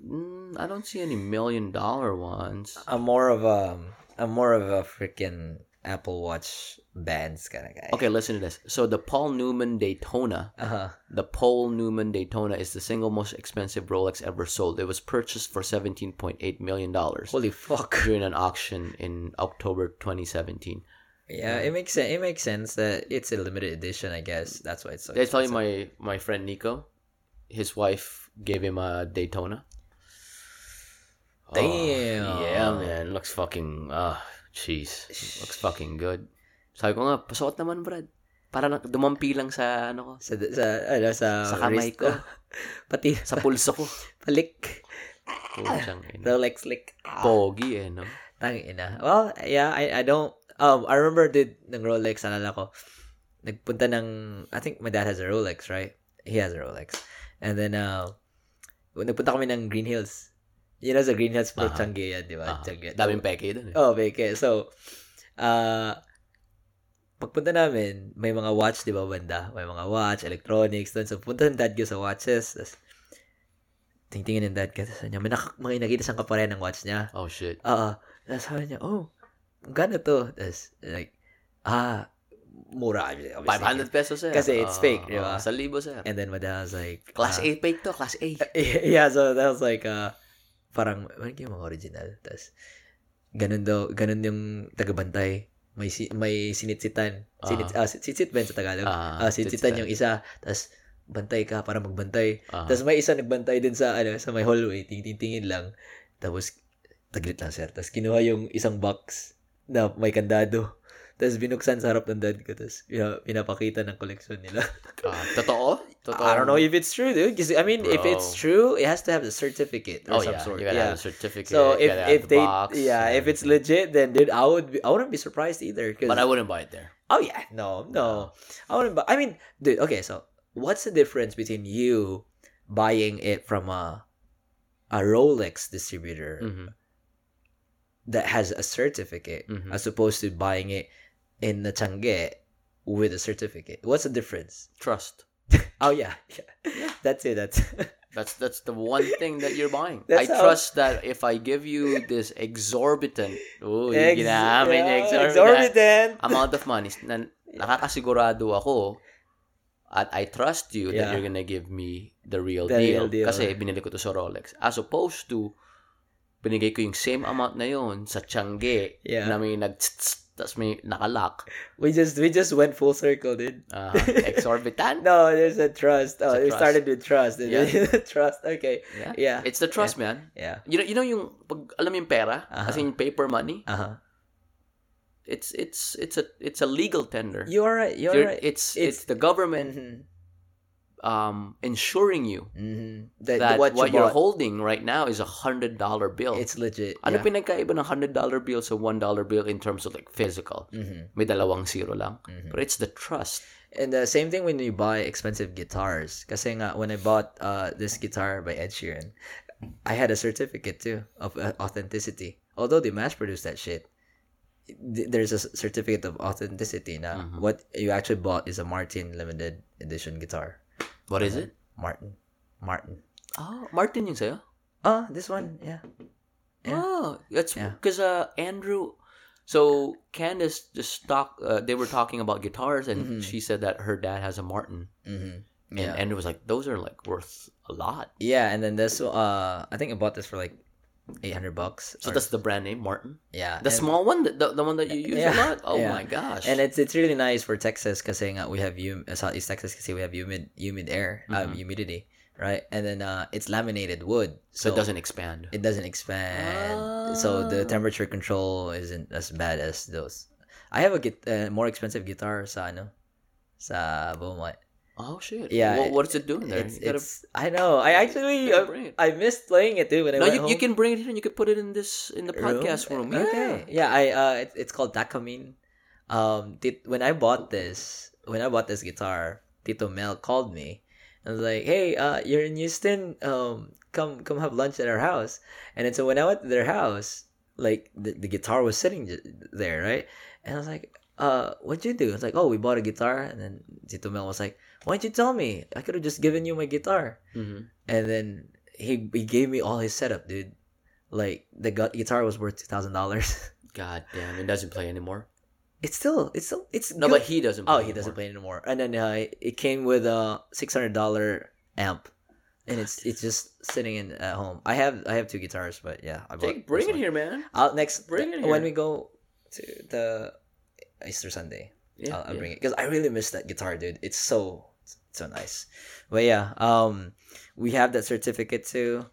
Speaker 2: mm, I don't see any million dollar ones.
Speaker 1: I'm more of a I'm more of a freaking Apple Watch bands kind of guy.
Speaker 2: Okay, listen to this. So the Paul Newman Daytona,
Speaker 1: Uh-huh.
Speaker 2: the Paul Newman Daytona is the single most expensive Rolex ever sold. It was purchased for seventeen point eight million dollars
Speaker 1: Holy [LAUGHS] fuck.
Speaker 2: during an auction in October twenty seventeen.
Speaker 1: Yeah, it makes sense. It makes sense that it's a limited edition, I guess. That's why it's so
Speaker 2: Did I tell you
Speaker 1: expensive.
Speaker 2: my my friend Nico, his wife gave him a Daytona. Oh,
Speaker 1: Damn.
Speaker 2: yeah, man, looks fucking. Ah, jeez, looks fucking good. Sabi ko nga, pasuot naman, Brad. Para na- dumampi lang sa ano ko,
Speaker 1: sa sa ano sa,
Speaker 2: Sa kamay
Speaker 1: wrist
Speaker 2: ko.
Speaker 1: [LAUGHS] Pati
Speaker 2: sa pulso ko.
Speaker 1: palik.
Speaker 2: Puchang ina.
Speaker 1: Rolex lick.
Speaker 2: Pogi eh, no?
Speaker 1: Tang ina. Well, yeah, I I don't um I remember did ng Rolex alala ko. Nagpunta ng I think my dad has a Rolex, right? He has a Rolex. And then uh nagpunta kami ng Green Hills. You know, sa Green Hills for
Speaker 2: Aha.
Speaker 1: Changi yan, di
Speaker 2: Ah,
Speaker 1: ba? Changi.
Speaker 2: daming peke doon. Eh.
Speaker 1: Oh, okay. So, uh, pagpunta namin, may mga watch, di ba, banda? May mga watch, electronics, dun. So, punta ng dad ko sa watches. Tapos, tingtingin ng dad ko sa niya. May, nak- may nakita siyang kapare ng watch niya.
Speaker 2: Oh, shit.
Speaker 1: Oo. Tapos sabi niya, oh, gano to? Tapos, like, ah, mura. obviously.
Speaker 2: 500 pesos eh.
Speaker 1: Kasi it's fake, di ba?
Speaker 2: Sa libo sir.
Speaker 1: And then my dad was like,
Speaker 2: Class
Speaker 1: ah,
Speaker 2: A fake to, class A.
Speaker 1: [LAUGHS] yeah, so that was like, uh, parang, ano yung mga original? Tapos, ganun daw, ganun yung tagabantay. May, si, may sinitsitan. Sinit, ah, sitsit ba yun sa Tagalog?
Speaker 2: Ah,
Speaker 1: Ah, sinitsitan yung isa. Tapos, bantay ka para magbantay.
Speaker 2: Ah.
Speaker 1: Tapos may isa nagbantay din sa, ano, sa may hallway. Tingtingin lang. Tapos, taglit lang sir. Tapos kinuha yung isang box na may kandado. Tapos binuksan sa harap ng dad ko. Tapos pina- pinapakita ng collection nila.
Speaker 2: Ah, totoo? Totoo?
Speaker 1: I don't know if it's true, dude. 'Cause, I mean, if
Speaker 2: Bro.
Speaker 1: it's true, it has to have the certificate
Speaker 2: Oh,
Speaker 1: or some
Speaker 2: yeah.
Speaker 1: sort.
Speaker 2: You gotta
Speaker 1: Yeah.
Speaker 2: have a certificate.
Speaker 1: So
Speaker 2: you
Speaker 1: if
Speaker 2: gotta
Speaker 1: if
Speaker 2: have the
Speaker 1: they
Speaker 2: box
Speaker 1: yeah,
Speaker 2: and
Speaker 1: if it's
Speaker 2: everything.
Speaker 1: legit, then dude, I would be, I wouldn't be surprised either. 'cause-
Speaker 2: But I wouldn't buy it there.
Speaker 1: oh yeah, no, no, I wouldn't. Buy, I mean, dude, okay. So what's the difference between you buying it from a a Rolex distributor
Speaker 2: Mhm.
Speaker 1: that has a certificate
Speaker 2: Mhm.
Speaker 1: as opposed to buying it in the Changge with a certificate? What's the difference?
Speaker 2: Trust.
Speaker 1: Oh yeah, [LAUGHS] yeah. that's it. [LAUGHS]
Speaker 2: That's
Speaker 1: That's
Speaker 2: that's the one thing that you're buying. I
Speaker 1: That's how-
Speaker 2: trust that if I give you this exorbitant, oh, Ex- ginamin niya, exorbitant, amount of money, na, nakakasigurado ako at I trust you that
Speaker 1: Yeah.
Speaker 2: you're gonna give me the real,
Speaker 1: The
Speaker 2: deal.
Speaker 1: real deal.
Speaker 2: Kasi binili ko to sa Rolex. As opposed to, binigay ko yung same amount na yon sa Changge
Speaker 1: Yeah.
Speaker 2: na may nag tapos may nakalock.
Speaker 1: We just we just went full circle, dude.
Speaker 2: Uh,
Speaker 1: [LAUGHS]
Speaker 2: exorbitant.
Speaker 1: No, there's a trust. Oh,
Speaker 2: There's a
Speaker 1: we
Speaker 2: trust.
Speaker 1: started with trust. and
Speaker 2: Yeah.
Speaker 1: then- [LAUGHS] trust. Okay.
Speaker 2: Yeah.
Speaker 1: Yeah.
Speaker 2: It's the trust, man.
Speaker 1: Yeah. Uh-huh.
Speaker 2: You know, you know yung, pag, alam mo yung pera,
Speaker 1: Aha.
Speaker 2: kasi yung paper money,
Speaker 1: Uh huh.
Speaker 2: it's it's it's a it's a legal tender.
Speaker 1: You are right. You're
Speaker 2: You're-
Speaker 1: right.
Speaker 2: It's,
Speaker 1: It's-
Speaker 2: it's the government
Speaker 1: Mhm.
Speaker 2: um ensuring you
Speaker 1: Mhm. That,
Speaker 2: that
Speaker 1: what,
Speaker 2: what,
Speaker 1: you
Speaker 2: you're
Speaker 1: bought,
Speaker 2: holding right now is a hundred dollar bill.
Speaker 1: It's legit.
Speaker 2: ano
Speaker 1: yeah.
Speaker 2: pinagkaiba ng hundred dollar bill sa one dollar bill in terms of like physical?
Speaker 1: Mhm.
Speaker 2: May dalawang zero lang,
Speaker 1: Mhm.
Speaker 2: but it's the trust.
Speaker 1: And the same thing when you buy expensive guitars. Kasi nga, when I bought uh, this guitar by Ed Sheeran, I had a certificate too of uh, authenticity. Although they mass produced that shit, th- there's a c- certificate of authenticity na
Speaker 2: Mhm.
Speaker 1: what you actually bought is a Martin limited edition guitar.
Speaker 2: What
Speaker 1: Uh-huh.
Speaker 2: is it?
Speaker 1: Martin. Martin.
Speaker 2: Oh, Martin yung sa'yo?
Speaker 1: Ah, this one, yeah. Yeah.
Speaker 2: Oh, that's
Speaker 1: Yeah.
Speaker 2: because uh, Andrew. So Candace just talk. Uh, they were talking about guitars, and
Speaker 1: Mhm.
Speaker 2: she said that her dad has a Martin,
Speaker 1: Mm-hmm.
Speaker 2: and
Speaker 1: Yeah.
Speaker 2: Andrew was like, "Those are like worth a lot."
Speaker 1: yeah, and then this, uh, I think I bought this for like 800 bucks.
Speaker 2: So
Speaker 1: or-
Speaker 2: that's the brand name Martin,
Speaker 1: yeah.
Speaker 2: the
Speaker 1: and-
Speaker 2: small one, the, the the one that you use a
Speaker 1: Yeah.
Speaker 2: lot. Oh
Speaker 1: Yeah.
Speaker 2: my gosh!
Speaker 1: And it's it's really nice for Texas kasi nga we have hum- uh, Southeast Texas kasi we have humid humid air, uh,
Speaker 2: Mhm.
Speaker 1: humidity, right? And then uh, it's laminated wood,
Speaker 2: so
Speaker 1: so
Speaker 2: it doesn't expand.
Speaker 1: it doesn't expand. So
Speaker 2: Ah.
Speaker 1: the temperature control isn't as bad as those. I have a git- uh, more expensive guitar sa ano sa Beaumont.
Speaker 2: oh shit!
Speaker 1: Yeah,
Speaker 2: Wha- what's it doing there?
Speaker 1: It's,
Speaker 2: you gotta,
Speaker 1: it's- I know. I
Speaker 2: [LAUGHS]
Speaker 1: actually
Speaker 2: you gotta
Speaker 1: uh,
Speaker 2: bring it.
Speaker 1: I missed playing it too when I
Speaker 2: no,
Speaker 1: went
Speaker 2: you, you can
Speaker 1: home.
Speaker 2: bring it here and you can put it in this in the podcast room. Yeah.
Speaker 1: Okay. Yeah, I uh it, it's called Takamine. Um tit- when I bought this, when I bought this guitar, Tito Mel called me and was like, "Hey, uh you're in Houston. Um come come have lunch at our house." And then so when I went to their house, like the, the guitar was sitting j- there, right? And I was like, "Uh what'd you do?" I was like, "Oh, we bought a guitar." And then Tito Mel was like, "Why didn't you tell me? I could have just given you my guitar."
Speaker 2: Mhm.
Speaker 1: and then he he gave me all his setup, dude. Like the gu- guitar was worth two thousand dollars. [LAUGHS]
Speaker 2: God damn! It doesn't play anymore.
Speaker 1: It's still it's still it's
Speaker 2: No, but
Speaker 1: good.
Speaker 2: he doesn't. Play
Speaker 1: oh he doesn't play anymore. And then uh, it came with a six hundred dollar amp, and it's it's just sitting in at home. I have I have two guitars, but yeah, I
Speaker 2: Jake,
Speaker 1: bought
Speaker 2: bring it
Speaker 1: this one.
Speaker 2: here, man.
Speaker 1: I'll next
Speaker 2: Bring it
Speaker 1: when
Speaker 2: here.
Speaker 1: we go to the Easter Sunday.
Speaker 2: Yeah,
Speaker 1: I'll, I'll
Speaker 2: yeah.
Speaker 1: bring it because I really miss that guitar, dude. It's so it's so nice. But yeah, um, we have that certificate too.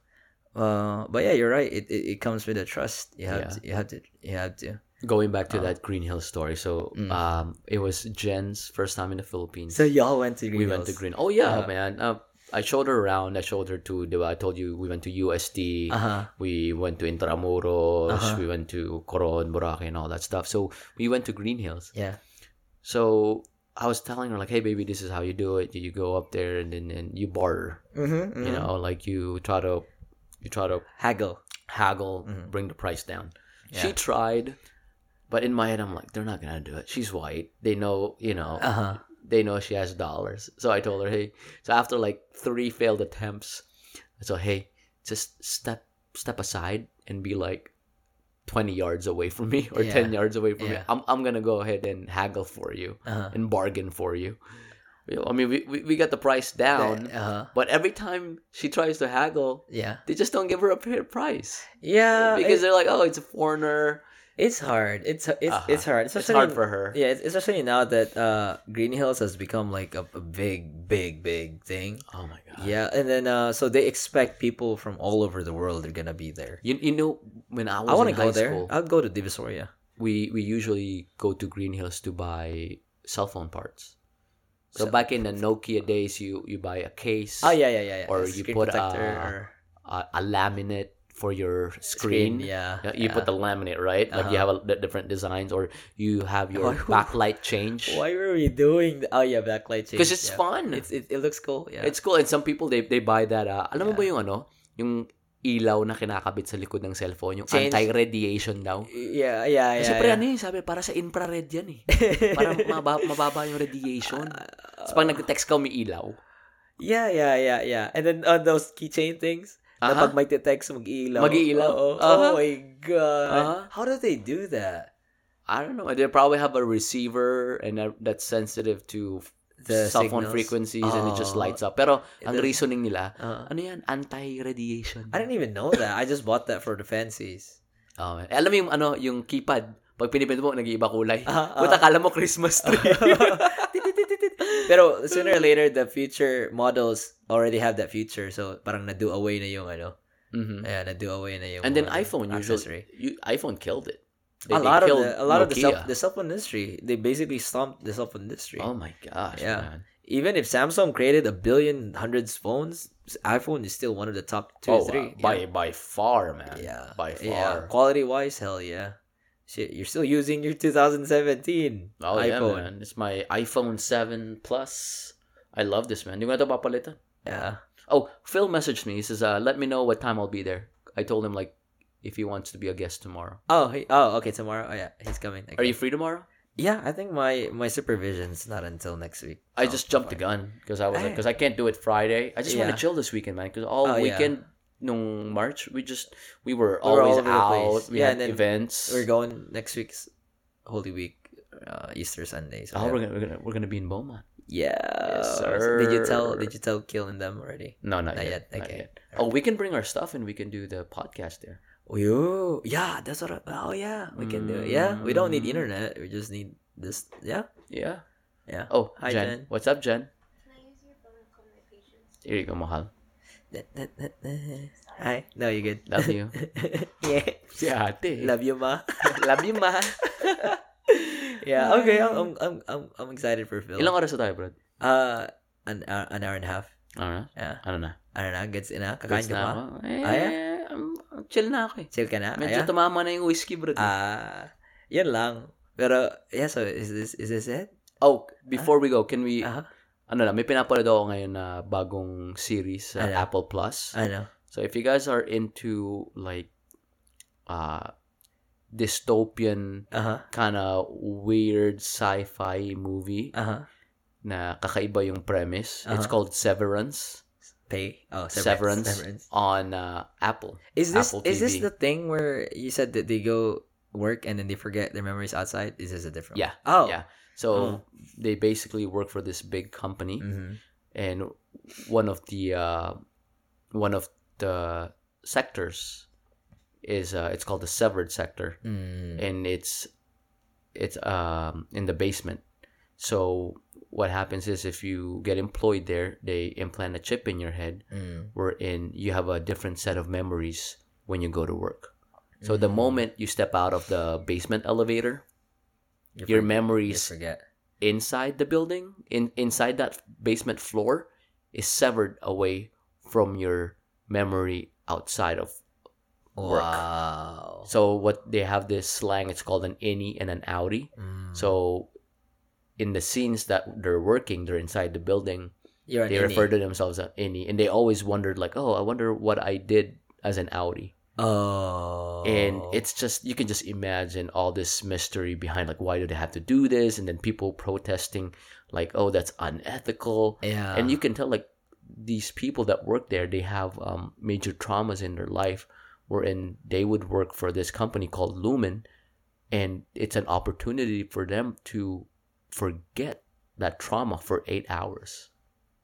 Speaker 1: Uh, but yeah, you're right. It it, it comes with a trust. You have
Speaker 2: Yeah.
Speaker 1: to, you have to you have to.
Speaker 2: Going back to
Speaker 1: Uh,
Speaker 2: that Green Hill story, so
Speaker 1: Mm.
Speaker 2: um, it was Jen's first time in the Philippines.
Speaker 1: So y'all went to
Speaker 2: we
Speaker 1: Green
Speaker 2: went to Green.
Speaker 1: Hills.
Speaker 2: Oh yeah,
Speaker 1: Uh,
Speaker 2: man. Uh, I showed her around. I showed her to, diba, I told you, we went to UST.
Speaker 1: Uh-huh.
Speaker 2: We went to Intramuros.
Speaker 1: Uh-huh.
Speaker 2: We went to Coron, Boracay, and all that stuff. So we went to Green Hills.
Speaker 1: Yeah.
Speaker 2: So I was telling her, like, hey, baby, this is how you do it. You go up there and then and you barter.
Speaker 1: Mm-hmm,
Speaker 2: You know, like you try to, you try to
Speaker 1: Haggle.
Speaker 2: haggle,
Speaker 1: Mhm.
Speaker 2: bring the price down.
Speaker 1: mm-hmm.
Speaker 2: She tried, but in my head, I'm like, they're not gonna do it. She's white. They know, you know,
Speaker 1: Uh-huh.
Speaker 2: they know she has dollars. So I told her, hey. So after like three failed attempts, so hey, just step step aside and be like. 20 yards away from me or
Speaker 1: Yeah.
Speaker 2: 10 yards away from me
Speaker 1: Yeah.
Speaker 2: I'm, I'm gonna go ahead and haggle for you
Speaker 1: Uh-huh.
Speaker 2: and bargain for you You know, i mean we, we, we got the price down
Speaker 1: Uh-huh.
Speaker 2: but every time she tries to haggle
Speaker 1: Yeah.
Speaker 2: they just don't give her a fair price
Speaker 1: Yeah.
Speaker 2: because they're like, oh, it's a foreigner.
Speaker 1: It's hard. It's it's
Speaker 2: Uh-huh.
Speaker 1: it's hard.
Speaker 2: It's hard for her.
Speaker 1: Yeah, it's- especially now that uh, Green Hills has become like a, a big, big, big thing.
Speaker 2: Oh my god.
Speaker 1: Yeah, and then uh, so they expect people from all over the world are gonna be there.
Speaker 2: You, you know when I was
Speaker 1: I
Speaker 2: in
Speaker 1: want
Speaker 2: high
Speaker 1: to go there.
Speaker 2: school,
Speaker 1: I'll go to Divisoria.
Speaker 2: we we usually go to Green Hills to buy cell phone parts. So
Speaker 1: Cell-
Speaker 2: back in the Nokia days, you you buy a case,
Speaker 1: Oh yeah, yeah, yeah. yeah.
Speaker 2: Or you
Speaker 1: Screen
Speaker 2: put,
Speaker 1: protector
Speaker 2: uh,
Speaker 1: or
Speaker 2: a, a laminate for your
Speaker 1: screen.
Speaker 2: screen.
Speaker 1: Yeah,
Speaker 2: Yeah,
Speaker 1: Uh-huh.
Speaker 2: You put the laminate right, like you have a, the different designs, or you have your
Speaker 1: Why would-
Speaker 2: backlight change.
Speaker 1: [LAUGHS] Why were we doing? The... Oh yeah, backlight change.
Speaker 2: Because it's
Speaker 1: yeah.
Speaker 2: fun.
Speaker 1: It's it, it looks cool. Yeah.
Speaker 2: It's cool. And some people, they they buy that, ah, alam mo ba
Speaker 1: Yeah.
Speaker 2: yung ano? Yung ilaw na kinakabit sa likod ng cellphone, yung
Speaker 1: Change.
Speaker 2: anti-radiation daw.
Speaker 1: yeah, yeah, yeah.
Speaker 2: Kasi pre,
Speaker 1: yeah.
Speaker 2: ano eh, sabi, para sa infrared yan eh. [LAUGHS] Para mababa, mababa yung radiation. So, pag nag-text ka, umiilaw.
Speaker 1: [LAUGHS] Yeah, yeah, yeah, yeah. And then uh, those keychain things. Na
Speaker 2: Aha.
Speaker 1: pag may text, Uh-huh. mag-iilaw. Uh-huh.
Speaker 2: Mag-iilaw.
Speaker 1: Oo. Oh,
Speaker 2: Aha.
Speaker 1: my God.
Speaker 2: Aha.
Speaker 1: How do they do that?
Speaker 2: I don't know. They probably have a receiver and that- that's sensitive to
Speaker 1: The
Speaker 2: cell phone
Speaker 1: signals.
Speaker 2: frequencies and it just
Speaker 1: Oh.
Speaker 2: lights up. Pero, ang
Speaker 1: does-
Speaker 2: reasoning nila,
Speaker 1: Uh,
Speaker 2: ano yan? Anti-radiation.
Speaker 1: I didn't even know that. I just bought that for the
Speaker 2: [LAUGHS]
Speaker 1: fancies. [LAUGHS]
Speaker 2: Oh, man. Eh, alam mo yung, ano, yung keypad. Pag pinipindot mo, nag-iiba kulay.
Speaker 1: Ah, ah.
Speaker 2: Buta, akala mo Christmas [LAUGHS] tree.
Speaker 1: Pero sooner or later, the future models already have that feature. So parang na-do away na yung ano.
Speaker 2: Mhm.
Speaker 1: Yeah, na-do away na yung
Speaker 2: And then
Speaker 1: ano,
Speaker 2: iPhone usually,
Speaker 1: accessory.
Speaker 2: you, iPhone killed it. They-
Speaker 1: A
Speaker 2: they
Speaker 1: lot of
Speaker 2: killed
Speaker 1: the, a lot of the,
Speaker 2: Nokia.
Speaker 1: self, the cell phone industry, they basically stomped the cell phone industry.
Speaker 2: Oh my gosh, man.
Speaker 1: Yeah. even if Samsung created a billion hundreds phones, iPhone is still one of the top two
Speaker 2: oh,
Speaker 1: or three.
Speaker 2: uh, by by far, man.
Speaker 1: yeah,
Speaker 2: by far.
Speaker 1: yeah. Quality wise, hell yeah. Shit, you're still using your 2017
Speaker 2: Oh yeah,
Speaker 1: iPhone.
Speaker 2: man. It's my iPhone Seven Plus. I love this, man. You want to papalitan?
Speaker 1: Yeah,
Speaker 2: Oh, Phil messaged me. He says, uh, "Let me know what time I'll be there." I told him like, if he wants to be a guest tomorrow.
Speaker 1: Oh, he, oh, okay. Tomorrow. Oh yeah, he's coming.
Speaker 2: Are you free tomorrow?
Speaker 1: Yeah, I think my my supervision's not until next week.
Speaker 2: I
Speaker 1: so
Speaker 2: just jumped the gun because I was
Speaker 1: Oh, Hey.
Speaker 2: because I can't do it Friday. I just want to
Speaker 1: Yeah.
Speaker 2: chill this weekend, man. Because all
Speaker 1: Oh, yeah.
Speaker 2: weekend, no March, we just we were
Speaker 1: were
Speaker 2: always
Speaker 1: all over the
Speaker 2: out.
Speaker 1: place.
Speaker 2: We
Speaker 1: Yeah,
Speaker 2: had
Speaker 1: and then
Speaker 2: events.
Speaker 1: We're going next week's Holy Week, uh, Easter Sunday. So
Speaker 2: Oh,
Speaker 1: yeah.
Speaker 2: we're gonna, we're gonna we're gonna be in Beaumont.
Speaker 1: yeah.
Speaker 2: Yes,
Speaker 1: Did you tell?
Speaker 2: sir.
Speaker 1: Did you tell killing them already?
Speaker 2: No, not,
Speaker 1: Not
Speaker 2: yet.
Speaker 1: yet,
Speaker 2: not
Speaker 1: okay.
Speaker 2: yet. Oh, we can bring our stuff and we can do the podcast there.
Speaker 1: Yo, yeah, that's what. I, oh yeah, we can do it. Yeah, we don't need
Speaker 2: Mm.
Speaker 1: internet. We just need this. Yeah,
Speaker 2: Yeah.
Speaker 1: yeah.
Speaker 2: Oh,
Speaker 1: Hi,
Speaker 2: Jen.
Speaker 1: Jen.
Speaker 2: What's up, Jen?
Speaker 4: Can I use your phone communications?
Speaker 2: Here you go, Mahal.
Speaker 1: Hi. No, you're good.
Speaker 2: Love you.
Speaker 1: [LAUGHS] yeah.
Speaker 2: yeah, ate.
Speaker 1: Love you,
Speaker 2: [LAUGHS]
Speaker 1: ma.
Speaker 2: Love you, ma.
Speaker 1: yeah. Okay. I'm. I'm. I'm. I'm, I'm excited for Phil.
Speaker 2: Ilang oras na tayo, bro?
Speaker 1: Uh, an hour, an hour and a half.
Speaker 2: Ano na?
Speaker 1: Yeah.
Speaker 2: Ano na?
Speaker 1: I don't know. Gets in na. Kakain
Speaker 2: Goods
Speaker 1: ka
Speaker 2: na
Speaker 1: pa.
Speaker 2: ako. Eh,
Speaker 1: Ah,
Speaker 2: I'm- chill na ako eh.
Speaker 1: Chill ka na.
Speaker 2: Medyo
Speaker 1: Aya?
Speaker 2: tumama na yung whiskey, bro.
Speaker 1: Ah, yan lang. Pero yeah. So is this is this it?
Speaker 2: oh, before we go, can we,
Speaker 1: Uh-huh.
Speaker 2: ano lang, may pinapanood ako ngayon na bagong series sa
Speaker 1: Ano?
Speaker 2: Apple Plus.
Speaker 1: Ano?
Speaker 2: So if you guys are into like uh dystopian
Speaker 1: Uh huh.
Speaker 2: kind of weird sci-fi movie
Speaker 1: Uh huh.
Speaker 2: na kakaiba yung premise. It's
Speaker 1: Uh-huh.
Speaker 2: called Severance
Speaker 1: Pay. Oh,
Speaker 2: Severance.
Speaker 1: Severance.
Speaker 2: on uh, Apple.
Speaker 1: Is this
Speaker 2: Apple
Speaker 1: is
Speaker 2: TV.
Speaker 1: this the thing where you said that they go work and then they forget their memories outside? Is this a different?
Speaker 2: Yeah.
Speaker 1: One? Oh.
Speaker 2: Yeah. So they basically work for this big company
Speaker 1: Mm-hmm.
Speaker 2: and one of the uh, one of the sectors is uh, it's called the severed sector
Speaker 1: Mm.
Speaker 2: and it's it's um in the basement. So what happens is if you get employed there, they implant a chip in your head
Speaker 1: Mm.
Speaker 2: wherein you have a different set of memories when you go to work. So
Speaker 1: Mm.
Speaker 2: the moment you step out of the basement elevator,
Speaker 1: You
Speaker 2: your
Speaker 1: forget- you
Speaker 2: memories
Speaker 1: forget.
Speaker 2: inside the building, in inside that basement floor, is severed away from your memory outside of work.
Speaker 1: Wow.
Speaker 2: So what they have this slang, it's called an innie and an outie.
Speaker 1: Mm.
Speaker 2: So in the scenes that they're working, they're inside the building,
Speaker 1: you're an
Speaker 2: they
Speaker 1: innie.
Speaker 2: refer to themselves as innie. And they always wondered like, oh, I wonder what I did as an outie.
Speaker 1: Oh.
Speaker 2: And it's just, you can just imagine all this mystery behind like, why do they have to do this? And then people protesting like, oh, that's unethical.
Speaker 1: yeah.
Speaker 2: and you can tell like these people that work there they have um, major traumas in their life wherein they would work for this company called lumen and it's an opportunity for them to forget that trauma for eight hours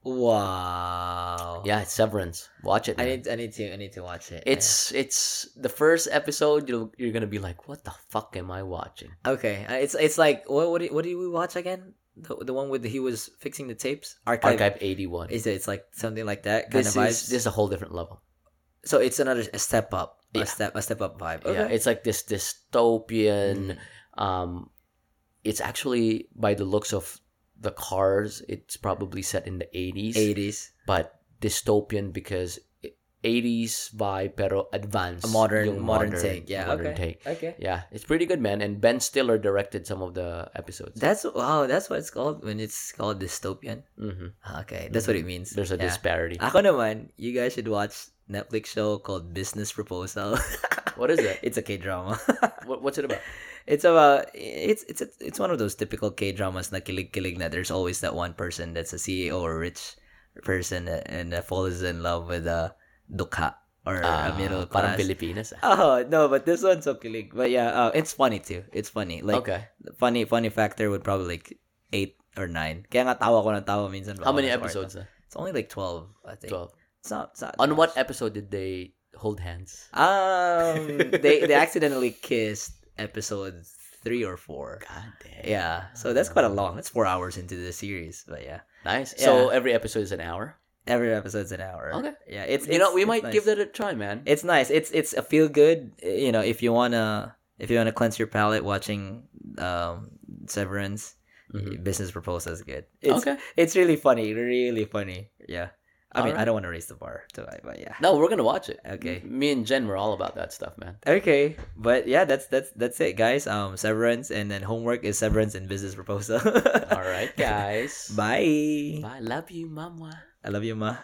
Speaker 1: wow.
Speaker 2: yeah it's severance watch it man.
Speaker 1: I need I need to I need to watch it.
Speaker 2: it's it's the first episode you'll, you're gonna be like what the fuck am i watching
Speaker 1: okay. Uh, It's it's like what what did, what did we watch again? The, the one with he was fixing the tapes. Archive.
Speaker 2: archive 81
Speaker 1: Is it? It's like something like that kind
Speaker 2: this,
Speaker 1: of
Speaker 2: is,
Speaker 1: vibes.
Speaker 2: this is a whole different level
Speaker 1: so it's another a step up.
Speaker 2: Yeah.
Speaker 1: A step a step up vibe.
Speaker 2: yeah
Speaker 1: Okay. Mm-hmm.
Speaker 2: it's like this dystopian um it's actually by the looks of the cars it's probably set in the 80s
Speaker 1: Mm, 80s.
Speaker 2: but dystopian because it- 80s vibe pero advanced
Speaker 1: A modern-
Speaker 2: yung
Speaker 1: modern take. Yeah,
Speaker 2: modern take.
Speaker 1: okay. Okay.
Speaker 2: yeah it's pretty good man and ben stiller directed some of the episodes
Speaker 1: That's wow. That's what it's called when it's called dystopian.
Speaker 2: Mhm.
Speaker 1: Ah, Okay, that's what it means.
Speaker 2: Mm-hmm. there's a
Speaker 1: Yeah. Ah.
Speaker 2: disparity
Speaker 1: Ako naman, you guys should watch Netflix show called Business Proposal. [LAUGHS]
Speaker 2: what is it
Speaker 1: it's a K drama.
Speaker 2: what, what's it about
Speaker 1: [LAUGHS] it's about it's it's it's one of those typical K dramas na kilig kilig na there's always that one person that's a CEO or rich person and that falls in love with a dukha or
Speaker 2: Ah,
Speaker 1: a middle
Speaker 2: parang
Speaker 1: class.
Speaker 2: Pilipinas ah.
Speaker 1: Oh no, but this one's so kilig. But yeah, uh, it's funny too. It's funny. Like
Speaker 2: okay
Speaker 1: funny funny factor would probably like eight or nine. Kaya nga tawa ko ng tawa minsan.
Speaker 2: how
Speaker 1: baka
Speaker 2: many
Speaker 1: nasa
Speaker 2: episodes
Speaker 1: kwarto. It's only like twelve, I think.
Speaker 2: 12
Speaker 1: It's not. It's not
Speaker 2: on
Speaker 1: that
Speaker 2: what
Speaker 1: much.
Speaker 2: episode did they hold hands
Speaker 1: Um, they they accidentally kissed episode three or four.
Speaker 2: god damn
Speaker 1: Yeah, so that's quite a long. That's four hours into the series, but yeah,
Speaker 2: Nice.
Speaker 1: Yeah.
Speaker 2: So every episode is an hour.
Speaker 1: every episode's an hour.
Speaker 2: Okay.
Speaker 1: Yeah, it's
Speaker 2: you know, we might give
Speaker 1: the.
Speaker 2: that a try, man.
Speaker 1: It's nice. It's it's a feel good. You know, if you wanna if you wanna cleanse your palate watching um Severance,
Speaker 2: Mhm.
Speaker 1: Business Proposal is good. It's,
Speaker 2: okay.
Speaker 1: It's really funny. Really funny. Yeah. I mean,
Speaker 2: Alright.
Speaker 1: I don't want to raise the bar, so I- but yeah.
Speaker 2: No, we're gonna watch it.
Speaker 1: Okay.
Speaker 2: Me and Jen were all about that stuff, man.
Speaker 1: Okay, but yeah, that's that's that's it, guys. Um, severance and then homework is severance and business proposal. [LAUGHS]
Speaker 2: All right, guys.
Speaker 1: Bye.
Speaker 2: Bye. Love you, mama.
Speaker 1: I love you, ma.